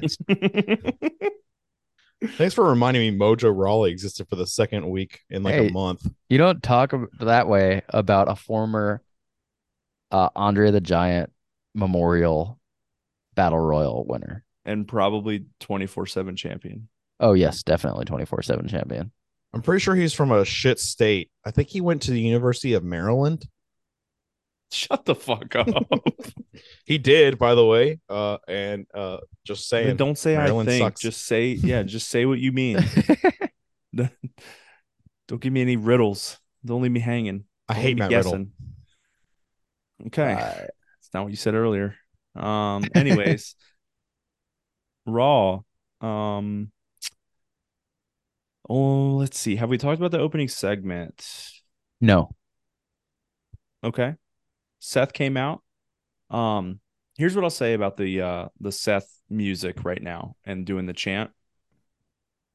Speaker 4: Thanks for reminding me. Mojo Raleigh existed for the second week in like
Speaker 2: Hey.
Speaker 4: a month.
Speaker 2: You don't talk ab- that way about a former uh, Andre the Giant Memorial Battle Royal winner.
Speaker 1: and probably twenty four seven champion.
Speaker 2: Oh yes, definitely twenty four seven champion.
Speaker 4: I'm pretty sure he's from a shit state. I think he went to the University of Maryland.
Speaker 1: Shut the fuck up.
Speaker 4: He did, by the way. Uh, and uh, just saying,
Speaker 1: Don't say
Speaker 4: Maryland
Speaker 1: I think.
Speaker 4: sucks.
Speaker 1: Just say yeah. Just say what you mean. Don't give me any riddles. Don't leave me hanging.
Speaker 4: I
Speaker 1: Don't
Speaker 4: hate
Speaker 1: leave me
Speaker 4: Matt Riddle. Ah.
Speaker 1: guessing. Okay. It's not what you said earlier. Um, anyways, Raw. Um, oh, let's see. Have we talked about the opening segment?
Speaker 2: no,
Speaker 1: Okay. Seth came out. Um, here's what I'll say about the uh the Seth music right now and doing the chant.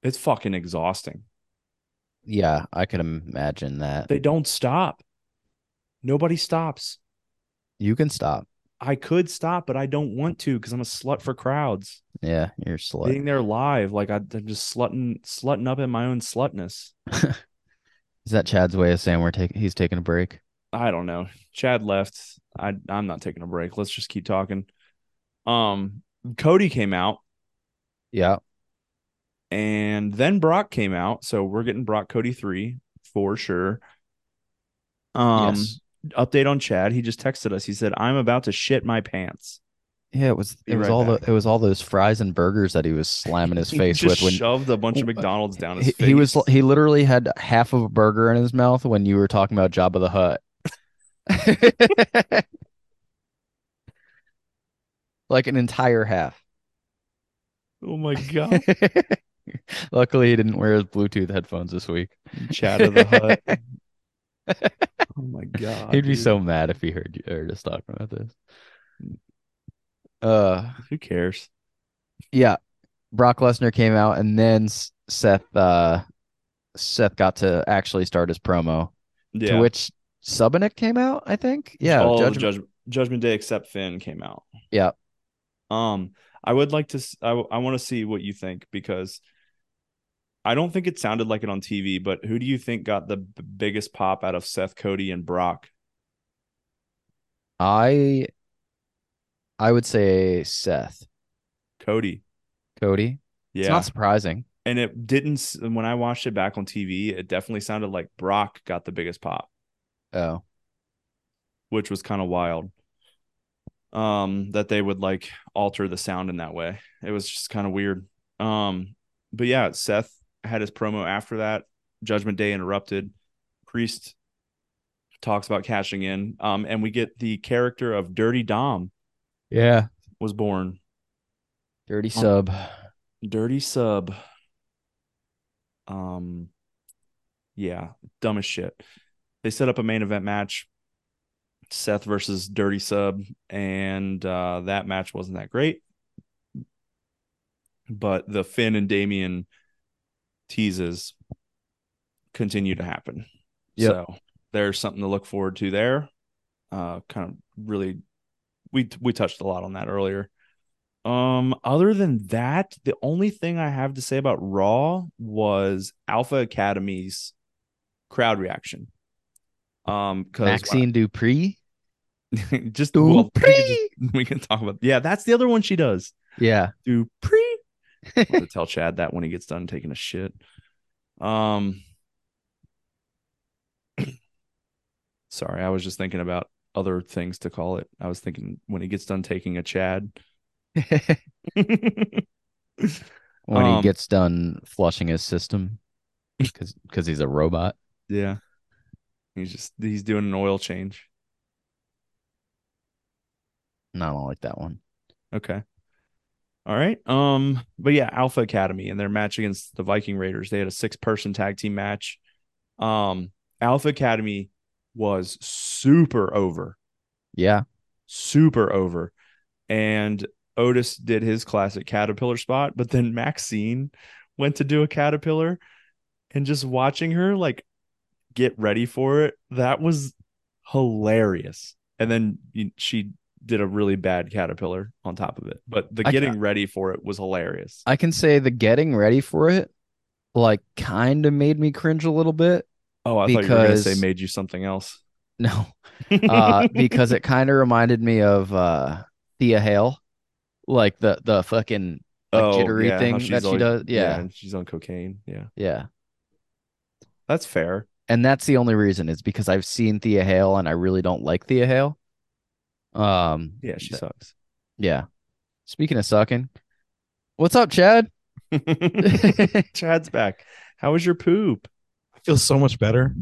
Speaker 1: It's fucking exhausting.
Speaker 2: yeah, I could imagine that.
Speaker 1: They don't stop. Nobody stops.
Speaker 2: You can stop.
Speaker 1: I could stop, but I don't want to because I'm a slut for crowds.
Speaker 2: Yeah, you're slick.
Speaker 1: being there live, like I, I'm just slutting, slutting up in my own slutness.
Speaker 2: Is that Chad's way of saying we're taking? He's taking a break.
Speaker 1: I don't know. Chad left. I, I'm not taking a break. Let's just keep talking. Um, Cody came out,
Speaker 2: Yeah,
Speaker 1: and then Brock came out. So we're getting Brock Cody three for sure. Um,
Speaker 2: Yes.
Speaker 1: update on Chad. He just texted us. He said, "I'm about to shit my pants."
Speaker 2: yeah. It was.
Speaker 1: Be
Speaker 2: it was
Speaker 1: right
Speaker 2: all
Speaker 1: back.
Speaker 2: the. It was all those fries and burgers that he was slamming his
Speaker 1: He
Speaker 2: face
Speaker 1: just
Speaker 2: with when uh,
Speaker 1: shoved a bunch of McDonald's down his
Speaker 2: he,
Speaker 1: face.
Speaker 2: he was. He literally had half of a burger in his mouth when you were talking about Jabba the Hutt. like an entire half.
Speaker 1: oh my god,
Speaker 2: Luckily, he didn't wear his Bluetooth headphones this week.
Speaker 1: Chad of the Hut. Oh my god,
Speaker 2: He'd be
Speaker 1: dude.
Speaker 2: so mad if he heard you heard us talking about this. Uh,
Speaker 1: Who cares?
Speaker 2: yeah. Brock Lesnar came out, and then S- Seth, uh, Seth got to actually start his promo.
Speaker 1: Yeah. Oh,
Speaker 2: To which Subinick came out, I think. Yeah,
Speaker 1: all
Speaker 2: Judgment-
Speaker 1: judgment. judgment Day except Finn came out.
Speaker 2: Yeah.
Speaker 1: Um, I would like to. s- I want to see what you think because I don't think it sounded like it on TV. But who do you think got the b- biggest pop out of Seth, Cody, and Brock?
Speaker 2: I, I would say Seth,
Speaker 1: Cody.
Speaker 2: Cody. It's
Speaker 1: Yeah.
Speaker 2: not surprising.
Speaker 1: and it didn't. s- When I watched it back on TV, it definitely sounded like Brock got the biggest pop,
Speaker 2: Oh,
Speaker 1: which was kind of wild. um that they would like alter the sound in that way it was just kind of weird um but yeah seth had his promo after that judgment day interrupted priest talks about cashing in um and we get the character of dirty dom
Speaker 2: Yeah.
Speaker 1: was born
Speaker 2: Dirty
Speaker 1: Um,
Speaker 2: sub.
Speaker 1: dirty sub um yeah dumb as shit they set up a main event match seth versus dirty sub and uh that match wasn't that great but the finn and damien teases continue to happen
Speaker 2: Yep.
Speaker 1: so there's something to look forward to there uh kind of really we we touched a lot on that earlier um, other than that, the only thing I have to say about Raw was Alpha Academy's crowd reaction. Um, because
Speaker 2: Maxine Dupree.
Speaker 1: just well, we,
Speaker 2: Dupree.
Speaker 1: can just- we can talk about yeah, that's the other one she does.
Speaker 2: Yeah.
Speaker 1: Dupree. I'll have to tell Chad that when he gets done taking a shit. Um, sorry, I was just thinking about other things to call it. I was thinking when he gets done taking a Chad.
Speaker 2: when
Speaker 1: Um,
Speaker 2: he gets done flushing his system because he's a robot.
Speaker 1: Yeah. He's just he's doing an oil change.
Speaker 2: No, I don't like that one.
Speaker 1: Okay. All right. Um, but yeah, Alpha Academy and their match against the Viking Raiders. They had a six person tag team match. Um, Alpha Academy was super over,
Speaker 2: Yeah.
Speaker 1: super over. And Otis did his classic caterpillar spot, but then Maxine went to do a caterpillar and just watching her like get ready for it, that was hilarious. And then you- she did a really bad caterpillar on top of it, but the
Speaker 2: I ca-
Speaker 1: getting ready for it was hilarious.
Speaker 2: I can say the getting ready for it, like, kind of made me cringe a little bit.
Speaker 1: Oh, I thought you were going to say
Speaker 2: because-
Speaker 1: made you something else.
Speaker 2: No, uh, because it kind of reminded me of uh, Thea Hale, like the the fucking like, jittery
Speaker 1: Oh, how
Speaker 2: thing
Speaker 1: she's
Speaker 2: that she
Speaker 1: always-
Speaker 2: does. Yeah, yeah,
Speaker 1: and she's on cocaine. Yeah, that's fair.
Speaker 2: And that's the only reason is because I've seen Thea Hale and I really don't like Thea Hale. Um,
Speaker 1: Yeah, she
Speaker 2: th-
Speaker 1: sucks.
Speaker 2: yeah. Speaking of sucking, what's up, Chad?
Speaker 1: Chad's back. How was your poop?
Speaker 4: I feel so much better.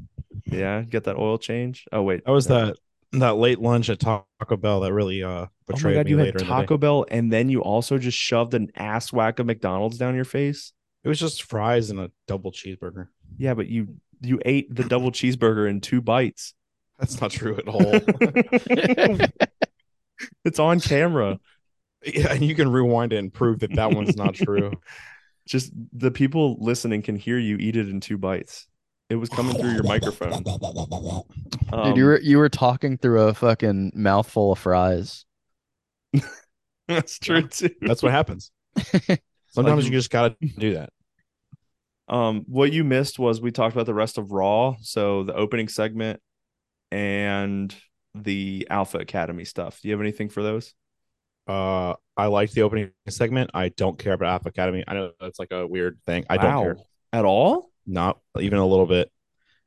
Speaker 1: Yeah, get that oil change. Oh wait,
Speaker 4: That was
Speaker 1: no.
Speaker 4: that that late lunch at Taco Bell that really uh
Speaker 1: Oh
Speaker 4: betrayed
Speaker 1: my god,
Speaker 4: me
Speaker 1: you
Speaker 4: later.
Speaker 1: had
Speaker 4: in the day.
Speaker 1: Taco Bell and then you also just shoved an ass whack of McDonald's down your face.
Speaker 4: It was just fries and a double cheeseburger.
Speaker 1: Yeah, but you you ate the double cheeseburger in two bites.
Speaker 4: That's not true at all.
Speaker 1: It's on camera.
Speaker 4: yeah, and you can rewind it and prove that that one's not true.
Speaker 1: Just the people listening can hear you eat it in two bites. It was coming through your microphone. Um,
Speaker 2: Dude, you were you were talking through a fucking mouthful of fries.
Speaker 1: that's true too.
Speaker 4: That's what happens. Sometimes you just gotta do that.
Speaker 1: Um, what you missed was we talked about the rest of Raw, so the opening segment and the Alpha Academy stuff. Do you have anything for those?
Speaker 4: Uh, I liked the opening segment. I don't care about Alpha Academy. I know that's like a weird thing. I don't care,
Speaker 1: Wow. at all.
Speaker 4: not even a little bit.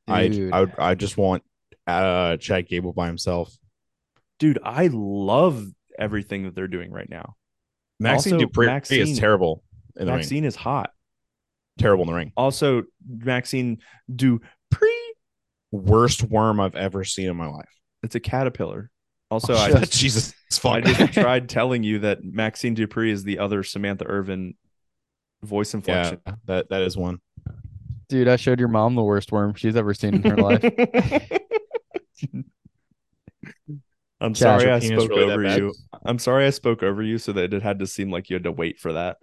Speaker 2: Dude.
Speaker 4: I I would, I just want uh Chad Gable by himself.
Speaker 1: dude, I love everything that they're doing right now.
Speaker 4: Maxine
Speaker 1: Also,
Speaker 4: Dupree
Speaker 1: Maxine-
Speaker 4: is terrible in the ring.
Speaker 1: Maxine is hot.
Speaker 4: Terrible in the ring.
Speaker 1: Also, Maxine Dupree.
Speaker 4: Worst worm I've ever seen in my life.
Speaker 1: It's a caterpillar. Also,
Speaker 2: Oh,
Speaker 1: I
Speaker 2: shut
Speaker 1: just,
Speaker 4: Jesus,
Speaker 1: I
Speaker 4: fuck.
Speaker 1: just tried telling you that Maxine Dupree is the other Samantha Irvin voice
Speaker 4: yeah,
Speaker 1: inflection.
Speaker 4: that that is one.
Speaker 2: Dude, I showed your mom the worst worm she's ever seen in her life.
Speaker 1: I'm
Speaker 2: Chad,
Speaker 1: sorry
Speaker 4: your
Speaker 1: I
Speaker 4: penis
Speaker 1: spoke
Speaker 4: really that
Speaker 1: over
Speaker 4: bad?
Speaker 1: you. I'm sorry I spoke over you so that it had to seem like you had to wait for that.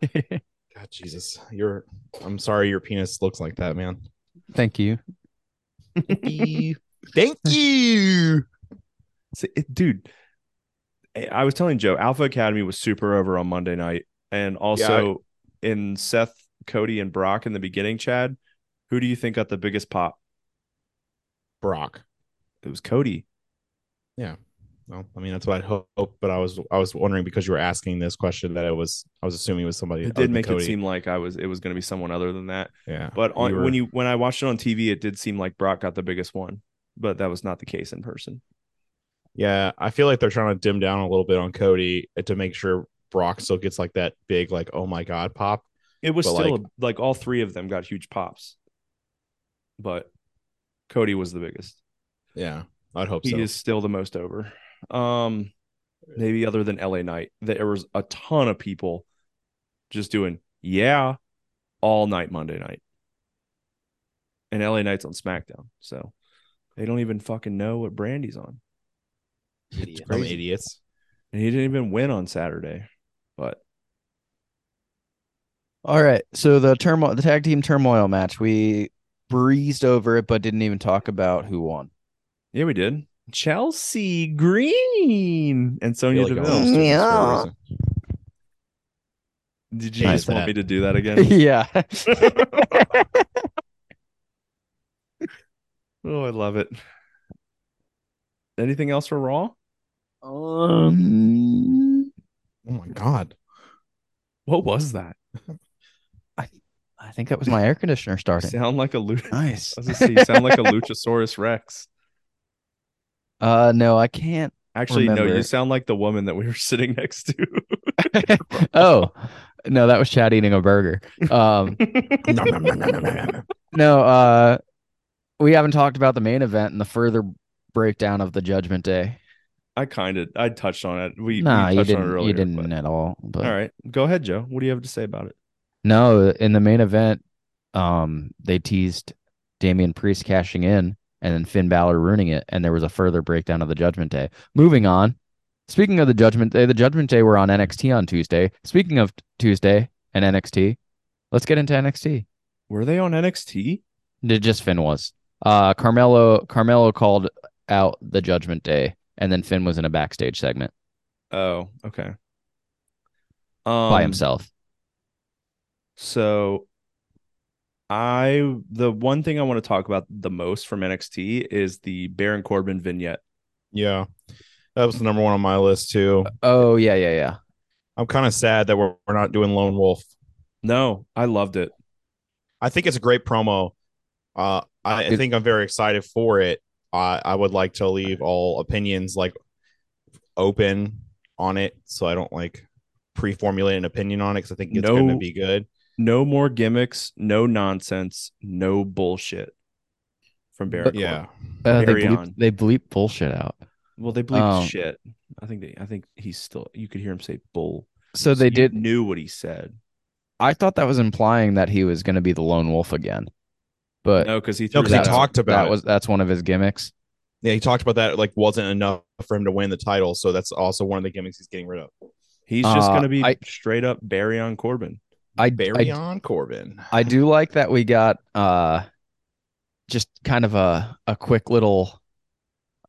Speaker 4: God, Jesus, you're. I'm sorry, your penis looks like that, man.
Speaker 2: Thank you.
Speaker 4: Thank you.
Speaker 1: So it, dude, I I was telling Joe, Alpha Academy was super over on Monday night, and also in Seth, Cody, and Brock in the beginning. Chad, who do you think got the biggest pop?
Speaker 4: Brock.
Speaker 1: It was Cody.
Speaker 4: Well, I mean that's what I hope, but I was I was wondering because you were asking this question that it was I was assuming it was somebody.
Speaker 1: It
Speaker 4: other
Speaker 1: did
Speaker 4: than
Speaker 1: make
Speaker 4: Cody.
Speaker 1: it seem like I was it was going to be someone other than that.
Speaker 4: yeah.
Speaker 1: But on,
Speaker 4: were-
Speaker 1: when you when I watched it on TV, it did seem like Brock got the biggest one, but that was not the case in person.
Speaker 4: Yeah, I feel like they're trying to dim down a little bit on Cody to make sure Brock still gets like that big, like, oh my God pop.
Speaker 1: It was
Speaker 4: But,
Speaker 1: still
Speaker 4: like-
Speaker 1: like, all three of them got huge pops, but Cody was the biggest.
Speaker 4: Yeah, I'd hope
Speaker 1: He
Speaker 4: so.
Speaker 1: is still the most over. Um, maybe other than LA Knight, there was a ton of people just doing yeah all night Monday night, and LA Knight's on SmackDown, so they don't even fucking know what brand he's on.
Speaker 4: Idiots. Some
Speaker 1: crazy.
Speaker 4: idiots.
Speaker 1: And he didn't even win on Saturday, but
Speaker 2: All right. So the turmoil, the tag team turmoil match, we breezed over it, but didn't even talk about who won.
Speaker 1: yeah, we did. Chelsea Green and
Speaker 4: I
Speaker 1: Sonya
Speaker 4: feel like I'm
Speaker 1: Deville.
Speaker 4: almost doing this for a
Speaker 2: Yeah.
Speaker 4: reason.
Speaker 1: Did you
Speaker 4: Nice
Speaker 1: just want
Speaker 4: that.
Speaker 1: me to do that again?
Speaker 2: yeah.
Speaker 1: oh, I love it. Anything else for Raw?
Speaker 2: um,
Speaker 4: Oh my God.
Speaker 1: What was that?
Speaker 2: I think that was my air conditioner starting.
Speaker 1: Sound like a lucha.
Speaker 2: Nice.
Speaker 1: I was gonna say, you sound like a Luchasaurus Rex.
Speaker 2: Uh, no, I can't.
Speaker 1: Actually, no,
Speaker 2: Remember.
Speaker 1: you sound like the woman that we were sitting next to.
Speaker 2: oh, no, that was Chad eating a burger. Um,
Speaker 4: Nom, nom, nom, nom, nom, nom, nom.
Speaker 2: no, uh, we haven't talked about the main event and the further breakdown of the Judgment Day.
Speaker 1: I kind of, I touched on it. We, we
Speaker 2: nah, you
Speaker 1: touched
Speaker 2: didn't.
Speaker 1: on it earlier.
Speaker 2: you didn't
Speaker 1: but-
Speaker 2: at all. But
Speaker 1: All right, go ahead, Joe. What do you have to say about it?
Speaker 2: No, in the main event, um, they teased Damian Priest cashing in and then Finn Balor ruining it, and there was a further breakdown of the Judgment Day. Moving on. Speaking of the Judgment Day, the Judgment Day were on NXT on Tuesday. Speaking of Tuesday and NXT, let's get into NXT.
Speaker 1: Were they on NXT?
Speaker 2: It just Finn was. Uh, Carmelo Carmelo called out the Judgment Day, and then Finn was in a backstage segment
Speaker 1: Oh, okay. Um,
Speaker 2: by himself.
Speaker 1: So I the one thing I want to talk about the most from NXT is the Baron Corbin vignette.
Speaker 4: Yeah. That was the number one on my list too.
Speaker 2: Oh yeah, yeah, yeah.
Speaker 4: I'm kind of sad that we're, we're not doing Lone Wolf.
Speaker 1: No, I loved it.
Speaker 4: I think it's a great promo. Uh, I, I
Speaker 2: It-
Speaker 4: think I'm very excited for it. I, I would like to leave all opinions like open on it, so I don't like pre-formulate an opinion on it because I think it's
Speaker 1: No.
Speaker 4: going to be good.
Speaker 1: No more gimmicks, no nonsense, no bullshit from Baron.
Speaker 2: But-
Speaker 4: Yeah,
Speaker 1: Corbin.
Speaker 2: Uh, they
Speaker 1: Carry
Speaker 2: bleep,
Speaker 1: on.
Speaker 2: they bleep bullshit out.
Speaker 1: Well, they bleeped
Speaker 2: Um,
Speaker 1: shit. I think they. I think he's still. You could hear him say "bull."
Speaker 2: So they
Speaker 1: you
Speaker 2: did
Speaker 1: knew what he said.
Speaker 2: I thought that was implying that he was going to be the lone wolf again, but
Speaker 1: No, because he
Speaker 4: no,
Speaker 1: threw
Speaker 4: because
Speaker 1: that
Speaker 4: he
Speaker 1: out.
Speaker 4: talked about
Speaker 2: that was that's one of his gimmicks.
Speaker 4: it. Yeah, he talked about that. Like, wasn't enough for him to win the title, so that's also one of the gimmicks he's getting rid of.
Speaker 1: He's just
Speaker 2: Uh,
Speaker 1: gonna be
Speaker 2: I-
Speaker 1: straight up Barry on Corbin.
Speaker 2: I
Speaker 4: Barry
Speaker 2: I,
Speaker 4: on Corbin.
Speaker 2: I do like that we got uh just kind of a a quick little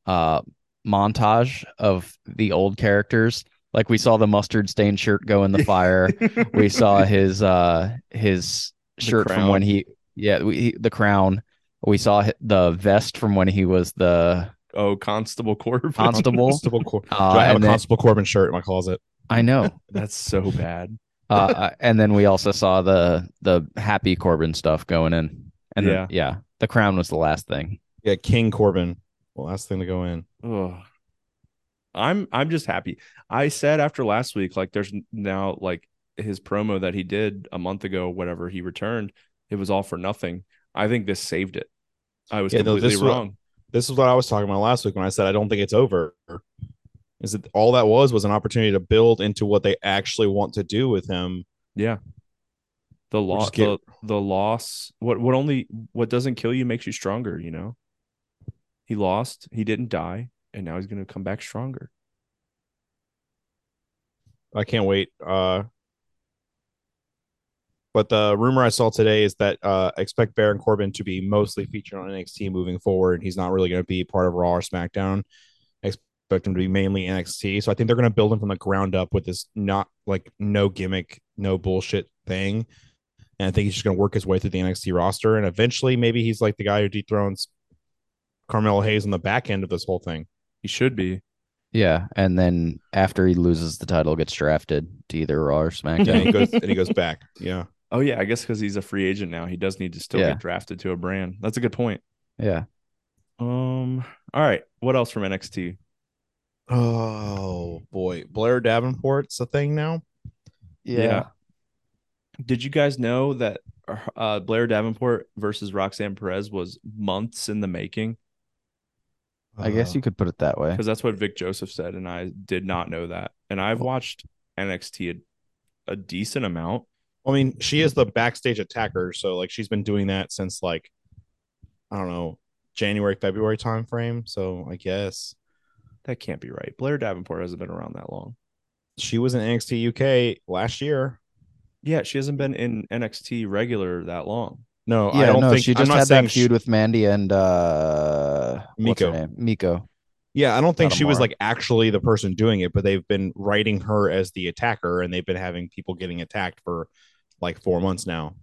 Speaker 2: uh montage of the old characters. Like we saw the mustard stained shirt go in the fire. we saw his uh his
Speaker 1: The
Speaker 2: shirt from
Speaker 1: crown.
Speaker 2: when he yeah we, he, the crown. We saw hi- the vest from when he was the
Speaker 1: oh Constable Corbin.
Speaker 2: constable.
Speaker 4: Constable Cor-
Speaker 2: Uh,
Speaker 4: Do I have a
Speaker 2: and then-
Speaker 4: Constable Corbin shirt in my closet?
Speaker 2: I know.
Speaker 1: That's so bad.
Speaker 2: uh, uh, and then we also saw the the happy Corbin stuff going in, and yeah,
Speaker 1: Yeah.
Speaker 2: yeah, the crown was the last thing.
Speaker 4: Yeah, King Corbin, the last thing to go in.
Speaker 1: Ugh. I'm I'm just happy. I said after last week, like there's now like his promo that he did a month ago, whenever he returned, it was all for nothing. I think this saved it. I was
Speaker 4: Yeah, no,
Speaker 1: completely
Speaker 4: this was-
Speaker 1: wrong.
Speaker 4: this is what I was talking about last week when I said I don't think it's over. Is that all that was was an opportunity to build into what they actually want to do with him?
Speaker 1: the loss
Speaker 4: just get-
Speaker 1: the, the loss what what only what doesn't kill you makes you stronger, you know? He lost, he didn't die, and now he's gonna come back stronger.
Speaker 4: I can't wait. Uh, but the rumor I saw today is that uh, expect Baron Corbin to be mostly featured on NXT moving forward. He's not really going to be part of Raw or SmackDown. Expect him to be mainly NXT. So I think they're going to build him from the ground up with this not like no gimmick, no bullshit thing. And I think he's just going to work his way through the NXT roster. And eventually, maybe he's like the guy who dethrones Carmelo Hayes on the back end of this whole thing.
Speaker 1: He should be.
Speaker 2: Yeah, and then after he loses the title, gets drafted to either Raw or
Speaker 4: Yeah, and
Speaker 2: SmackDown.
Speaker 4: he goes and he goes back. Yeah.
Speaker 1: Oh yeah, I guess because he's a free agent now. He does need to still
Speaker 2: Yeah.
Speaker 1: get drafted to a brand. That's a good point.
Speaker 2: yeah,
Speaker 1: Um. All right. What else from NXT?
Speaker 4: Oh boy, Blair Davenport's a thing now.
Speaker 1: Yeah. Did you guys know that uh, Blair Davenport versus Roxanne Perez was months in the making?
Speaker 2: I
Speaker 4: Uh,
Speaker 2: guess you could put it that way.
Speaker 1: Because that's what Vic Joseph said, and I did not know that. And I've watched NXT a, a decent amount.
Speaker 4: I mean, she is the backstage attacker, so like she's been doing that since like I don't know January February time frame. So I guess
Speaker 1: That can't be right. Blair Davenport hasn't been around that long.
Speaker 4: she was in NXT UK last year.
Speaker 1: Yeah, she hasn't been in NXT regular that long.
Speaker 4: No,
Speaker 2: yeah,
Speaker 4: I don't
Speaker 2: no,
Speaker 4: think
Speaker 2: she just
Speaker 4: I'm not
Speaker 2: had
Speaker 4: saying
Speaker 2: that
Speaker 4: she-
Speaker 2: feud with Mandy and uh, what's her
Speaker 4: Miko.
Speaker 2: name? Miko.
Speaker 4: Yeah, I don't think
Speaker 2: Not
Speaker 4: she was
Speaker 2: Amara.
Speaker 4: like actually the person doing it, but they've been writing her as the attacker, and they've been having people getting attacked for like four months now.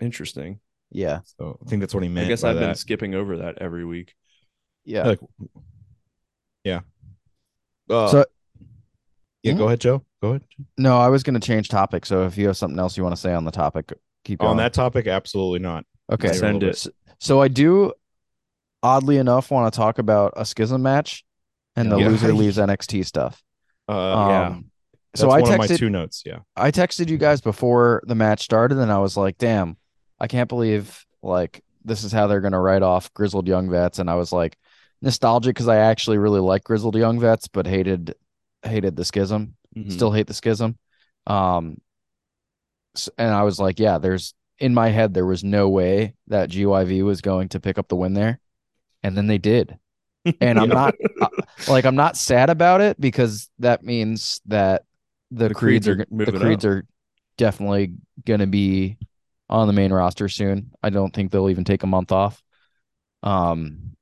Speaker 1: Interesting.
Speaker 2: Yeah,
Speaker 4: So I think that's what he meant.
Speaker 1: I guess
Speaker 4: by
Speaker 1: I've been
Speaker 4: that.
Speaker 1: skipping over that every week.
Speaker 2: yeah.
Speaker 4: Like, yeah. Uh,
Speaker 2: So-
Speaker 4: yeah,
Speaker 2: Hmm?
Speaker 4: go ahead, Joe. Go ahead.
Speaker 2: No, I was gonna change topic. So if you have something else you want to say on the topic, keep going.
Speaker 4: On that topic, absolutely not.
Speaker 2: okay.
Speaker 4: Later.
Speaker 1: Send
Speaker 4: little
Speaker 1: it.
Speaker 2: So I do, oddly enough, want to talk about a schism match and the
Speaker 4: Yeah.
Speaker 2: loser leaves NXT stuff.
Speaker 4: Uh,
Speaker 1: yeah.
Speaker 2: Um,
Speaker 4: that's
Speaker 2: So I
Speaker 4: one
Speaker 2: texted
Speaker 4: of my two notes. Yeah,
Speaker 2: I texted you guys before the match started, and I was like, "Damn, I can't believe like this is how they're gonna write off grizzled young vets." And I was like, nostalgic because I actually really like grizzled young vets, but hated hated the schism.
Speaker 1: Mhm.
Speaker 2: Still hate the schism. Um, s- and I was like, "Yeah, there's." In my head, there was no way that GYV was going to pick up the win there, and then they did. And I'm
Speaker 4: Yeah.
Speaker 2: not uh, like I'm not sad about it because that means that the,
Speaker 1: The
Speaker 2: creeds,
Speaker 1: creeds
Speaker 2: are
Speaker 1: are
Speaker 2: gon- the
Speaker 1: moving
Speaker 2: creeds
Speaker 1: up.
Speaker 2: are definitely gonna be on the main roster soon. I don't think they'll even take a month off. Um,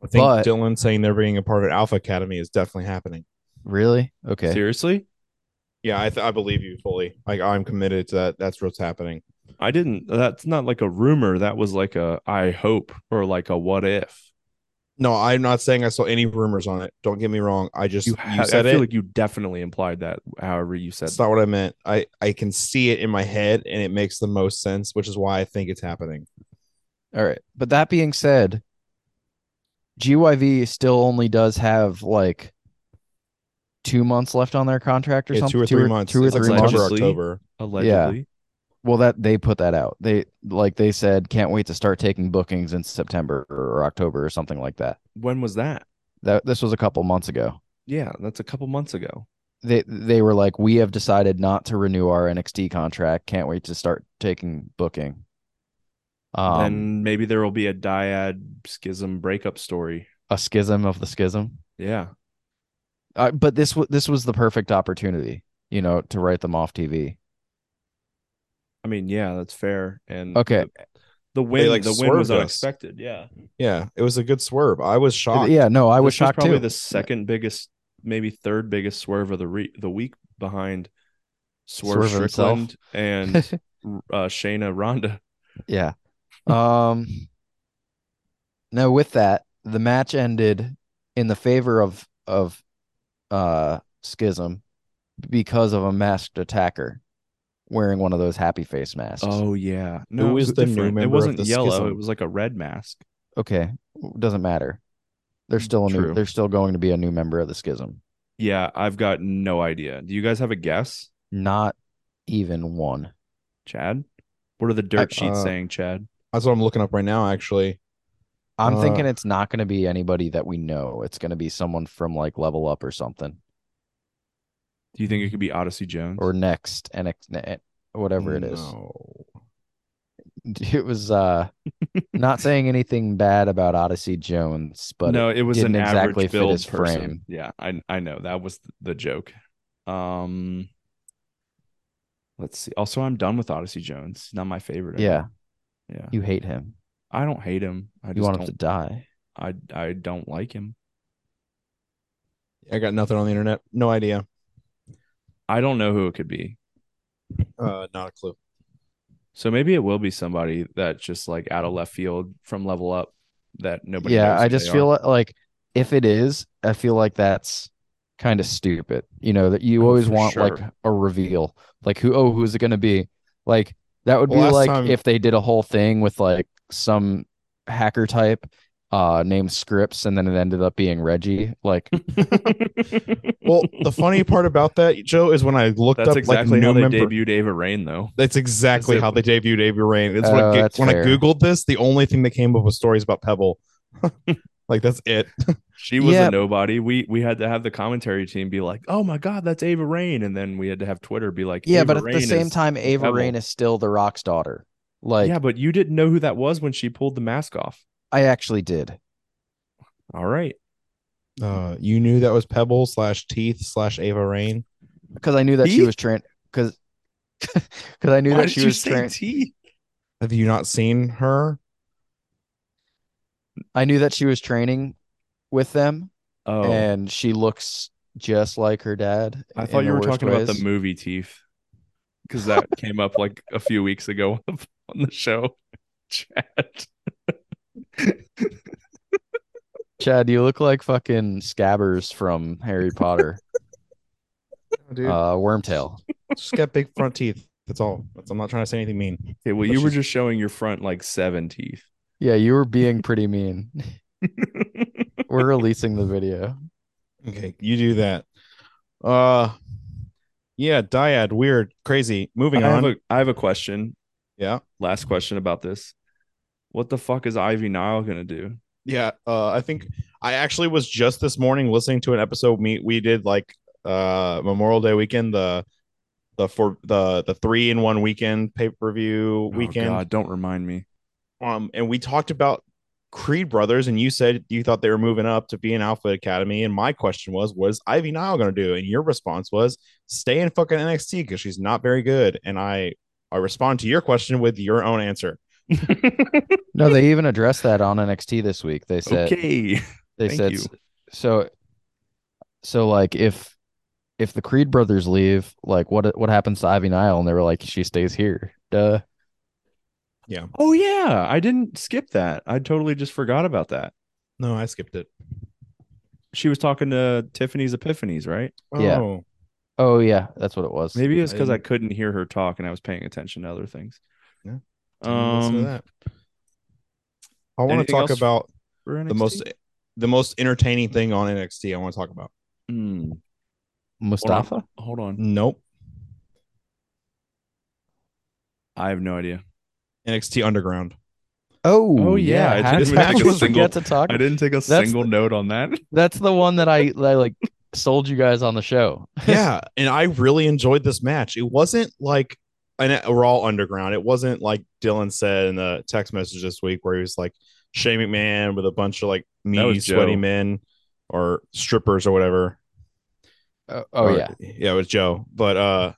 Speaker 4: I think
Speaker 2: But-
Speaker 4: Dylan saying they're being a part of Alpha Academy is definitely happening.
Speaker 2: really? Okay.
Speaker 1: Seriously?
Speaker 4: Yeah, I, th- I believe you fully. Like I'm committed to that. That's what's happening.
Speaker 1: I didn't. That's not like a rumor. That was like a I hope or like a what if.
Speaker 4: No, I'm not saying I saw any rumors on it. Don't get me wrong. I just you,
Speaker 1: ha-
Speaker 4: said
Speaker 1: I feel
Speaker 4: it.
Speaker 1: like you definitely implied that. However, you said
Speaker 4: That's not what I meant. I I can see it in my head, and it makes the most sense, which is why I think it's happening.
Speaker 2: All right. But that being said, GYV still only does have like two months left on their contract or
Speaker 4: Yeah,
Speaker 2: something.
Speaker 4: two or three months.
Speaker 2: Two or
Speaker 4: It's
Speaker 2: three
Speaker 4: like
Speaker 2: months.
Speaker 4: September,
Speaker 1: months.
Speaker 4: October.
Speaker 1: allegedly.
Speaker 2: Well, that they put that out. They like they said can't wait to start taking bookings in September or October or something like that.
Speaker 1: When was that?
Speaker 2: That this was a couple months ago.
Speaker 1: Yeah, that's a couple months ago.
Speaker 2: They they were like we have decided not to renew our NXT contract. Can't wait to start taking booking. Um,
Speaker 1: then maybe there will be a dyad schism breakup story.
Speaker 2: a schism of the schism.
Speaker 1: Yeah.
Speaker 2: Uh, but this was this was the perfect opportunity, you know, to write them off TV.
Speaker 1: I mean, yeah, that's fair. And
Speaker 2: Okay.
Speaker 1: the, the win,
Speaker 4: like,
Speaker 1: the win was
Speaker 4: swerved us.
Speaker 1: unexpected. Yeah,
Speaker 4: Yeah, it was a good swerve. I was shocked.
Speaker 2: Yeah, no, I
Speaker 1: This
Speaker 2: was shocked
Speaker 1: probably
Speaker 2: too.
Speaker 1: the second biggest, maybe third biggest swerve of the re- the week behind Swerve,
Speaker 2: Swerve himself.
Speaker 1: Strickland and uh, Shayna Ronda.
Speaker 2: Yeah. Um now with that, the match ended in the favor of of uh Schism because of a masked attacker wearing one of those happy face masks.
Speaker 1: Oh yeah,
Speaker 4: Who
Speaker 1: it
Speaker 4: is
Speaker 1: was
Speaker 4: the new
Speaker 1: different.
Speaker 4: member
Speaker 1: It
Speaker 4: of
Speaker 1: wasn't
Speaker 4: the
Speaker 1: yellow.
Speaker 4: Schism?
Speaker 1: It was like a red mask.
Speaker 2: Okay. Doesn't matter. There's still a new
Speaker 1: True.
Speaker 2: there's still going to be a new member of the schism.
Speaker 1: Yeah, I've got no idea. Do you guys have a guess,
Speaker 2: Not even one.
Speaker 1: Chad? What are the dirt
Speaker 4: I-
Speaker 1: sheets
Speaker 4: uh,
Speaker 1: saying, Chad?
Speaker 4: That's what I'm looking up right now. Actually,
Speaker 2: I'm
Speaker 4: Uh,
Speaker 2: thinking it's not going to be anybody that we know. It's going to be someone from like level up or something
Speaker 1: Do you think it could be Odyssey Jones?
Speaker 2: or next NX eh, whatever it is.
Speaker 4: No.
Speaker 2: it was uh not saying anything bad about Odyssey Jones, but
Speaker 1: no, it was
Speaker 2: didn't
Speaker 1: an
Speaker 2: exactly
Speaker 1: average
Speaker 2: fit
Speaker 1: build
Speaker 2: his
Speaker 1: person.
Speaker 2: frame.
Speaker 1: Yeah, I I know that was the joke. Um, let's see. Also, I'm done with Odyssey Jones. Not my favorite.
Speaker 2: yeah,
Speaker 1: yeah.
Speaker 2: you hate him.
Speaker 1: I don't hate him. I
Speaker 2: You
Speaker 1: just
Speaker 2: want
Speaker 1: don't.
Speaker 2: him to die.
Speaker 1: I I don't like him.
Speaker 4: I got nothing on the internet. No idea.
Speaker 1: I don't know who it could be.
Speaker 4: Uh, not a clue.
Speaker 1: So maybe it will be somebody that's just like out of left field from level up that nobody.
Speaker 2: yeah,
Speaker 1: knows
Speaker 2: I
Speaker 1: who
Speaker 2: just
Speaker 1: they
Speaker 2: feel
Speaker 1: are.
Speaker 2: li- like if it is, I feel like that's kind of stupid. You know that you
Speaker 1: Oh,
Speaker 2: always
Speaker 1: for
Speaker 2: want like
Speaker 1: sure.
Speaker 2: a reveal, like who? Oh, who's it going to be? Like that would
Speaker 4: Well,
Speaker 2: be
Speaker 4: last
Speaker 2: like
Speaker 4: time-
Speaker 2: if they did a whole thing with like some hacker type uh named Scripps and then it ended up being Reggie. Like
Speaker 4: Well, the funny part about that, Joe, is when I looked
Speaker 1: That's
Speaker 4: up
Speaker 1: exactly
Speaker 4: like
Speaker 1: how
Speaker 4: new
Speaker 1: they
Speaker 4: member.
Speaker 1: debuted Ava Rain, though.
Speaker 4: That's exactly
Speaker 1: That's it.
Speaker 4: how they debuted Avi Rain. It's when,
Speaker 2: Oh,
Speaker 4: I, ge-
Speaker 2: that's
Speaker 4: when I
Speaker 2: fair.
Speaker 4: googled this, the only thing that came up was stories about Pebble. like that's it.
Speaker 1: She was
Speaker 2: Yeah.
Speaker 1: a nobody. We we had to have the commentary team be like, "Oh my god, that's Ava Rain," and then we had to have Twitter be like,
Speaker 2: Yeah,
Speaker 1: "Ava
Speaker 2: but at
Speaker 1: Rain
Speaker 2: the same
Speaker 1: is-"
Speaker 2: time Ava
Speaker 1: Pebble.
Speaker 2: Rain is still the rock's daughter. Like
Speaker 1: yeah, but you didn't know who that was when she pulled the mask off."
Speaker 2: I actually did.
Speaker 1: All right,
Speaker 4: Uh, you knew that was Pebble slash Teeth slash Ava Rain.
Speaker 2: Because I knew that she
Speaker 1: Teeth?
Speaker 2: was trans because because I knew
Speaker 1: Why
Speaker 2: that
Speaker 1: did
Speaker 2: she
Speaker 1: you
Speaker 2: was
Speaker 1: say
Speaker 2: trans
Speaker 1: teeth?
Speaker 4: Have you not seen her?
Speaker 2: I knew that she was training with them
Speaker 1: Oh,
Speaker 2: and she looks just like her dad.
Speaker 1: I
Speaker 2: in
Speaker 1: thought
Speaker 2: the
Speaker 1: you were
Speaker 2: worst
Speaker 1: talking about
Speaker 2: ways.
Speaker 1: the movie Teeth because that came up like a few weeks ago on the show chat.
Speaker 2: Chad, you look like fucking Scabbers from Harry Potter.
Speaker 4: Dude,
Speaker 2: uh, Wormtail.
Speaker 4: just got big front teeth. That's all. That's, I'm not trying to say anything mean.
Speaker 1: Okay, well,
Speaker 4: But
Speaker 1: you were
Speaker 4: she's-
Speaker 1: just showing your front like seven teeth.
Speaker 2: Yeah, you were being pretty mean. we're releasing the video.
Speaker 4: Okay, you do that. Uh, yeah, dyad, weird, crazy.
Speaker 1: I
Speaker 4: Moving
Speaker 1: have
Speaker 4: on.
Speaker 1: a I have a question.
Speaker 4: yeah,
Speaker 1: Last question about this. What the fuck is Ivy Nile gonna do?
Speaker 4: Yeah, uh, I think I actually was just this morning listening to an episode we we did like uh Memorial Day weekend the the for the the three in one weekend pay per view
Speaker 1: Oh,
Speaker 4: weekend
Speaker 1: God, don't remind me.
Speaker 4: um and we talked about Creed Brothers and you said you thought they were moving up to be an Alpha Academy and my question was what is Ivy Nile going to do and your response was stay in fucking NXT because she's not very good and I I respond to your question with your own answer
Speaker 2: No, they even addressed that on NXT this week. They said
Speaker 1: Okay.
Speaker 2: they
Speaker 1: thank
Speaker 2: said
Speaker 1: you.
Speaker 2: so. So like if if the Creed brothers leave, like what what happens to Ivy Nile? And they were like, she stays here. Duh.
Speaker 1: Oh yeah, I didn't skip that. I totally just forgot about that.
Speaker 4: no I skipped it
Speaker 1: She was talking to Tiffany's Epiphanies, right?
Speaker 2: Yeah.
Speaker 4: Oh.
Speaker 2: Oh yeah, that's what it was.
Speaker 1: Maybe it's because
Speaker 4: I
Speaker 1: I couldn't hear her talk and I was paying attention to other things.
Speaker 4: Yeah.
Speaker 1: Um,
Speaker 4: I want to
Speaker 1: anything
Speaker 4: talk
Speaker 1: else
Speaker 4: about
Speaker 1: for
Speaker 4: the most
Speaker 1: NXT?
Speaker 4: the most entertaining thing on NXT. I want to talk about.
Speaker 1: Hmm,
Speaker 2: Mustafa.
Speaker 1: hold on.
Speaker 4: Nope,
Speaker 1: I have no idea.
Speaker 4: NXT Underground.
Speaker 2: Oh,
Speaker 1: Oh, yeah, I
Speaker 2: How
Speaker 1: didn't
Speaker 2: did how
Speaker 4: take a
Speaker 2: did we
Speaker 1: single-
Speaker 2: forget to talk?
Speaker 1: I didn't take a
Speaker 2: That's
Speaker 1: single note on that.
Speaker 2: That's the one that I, that I like sold you guys on the show.
Speaker 4: yeah, and I really enjoyed this match. It wasn't like an a Raw Underground. It wasn't like Dylan said in the text message this week, where he was like Shane McMahon with a bunch of like meaty,
Speaker 1: was Joe.
Speaker 4: sweaty men or strippers or whatever.
Speaker 2: Oh, oh
Speaker 4: Or-
Speaker 2: yeah.
Speaker 4: yeah, it was Joe. But uh,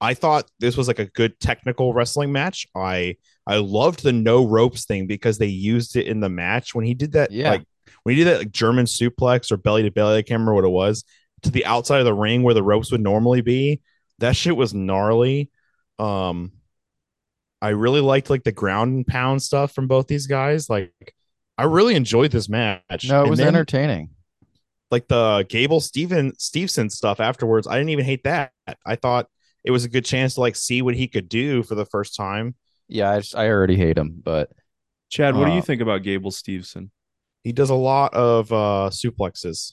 Speaker 4: I thought this was like a good technical wrestling match. I I loved the no ropes thing because they used it in the match when he did that.
Speaker 2: Yeah.
Speaker 4: like when he did that like German suplex or belly to belly. I can't remember what it was to the outside of the ring where the ropes would normally be. That shit was gnarly. Um, I really liked like the ground and pound stuff from both these guys. Like, I really enjoyed this match.
Speaker 2: No, it
Speaker 4: And
Speaker 2: was
Speaker 4: then-
Speaker 2: entertaining.
Speaker 4: like the Gable Steven Stevenson stuff afterwards. I didn't even hate that. I thought it was a good chance to like see what he could do for the first time.
Speaker 2: Yeah, I, just, I already hate him, but
Speaker 1: Chad, what do
Speaker 2: Uh,
Speaker 1: you think about Gable Stevenson?
Speaker 4: He does a lot of uh suplexes.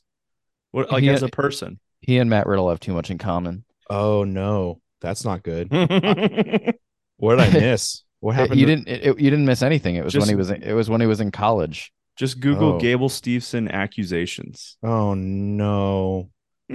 Speaker 1: What like
Speaker 2: he-
Speaker 1: as a person?
Speaker 2: he and Matt Riddle have too much in common.
Speaker 4: Oh no, that's not good.
Speaker 1: Just
Speaker 4: What did I miss? What
Speaker 2: It-
Speaker 4: happened?
Speaker 2: you
Speaker 4: to-
Speaker 2: didn't it, it- you didn't miss anything. It was
Speaker 1: Just-
Speaker 2: when he was in, it was when he was in college.
Speaker 1: Google
Speaker 4: Oh.
Speaker 1: Gable Stevenson accusations.
Speaker 4: Oh no.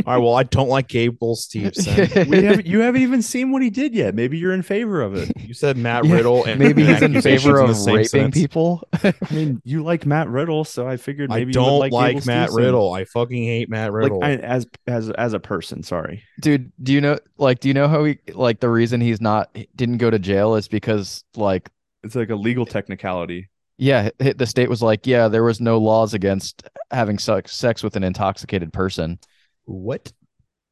Speaker 4: All right, well, I don't like Gable Stevenson.
Speaker 1: We haven't, you haven't even seen what he did yet. Maybe you're in favor of it.
Speaker 4: You said Matt
Speaker 2: Yeah,
Speaker 4: Riddle, and
Speaker 2: Maybe
Speaker 4: and
Speaker 2: he's in
Speaker 4: accusations
Speaker 2: favor
Speaker 4: the
Speaker 2: of
Speaker 4: same
Speaker 2: raping
Speaker 4: sentence.
Speaker 2: people.
Speaker 1: I mean, you like Matt Riddle, so I figured
Speaker 4: I
Speaker 1: maybe you would
Speaker 4: don't
Speaker 1: like,
Speaker 4: like,
Speaker 1: Gable
Speaker 4: Matt
Speaker 1: Stevenson.
Speaker 4: Riddle. I fucking hate Matt
Speaker 1: Like
Speaker 4: Riddle.
Speaker 1: I, as as as a person, sorry.
Speaker 2: Dude, do you know like do you know how he like the reason he's not didn't go to jail is because like
Speaker 1: It's like a legal technicality.
Speaker 2: yeah, hi- the state was like, yeah, there was no laws against having sex sex with an intoxicated person
Speaker 4: what?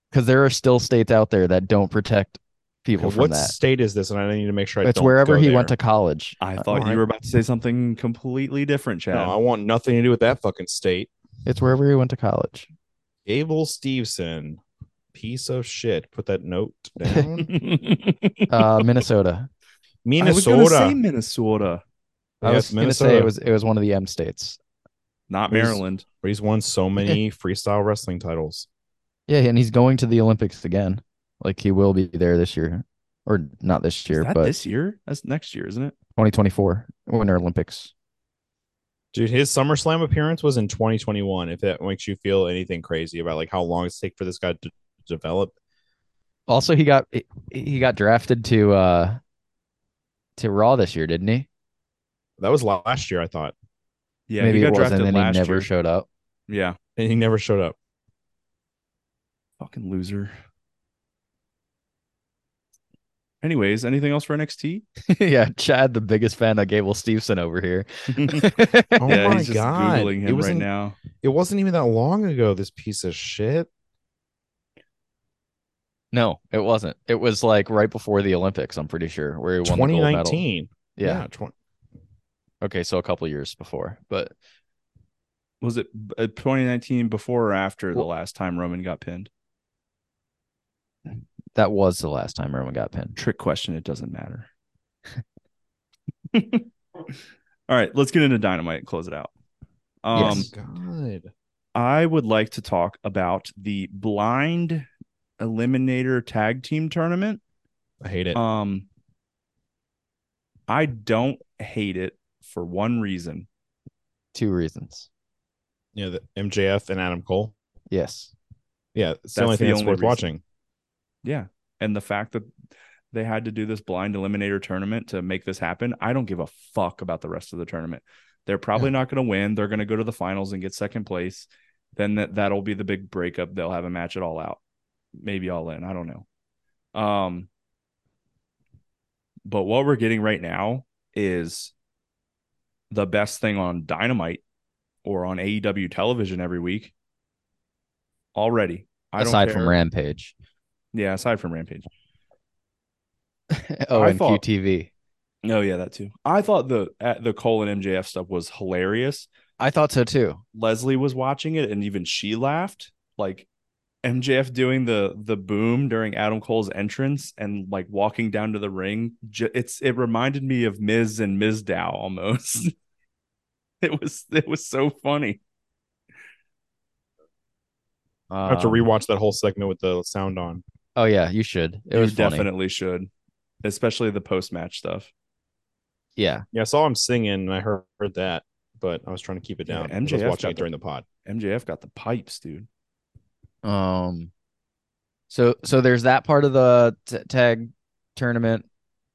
Speaker 2: because there are still states out there that don't protect people from
Speaker 4: What
Speaker 2: that.
Speaker 4: state is this? And I need to make sure I
Speaker 2: It's
Speaker 4: don't
Speaker 2: wherever
Speaker 4: go
Speaker 2: he
Speaker 4: there.
Speaker 2: went to college.
Speaker 1: I thought
Speaker 4: alright.
Speaker 1: you were about to say something completely different, Chad.
Speaker 4: Uh, No, I want nothing to do with that fucking state.
Speaker 2: It's wherever he went to college.
Speaker 4: Gable Steveson, piece of shit. Put that note down.
Speaker 2: Uh, Minnesota.
Speaker 1: I was gonna say
Speaker 4: Minnesota.
Speaker 1: Minnesota.
Speaker 2: I
Speaker 4: Yes,
Speaker 2: was gonna say it was it was one of the M states.
Speaker 1: not
Speaker 4: Who's-
Speaker 1: Maryland.
Speaker 4: But he's won so many freestyle wrestling titles.
Speaker 2: Yeah, and he's going to the Olympics again. Like he will be there this year, or not this
Speaker 1: Is
Speaker 2: year,
Speaker 1: that
Speaker 2: but
Speaker 1: this year? That's next year, isn't it?
Speaker 2: 2024 Winter Olympics.
Speaker 4: Dude, his SummerSlam appearance was in 2021. If that makes you feel anything crazy about like how long it's take for this guy to develop,
Speaker 2: Also, he got he- he got drafted to uh to Raw this year, didn't he?
Speaker 4: that was la- last year, I thought,
Speaker 1: Yeah,
Speaker 2: Maybe
Speaker 1: he
Speaker 2: it
Speaker 1: got
Speaker 2: was, and
Speaker 1: drafted
Speaker 2: then he
Speaker 1: last
Speaker 2: never
Speaker 1: year.
Speaker 2: showed up.
Speaker 1: yeah,
Speaker 4: and he never showed up.
Speaker 1: fucking loser. Anyways, anything else for NXT?
Speaker 2: yeah, Chad, the biggest fan of Gable Steveson over here.
Speaker 4: Oh
Speaker 1: yeah,
Speaker 4: my
Speaker 1: he's just
Speaker 4: god,
Speaker 1: googling
Speaker 4: it
Speaker 1: him right
Speaker 4: wasn't.
Speaker 1: now.
Speaker 4: It wasn't even that long ago. This piece of shit.
Speaker 2: no, it wasn't. It was like right before the Olympics. I'm pretty sure where he won the gold medal.
Speaker 4: 2019.
Speaker 2: Yeah.
Speaker 4: twen-
Speaker 2: Okay, so a couple years before, but
Speaker 1: Was it uh, 2019 before or after the
Speaker 2: Well-
Speaker 1: last time Roman got pinned?
Speaker 2: that was the last time Roman got pinned.
Speaker 1: Trick question. It doesn't matter. All right, let's get into Dynamite and close it out. Um,
Speaker 2: Yes.
Speaker 4: God.
Speaker 1: I would like to talk about the blind eliminator tag team tournament.
Speaker 4: I hate it.
Speaker 1: Um, I don't hate it for one reason.
Speaker 2: Two reasons.
Speaker 4: yeah, the MJF and Adam Cole.
Speaker 2: Yes.
Speaker 4: Yeah, it's the
Speaker 1: That's
Speaker 4: only thing
Speaker 1: the
Speaker 4: that's
Speaker 1: only
Speaker 4: worth
Speaker 1: reason.
Speaker 4: watching.
Speaker 1: Yeah. And the fact that they had to do this blind eliminator tournament to make this happen, I don't give a fuck about the rest of the tournament. They're probably not going to win. They're going to go to the finals and get second place. Then that that'll be the big breakup. They'll have a match at all out. Maybe all in. I don't know. Um but what we're getting right now is the best thing on Dynamite or on AEW television every week already. I don't
Speaker 2: aside from
Speaker 1: care.
Speaker 2: Rampage.
Speaker 1: Yeah, aside from Rampage.
Speaker 2: oh,
Speaker 1: I
Speaker 2: and
Speaker 1: thought-
Speaker 2: QTV.
Speaker 1: Oh yeah, that too. I thought the uh, the Cole and MJF stuff was hilarious.
Speaker 2: I thought so too.
Speaker 1: Leslie was watching it, and even she laughed. Like MJF doing the the boom during Adam Cole's entrance and like walking down to the ring. J- It's it reminded me of Miz and Ms. Dow almost. it was it was so funny.
Speaker 4: I have to
Speaker 2: Um,
Speaker 4: rewatch that whole segment with the sound on.
Speaker 2: Oh yeah, you should. It
Speaker 1: you
Speaker 2: was funny.
Speaker 1: definitely should, especially the post match stuff.
Speaker 2: Yeah,
Speaker 4: Yeah, I saw him singing and I heard, heard that, but I was trying to keep it
Speaker 1: Yeah,
Speaker 4: down. I was
Speaker 1: MJF
Speaker 4: watching
Speaker 1: got
Speaker 4: it during the pod.
Speaker 1: MJF got the pipes, dude.
Speaker 2: Um, so so there's that part of the t- tag tournament,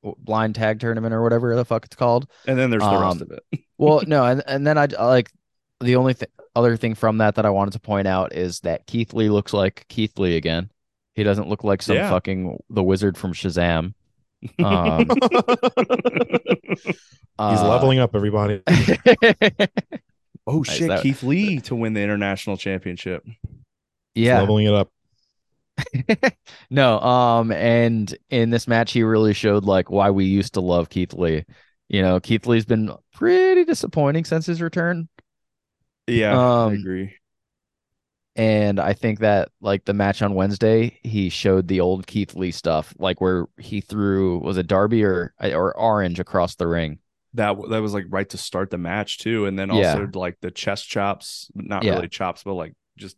Speaker 2: w- blind tag tournament or whatever the fuck it's called.
Speaker 1: And then there's the rest
Speaker 2: Um,
Speaker 1: of it.
Speaker 2: Well, no, and and then I I like the only th- other thing from that that I wanted to point out is that Keith Lee looks like Keith Lee again. He doesn't look like some
Speaker 1: Yeah.
Speaker 2: fucking the wizard from Shazam. Um,
Speaker 4: He's
Speaker 2: uh,
Speaker 4: leveling up, everybody.
Speaker 1: Oh
Speaker 2: Nice,
Speaker 1: shit,
Speaker 2: that-
Speaker 1: Keith Lee to win the international championship.
Speaker 2: yeah.
Speaker 4: Leveling it up.
Speaker 2: No, um, and in this match, he really showed like why we used to love Keith Lee. You know, Keith Lee's been pretty disappointing since his return,
Speaker 1: Yeah,
Speaker 2: Um,
Speaker 1: I agree.
Speaker 2: and I think that like the match on Wednesday, he showed the old Keith Lee stuff, like where he threw was it Darby or or Orange across the ring.
Speaker 1: That w- that was like right to start the match too, and then
Speaker 2: Yeah.
Speaker 1: also like the chest chops, not
Speaker 2: Yeah.
Speaker 1: really chops, but like just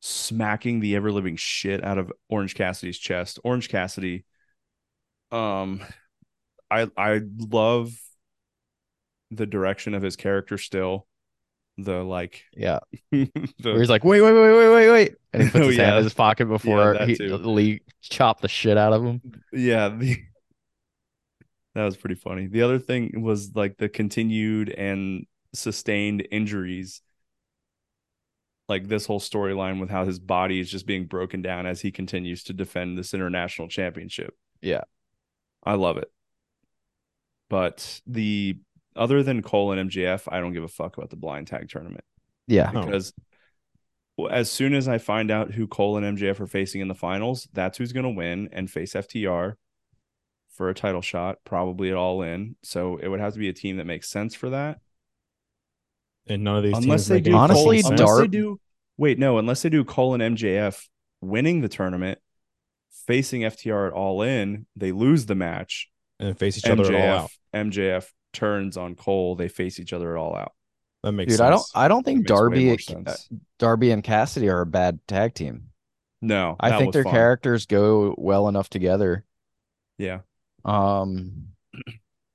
Speaker 1: smacking the ever living shit out of Orange Cassidy's chest. Orange Cassidy, um, I I love the direction of his character still. The like
Speaker 2: Yeah, where
Speaker 1: the
Speaker 2: he's like, wait, wait, wait, wait, wait, wait, and he puts
Speaker 1: Oh,
Speaker 2: his hand
Speaker 1: yeah.
Speaker 2: in his pocket before
Speaker 1: that
Speaker 2: he
Speaker 1: too.
Speaker 2: Lee chopped the shit out of him.
Speaker 1: yeah the that was pretty funny the other thing was like the continued and sustained injuries like this whole storyline with how his body is just being broken down as he continues to defend this international championship
Speaker 2: Yeah.
Speaker 1: i love it but the other than cole and mjf i don't give a fuck about the blind tag tournament
Speaker 2: Yeah,
Speaker 4: Oh.
Speaker 1: because well, as soon as I find out who Cole and MJF are facing in the finals, that's who's going to win and face FTR for a title shot, probably at all in. So it would have to be a team that makes sense for that,
Speaker 4: And none of these
Speaker 1: unless
Speaker 4: teams
Speaker 1: they
Speaker 4: make
Speaker 1: do
Speaker 4: any
Speaker 2: Honestly,
Speaker 1: Cole,
Speaker 4: sense.
Speaker 1: unless they
Speaker 2: Darby-
Speaker 1: do. Wait, no, unless they do Cole and MJF winning the tournament, facing FTR at all in, they lose the match.
Speaker 4: and face each other at
Speaker 1: MJF
Speaker 4: all out.
Speaker 1: MJF turns on Cole, they face each other at all out.
Speaker 5: That makes
Speaker 2: Dude,
Speaker 5: sense.
Speaker 2: I don't I don't
Speaker 1: That
Speaker 2: think
Speaker 1: makes way
Speaker 2: Darby
Speaker 1: more
Speaker 2: uh,
Speaker 1: sense.
Speaker 2: Darby and Cassidy are a bad tag team.
Speaker 1: No,
Speaker 2: I
Speaker 1: that
Speaker 2: think
Speaker 1: was
Speaker 2: their
Speaker 1: fun.
Speaker 2: characters go well enough together.
Speaker 1: Yeah,
Speaker 2: Um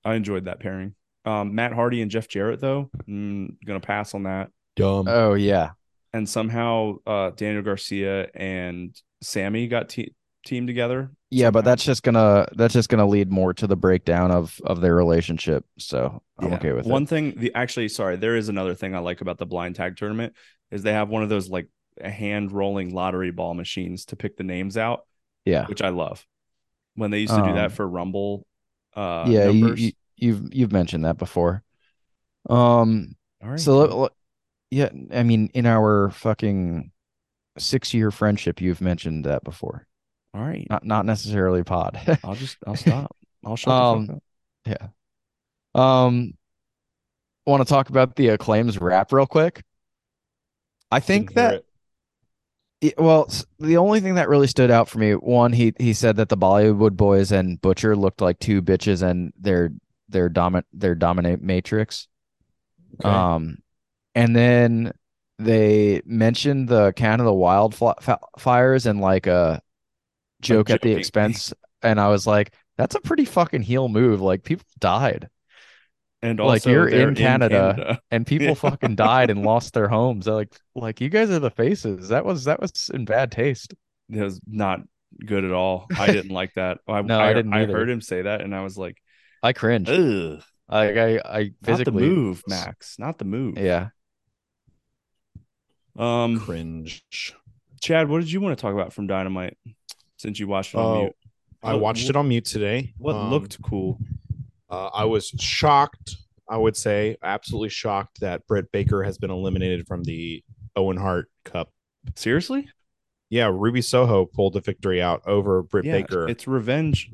Speaker 1: I enjoyed that pairing. Um, Matt Hardy and Jeff Jarrett, though, mm, gonna pass on that.
Speaker 5: Dumb.
Speaker 2: oh yeah.
Speaker 1: And somehow, uh, Daniel Garcia and Sammy got te- teamed together.
Speaker 2: Yeah, but
Speaker 1: somehow.
Speaker 2: that's just gonna that's just gonna lead more to the breakdown of of their relationship. So I'm
Speaker 1: Yeah.
Speaker 2: okay with
Speaker 1: one
Speaker 2: it.
Speaker 1: thing. The actually, sorry, there is another thing I like about the blind tag tournament is they have one of those like hand rolling lottery ball machines to pick the names out,
Speaker 2: Yeah.
Speaker 1: which I love. When they used to do
Speaker 2: Um,
Speaker 1: that for Rumble, uh,
Speaker 2: yeah, you,
Speaker 1: numbers.
Speaker 2: you you've you've mentioned that before. Um
Speaker 1: All right,
Speaker 2: so
Speaker 1: man.
Speaker 2: look, look- yeah, I mean in our fucking six year friendship you've mentioned that before.
Speaker 1: all right,
Speaker 2: Not not necessarily pod.
Speaker 1: I'll just I'll stop. I'll shut the
Speaker 2: Um,
Speaker 1: fuck up. Oh.
Speaker 2: Um, want to talk about the acclaims rap real quick? I think
Speaker 4: Didn't hear
Speaker 2: that
Speaker 4: it.
Speaker 2: it- well, s- the only thing that really stood out for me, one, he he said that the Bollywood boys and Butcher looked like two bitches and their their dominant their dominate matrix.
Speaker 5: Okay.
Speaker 2: Um, and then they mentioned the count of the wildfires and like a joke at the
Speaker 1: joking.
Speaker 2: expense, and I was like, that's a pretty fucking heel move. Like people died.
Speaker 1: And also,
Speaker 2: like, you're in
Speaker 1: they're
Speaker 2: Canada.
Speaker 1: Canada.
Speaker 2: and people
Speaker 1: Yeah.
Speaker 2: fucking died and lost their homes. They're like, like you guys are the faces. That was that was in bad taste.
Speaker 1: That was not good at all. I didn't like that. I,
Speaker 2: No, I
Speaker 1: I,
Speaker 2: didn't
Speaker 1: I
Speaker 2: either.
Speaker 1: heard him say that, and I was like,
Speaker 2: I cringe.
Speaker 1: "Ugh,
Speaker 2: Like I, I
Speaker 1: not the
Speaker 2: physically
Speaker 1: move, Max. Not the move."
Speaker 2: Yeah.
Speaker 1: Um,
Speaker 5: Cringe.
Speaker 1: Chad, what did you want to talk about from Dynamite? Since you watched it on
Speaker 4: Oh,
Speaker 1: mute,
Speaker 4: I watched it on mute today.
Speaker 1: what
Speaker 4: Um,
Speaker 1: looked cool?
Speaker 4: Uh, I was shocked. I would say absolutely shocked that Britt Baker has been eliminated from the Owen Hart Cup.
Speaker 1: Seriously,
Speaker 4: Yeah, Ruby Soho pulled the victory out over Britt
Speaker 1: yeah,
Speaker 4: Baker.
Speaker 1: It's revenge.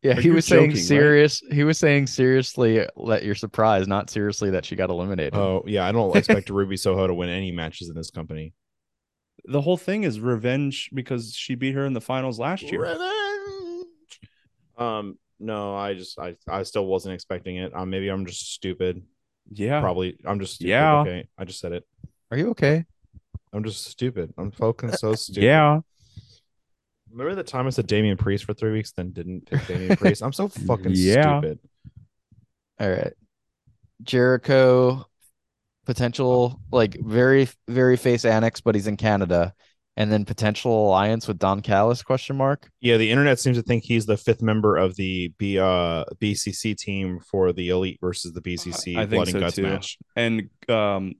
Speaker 2: Yeah,
Speaker 1: But
Speaker 2: he
Speaker 1: you're
Speaker 2: was
Speaker 1: joking,
Speaker 2: saying
Speaker 1: right?
Speaker 2: serious. He was saying seriously that you're surprised, not seriously that she got eliminated.
Speaker 4: Oh yeah, I don't expect Ruby Soho to win any matches in this company.
Speaker 1: The whole thing is revenge because she beat her in the finals last year.
Speaker 4: Revenge. Um, no, I just I I still wasn't expecting it. Um, maybe I'm just stupid.
Speaker 1: Yeah,
Speaker 4: Probably I'm just stupid.
Speaker 1: Yeah.
Speaker 4: Okay, I just said it.
Speaker 2: Are you okay?
Speaker 4: I'm just stupid. I'm fucking so stupid.
Speaker 1: yeah.
Speaker 4: Remember the time I said Damian Priest for three weeks, then didn't pick Damian Priest? I'm so fucking
Speaker 1: Yeah.
Speaker 4: stupid.
Speaker 2: All right. Jericho, potential like very very face annex, but he's in Canada, and then potential alliance with Don Callis? Question mark.
Speaker 4: Yeah, the internet seems to think he's the fifth member of the B, uh, BCC team for the Elite versus
Speaker 1: Uh,
Speaker 4: the BCC
Speaker 1: I think
Speaker 4: Blood and
Speaker 1: so,
Speaker 4: Guts
Speaker 1: too.
Speaker 4: match.
Speaker 1: And um,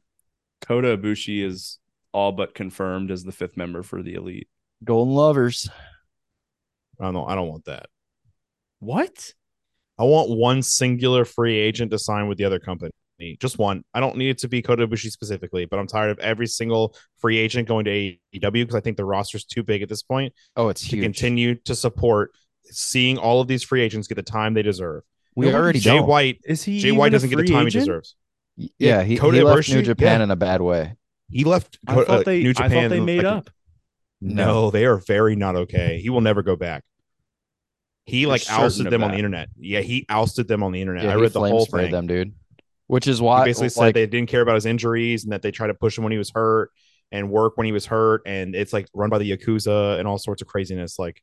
Speaker 1: Kota Ibushi is all but confirmed as the fifth member for the Elite.
Speaker 2: Golden Lovers.
Speaker 4: I don't know. I don't want that.
Speaker 1: What?
Speaker 4: I want one singular free agent to sign with the other company. Just one. I don't need it to be Kota Ibushi specifically, but I'm tired of every single free agent going to AEW because I think the roster's too big at this point
Speaker 2: Oh, it's
Speaker 4: to
Speaker 2: huge.
Speaker 4: continue to support seeing all of these free agents get the time they deserve.
Speaker 2: We
Speaker 1: Nobody-
Speaker 2: already
Speaker 4: Jay
Speaker 2: don't.
Speaker 4: White,
Speaker 1: Is he?
Speaker 4: Jay
Speaker 1: even
Speaker 4: White
Speaker 1: a
Speaker 4: doesn't get the
Speaker 1: free
Speaker 4: time he
Speaker 1: agent?
Speaker 4: deserves.
Speaker 2: yeah, he,
Speaker 4: Kota
Speaker 2: he left New
Speaker 4: Ibushi,
Speaker 2: Japan
Speaker 4: yeah.
Speaker 2: in a bad way.
Speaker 4: He left.
Speaker 1: I
Speaker 4: uh,
Speaker 1: thought they.
Speaker 4: New
Speaker 1: I
Speaker 4: Japan
Speaker 1: thought they
Speaker 4: in,
Speaker 1: made
Speaker 4: like,
Speaker 1: up.
Speaker 4: No, they are very not okay. He will never go back. He
Speaker 1: You're
Speaker 4: like
Speaker 1: certain
Speaker 4: ousted
Speaker 1: of
Speaker 4: them on
Speaker 1: that.
Speaker 4: the internet. Yeah, he ousted them on the internet.
Speaker 2: Yeah,
Speaker 4: I
Speaker 2: he
Speaker 4: read the
Speaker 2: flame
Speaker 4: whole
Speaker 2: sprayed
Speaker 4: thing.
Speaker 2: them, dude. Which is
Speaker 4: He
Speaker 2: why,
Speaker 4: basically
Speaker 2: like,
Speaker 4: said they didn't care about his injuries and that they tried to push him when he was hurt and work when he was hurt. And it's like run by the Yakuza and all sorts of craziness. Like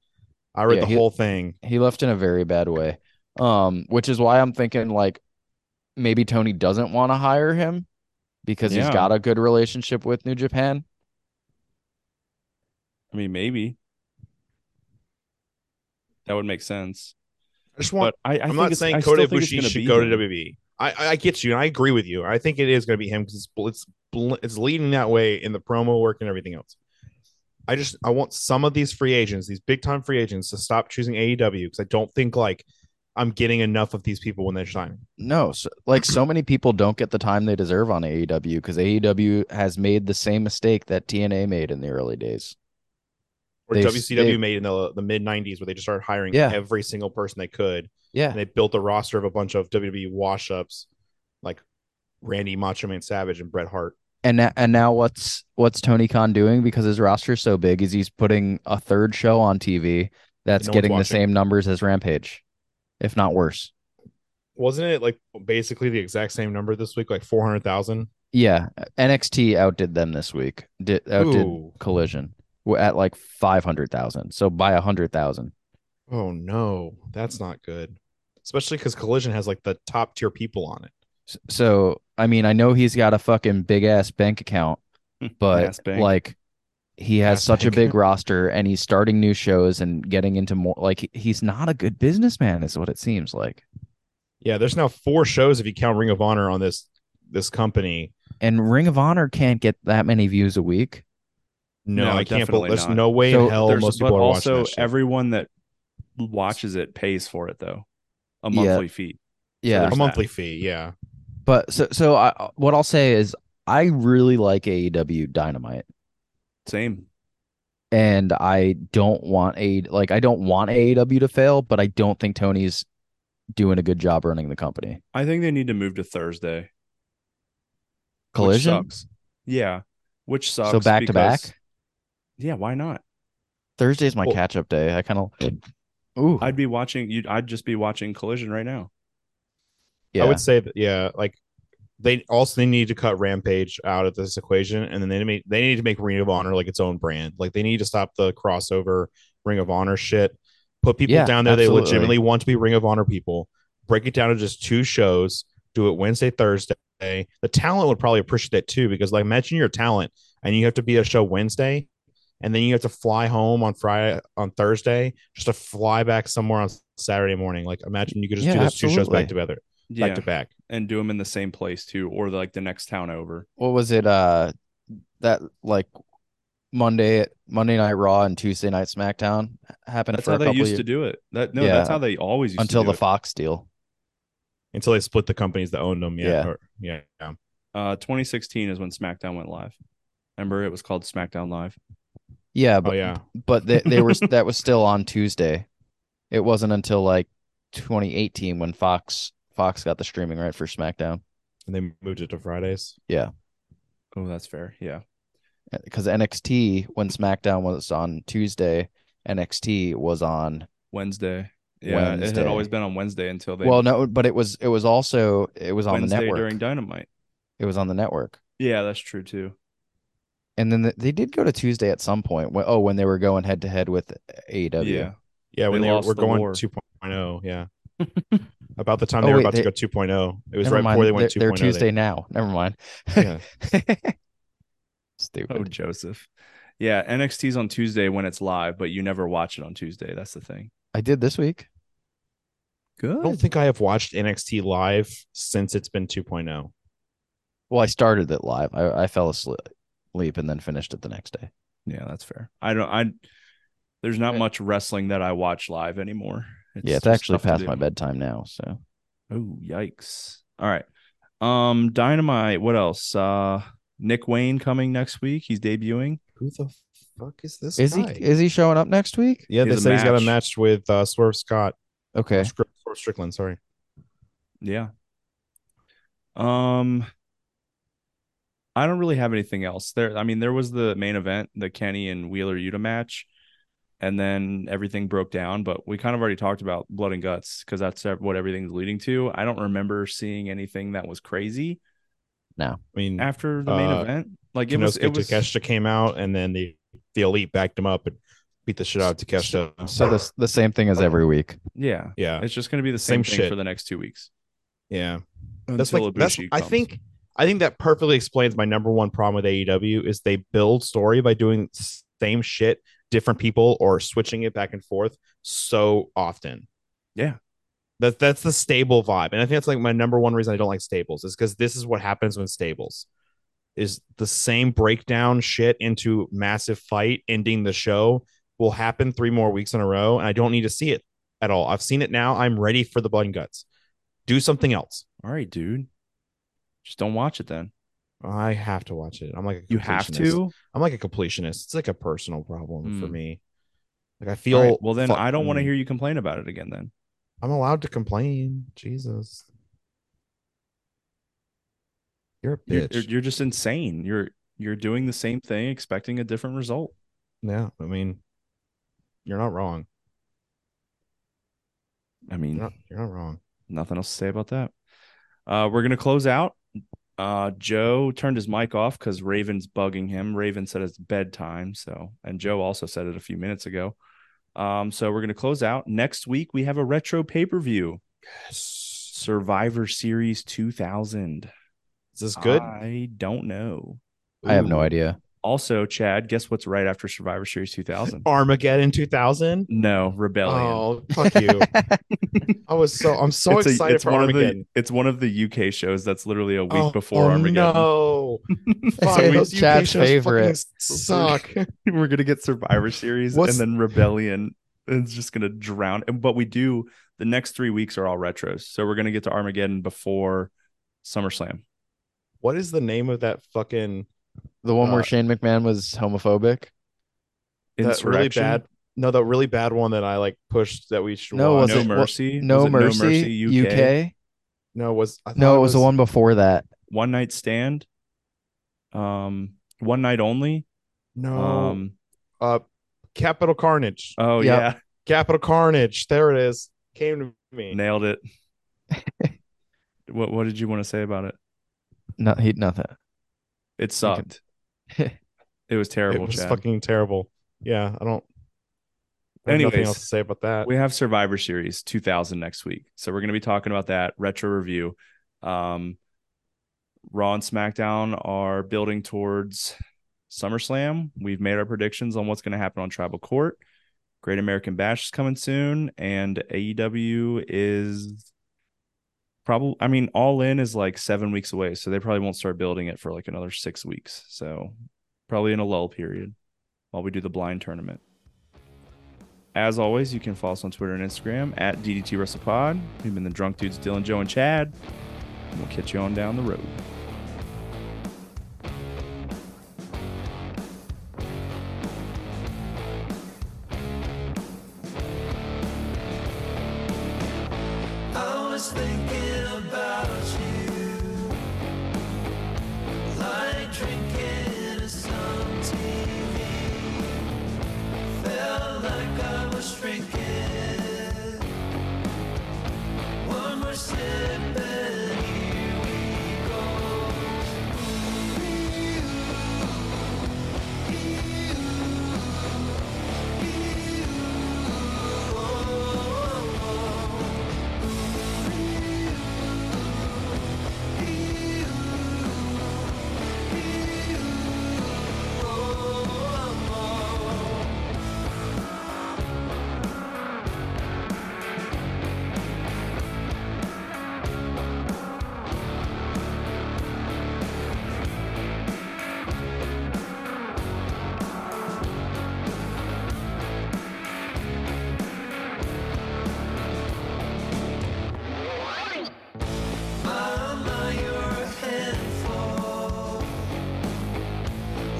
Speaker 4: I read
Speaker 2: Yeah,
Speaker 4: the
Speaker 2: he-
Speaker 4: whole thing.
Speaker 2: he left in a very bad way. Um, which is why I'm thinking like maybe Tony doesn't want to hire him because
Speaker 1: Yeah.
Speaker 2: he's got a good relationship with New Japan.
Speaker 1: I mean, maybe. That would make sense.
Speaker 4: I just want
Speaker 1: But I, I
Speaker 4: I am
Speaker 1: think
Speaker 4: not
Speaker 1: it's-
Speaker 4: saying
Speaker 1: I still
Speaker 4: Kota
Speaker 1: think it's
Speaker 4: Ibushi
Speaker 1: gonna
Speaker 4: should
Speaker 1: be
Speaker 4: go
Speaker 1: him.
Speaker 4: to WWE. I- I, I get you, and I agree with you. I think it is going to be him because it's bl- it's bl- it's leading that way in the promo work and everything else. I just I want some of these free agents, these big time free agents, to stop choosing AEW because I don't think like I'm getting enough of these people when they're signing.
Speaker 2: No, so, like so many people don't get the time they deserve on E AEW because AEW has made the same mistake that TNA made in the early days.
Speaker 4: Or
Speaker 2: They-
Speaker 4: WCW
Speaker 2: they-
Speaker 4: made in the, the mid '90s where they just started hiring
Speaker 2: Yeah.
Speaker 4: every single person they could,
Speaker 2: Yeah,
Speaker 4: and they built a roster of a bunch of WWE wash ups like Randy Macho Man Savage and Bret Hart.
Speaker 2: and na- and now what's what's Tony Khan doing because his roster is so big? Is he's putting a third show on TV that's
Speaker 4: No one's
Speaker 2: getting the
Speaker 4: watching.
Speaker 2: same numbers as Rampage, if not worse.
Speaker 4: wasn't it like basically the exact same number this week, like four hundred thousand?
Speaker 2: yeah, NXT outdid them this week. Did outdid
Speaker 4: Ooh.
Speaker 2: Collision We're at like five hundred thousand. So by a hundred thousand.
Speaker 4: Oh no, that's not good. Especially because Collision has like the top tier people on it.
Speaker 2: S- So I mean, I know he's got a fucking big ass bank account,
Speaker 1: Ass
Speaker 2: but
Speaker 1: bank.
Speaker 2: like he has
Speaker 4: Ass
Speaker 2: such a
Speaker 4: bank.
Speaker 2: big roster and he's starting new shows and getting into more like he- he's not a good businessman is what it seems like.
Speaker 4: Yeah, there's now four shows if you count Ring of Honor on this this company.
Speaker 2: And Ring of Honor can't get that many views a week.
Speaker 4: No,
Speaker 1: No,
Speaker 4: I can't.
Speaker 1: definitely
Speaker 4: believe there's
Speaker 1: not.
Speaker 4: no way
Speaker 2: So
Speaker 4: in hell
Speaker 1: There's-
Speaker 4: most
Speaker 1: but
Speaker 4: people are
Speaker 1: also
Speaker 4: watching that shit.
Speaker 1: everyone that watches it pays for it though. A
Speaker 2: Yeah.
Speaker 1: monthly fee.
Speaker 2: Yeah.
Speaker 4: a
Speaker 1: there's
Speaker 4: monthly fee. Yeah,
Speaker 2: But so so I what I'll say is I really like AEW Dynamite
Speaker 1: Same.
Speaker 2: and I don't want a like I don't want AEW to fail, but I don't think Tony's doing a good job running the company.
Speaker 1: I think they need to move to Thursday. which
Speaker 2: Collision
Speaker 1: sucks. Yeah. Which sucks.
Speaker 2: so back to back.
Speaker 1: because- Yeah, why not?
Speaker 2: Thursday's my
Speaker 4: Well-
Speaker 2: catch up day. I kind of Ooh.
Speaker 1: I'd be watching you I'd just be watching Collision right now.
Speaker 2: yeah.
Speaker 4: I would say that. Yeah, like they also they need to cut Rampage out of this equation, and then they need they need to make Ring of Honor like its own brand. Like they need to stop the crossover Ring of Honor shit. Put people
Speaker 2: Yeah,
Speaker 4: down there
Speaker 2: absolutely.
Speaker 4: they legitimately want to be Ring of Honor people. Break it down to just two shows. Do it Wednesday, Thursday. The talent would probably appreciate that too, because like imagine you're a talent and you have to be a show Wednesday, and then you have to fly home on Friday on Thursday just to fly back somewhere on Saturday morning. Like imagine you could just
Speaker 2: Yeah,
Speaker 4: do those two shows
Speaker 2: absolutely.
Speaker 4: back together
Speaker 1: Yeah.
Speaker 4: back to back.
Speaker 1: and do them in the same place too or like the next town over.
Speaker 2: what was it uh that like Monday Monday night Raw and Tuesday night SmackDown happened
Speaker 1: That's
Speaker 2: for
Speaker 1: how
Speaker 2: a
Speaker 1: they
Speaker 2: couple
Speaker 1: used
Speaker 2: years
Speaker 1: to do it. That no,
Speaker 2: Yeah.
Speaker 1: that's how they always used
Speaker 2: until
Speaker 1: to do
Speaker 2: the
Speaker 1: it.
Speaker 2: Fox deal.
Speaker 4: until they split the companies that owned them. Yeah,
Speaker 2: Yeah.
Speaker 4: or- yeah, yeah.
Speaker 1: uh 2016 is when SmackDown went live. Remember it was called SmackDown Live.
Speaker 2: Yeah,
Speaker 4: Oh
Speaker 2: but
Speaker 4: yeah,
Speaker 2: but they, they were that was still on Tuesday. It wasn't until like 2018 when Fox Fox got the streaming right for SmackDown
Speaker 4: and they moved it to Fridays.
Speaker 1: Oh, that's fair. Yeah.
Speaker 2: because NXT when SmackDown was on Tuesday, NXT was on
Speaker 1: Wednesday. Yeah, it had
Speaker 2: Wednesday.
Speaker 1: always been on Wednesday until they
Speaker 2: well no, but it was it was also it was on
Speaker 1: Wednesday
Speaker 2: the network.
Speaker 1: during Dynamite.
Speaker 2: it was on the network,
Speaker 1: Yeah, that's true too.
Speaker 2: and then they did go to Tuesday at some point. When, oh, when they were going head to head with E AEW.
Speaker 1: Yeah.
Speaker 4: Yeah, when
Speaker 1: They
Speaker 4: they, were
Speaker 1: lost
Speaker 4: were
Speaker 1: the
Speaker 4: going
Speaker 1: war.
Speaker 4: 2.0 yeah. about the time
Speaker 2: Oh,
Speaker 4: they were
Speaker 2: wait,
Speaker 4: about
Speaker 2: they-
Speaker 4: to go 2.0, it was
Speaker 2: Never
Speaker 4: right
Speaker 2: mind.
Speaker 4: before they went oh.
Speaker 2: they're, they're
Speaker 4: 2.0.
Speaker 2: Tuesday now. Never mind.
Speaker 4: They, yeah.
Speaker 2: Stupid.
Speaker 1: Oh, Joseph. Yeah, NXT's on Tuesday when it's live, but you never watch it on Tuesday. That's the thing. Oh,
Speaker 2: I did this week.
Speaker 1: Good.
Speaker 4: I don't think I have watched NXT live since it's been oh. 2.0.
Speaker 2: Well, I started it live. I, I fell asleep and then finished it the next day.
Speaker 1: yeah, that's fair. I don't I there's not
Speaker 2: Right.
Speaker 1: much wrestling that I watch live anymore.
Speaker 2: yeah, it's
Speaker 1: just
Speaker 2: actually
Speaker 1: tough to
Speaker 2: past
Speaker 1: do.
Speaker 2: my bedtime now. So
Speaker 1: Oh, yikes. All right. Um, Dynamite, what else? Uh Nick Wayne coming next week. He's debuting.
Speaker 4: Who the fuck is this?
Speaker 2: is he is he showing up next week?
Speaker 4: yeah,
Speaker 1: He
Speaker 4: they
Speaker 1: has a
Speaker 4: say he's got a
Speaker 1: match.
Speaker 4: match with uh, Swerve Scott,
Speaker 2: Okay.
Speaker 4: Swerve Swerve Strickland. Sorry,
Speaker 1: Yeah. Um I don't really have anything else. There I mean there was the main event, the Kenny and Wheeler Yuta match, and then everything broke down, but we kind of already talked about blood and guts cuz that's what everything's leading to. I don't remember seeing anything that was crazy
Speaker 4: I mean,
Speaker 1: after the main
Speaker 4: Uh,
Speaker 1: event. Like it was
Speaker 4: Kinosuke
Speaker 1: it was
Speaker 4: Takeshita came out, and then the the elite backed him up and beat the shit out of Takeshita.
Speaker 2: So this the same thing as every week.
Speaker 1: yeah.
Speaker 4: yeah,
Speaker 1: It's just going to be the same,
Speaker 4: Same
Speaker 1: thing
Speaker 4: shit.
Speaker 1: for the next 2 weeks.
Speaker 4: Yeah, that's
Speaker 1: until
Speaker 4: like that's,
Speaker 1: Ibushi
Speaker 4: I
Speaker 1: comes.
Speaker 4: think I think that perfectly explains my number one problem with AEW is they build story by doing s- same shit, different people, or switching it back and forth so often.
Speaker 1: Yeah.
Speaker 4: that that's the stable vibe, and I think that's like my number one reason I don't like stables is because this is what happens when stables is the same breakdown shit into massive fight ending the show will happen three more weeks in a row, and I don't need to see it at all. I've seen it now. I'm ready for the blood and guts. Do something else.
Speaker 1: All right, dude. Just don't watch it then.
Speaker 4: I have to watch it. I'm like a
Speaker 1: You have
Speaker 4: completionist.
Speaker 1: to.
Speaker 4: I'm like a completionist. It's like a personal problem for
Speaker 1: Mm.
Speaker 4: me. Like I
Speaker 1: All
Speaker 4: feel.
Speaker 1: right, well, then I don't want to
Speaker 4: fucking-
Speaker 1: hear you complain about it again. Then
Speaker 4: I'm allowed to complain. Jesus, you're a
Speaker 1: you're,
Speaker 4: bitch.
Speaker 1: you're- you're just insane. You're you're doing the same thing, expecting a different result.
Speaker 4: yeah, I mean, you're not wrong.
Speaker 1: I mean,
Speaker 4: You're not, you're not wrong.
Speaker 1: nothing else to say about that. Uh, we're gonna close out Uh, Joe turned his mic off because Raven's bugging him. Raven said it's bedtime. So, and Joe also said it a few minutes ago. Um, so we're going to close out. Next week, we have a retro pay per view
Speaker 4: Yes.
Speaker 1: Survivor Series 2000.
Speaker 4: Is this good?
Speaker 1: I don't know.
Speaker 2: I have no
Speaker 4: Ooh.
Speaker 2: idea.
Speaker 1: Also, Chad, guess what's right after Survivor Series 2000?
Speaker 4: Armageddon 2000.
Speaker 1: no, Rebellion.
Speaker 4: Oh, fuck you. I was so I'm so
Speaker 1: it's a-
Speaker 4: excited
Speaker 1: it's
Speaker 4: for
Speaker 1: one
Speaker 4: Armageddon.
Speaker 1: of the it's one of the UK shows that's literally a week
Speaker 4: oh,
Speaker 1: before
Speaker 4: oh,
Speaker 1: Armageddon.
Speaker 4: No. Fuck,
Speaker 2: It's
Speaker 4: those UK
Speaker 2: Chad's
Speaker 4: shows
Speaker 2: favorite.
Speaker 4: fucking Suck.
Speaker 1: We're gonna get Survivor Series
Speaker 4: What's-
Speaker 1: and then Rebellion. It's just gonna drown. And but we do the next three weeks are all retros, so we're gonna get to Armageddon before SummerSlam.
Speaker 4: what is the name of that fucking
Speaker 2: The one where
Speaker 4: Uh,
Speaker 2: Shane McMahon was homophobic.
Speaker 4: that really
Speaker 1: Insurrection,
Speaker 4: bad no that really bad one that I like pushed that we should
Speaker 2: No,
Speaker 4: watch?
Speaker 2: was
Speaker 1: No
Speaker 2: it- what-
Speaker 1: Mercy,
Speaker 2: No,
Speaker 1: Was it
Speaker 2: mercy, UK.
Speaker 4: no was I thought
Speaker 2: No, it was the one before that.
Speaker 1: One Night Stand, um, One Night Only,
Speaker 4: no
Speaker 1: um,
Speaker 4: uh Capital Carnage.
Speaker 1: oh
Speaker 2: Yep.
Speaker 4: Capital Carnage. There it is. Came to
Speaker 1: yeah,
Speaker 4: me.
Speaker 1: nailed it. what what did you want to say about it?
Speaker 2: No, he nothing.
Speaker 1: It sucked. It was terrible.
Speaker 4: it was
Speaker 1: Chad.
Speaker 4: fucking terrible. Yeah, I don't. I have nothing
Speaker 1: Anyways.
Speaker 4: else to say about that.
Speaker 1: we have Survivor Series 2000 next week, so we're going to be talking about that retro review. Um, Raw and SmackDown are building towards SummerSlam. We've made our predictions on what's going to happen on Tribal Court. Great American Bash is coming soon, and AEW is probably. I mean, All In is like seven weeks away, so they probably won't start building it for like another six weeks. So probably in a lull period while we do the blind tournament. As always, you can follow us on Twitter and Instagram at DDT WrestlePod. We've been the drunk dudes, Dylan, Joe, and Chad. And we'll catch you on down the road.
Speaker 3: I was thinking about you, like drinking some TV. Felt like I was drinking. One more sip and here we go. Mama, you're a handful.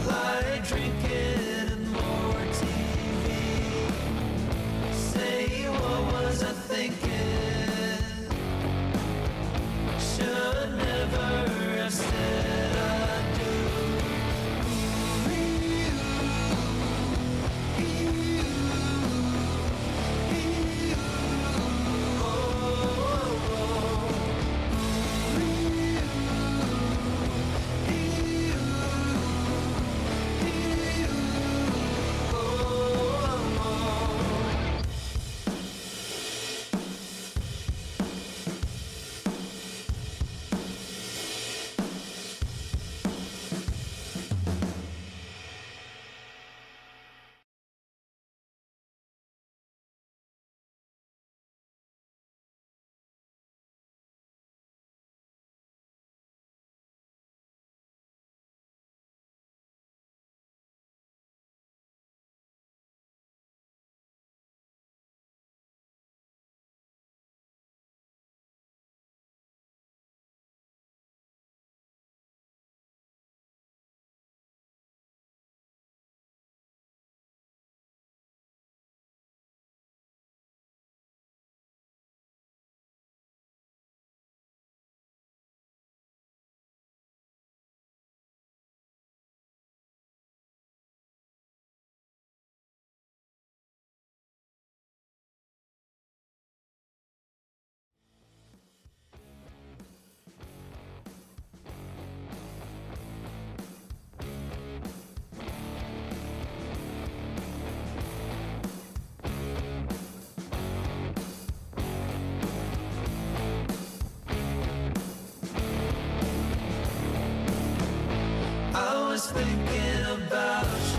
Speaker 3: Lie drinking and more TV. Say, what was I thinking? Should never have said I do. Oh, You. was thinking about you. Oh, oh,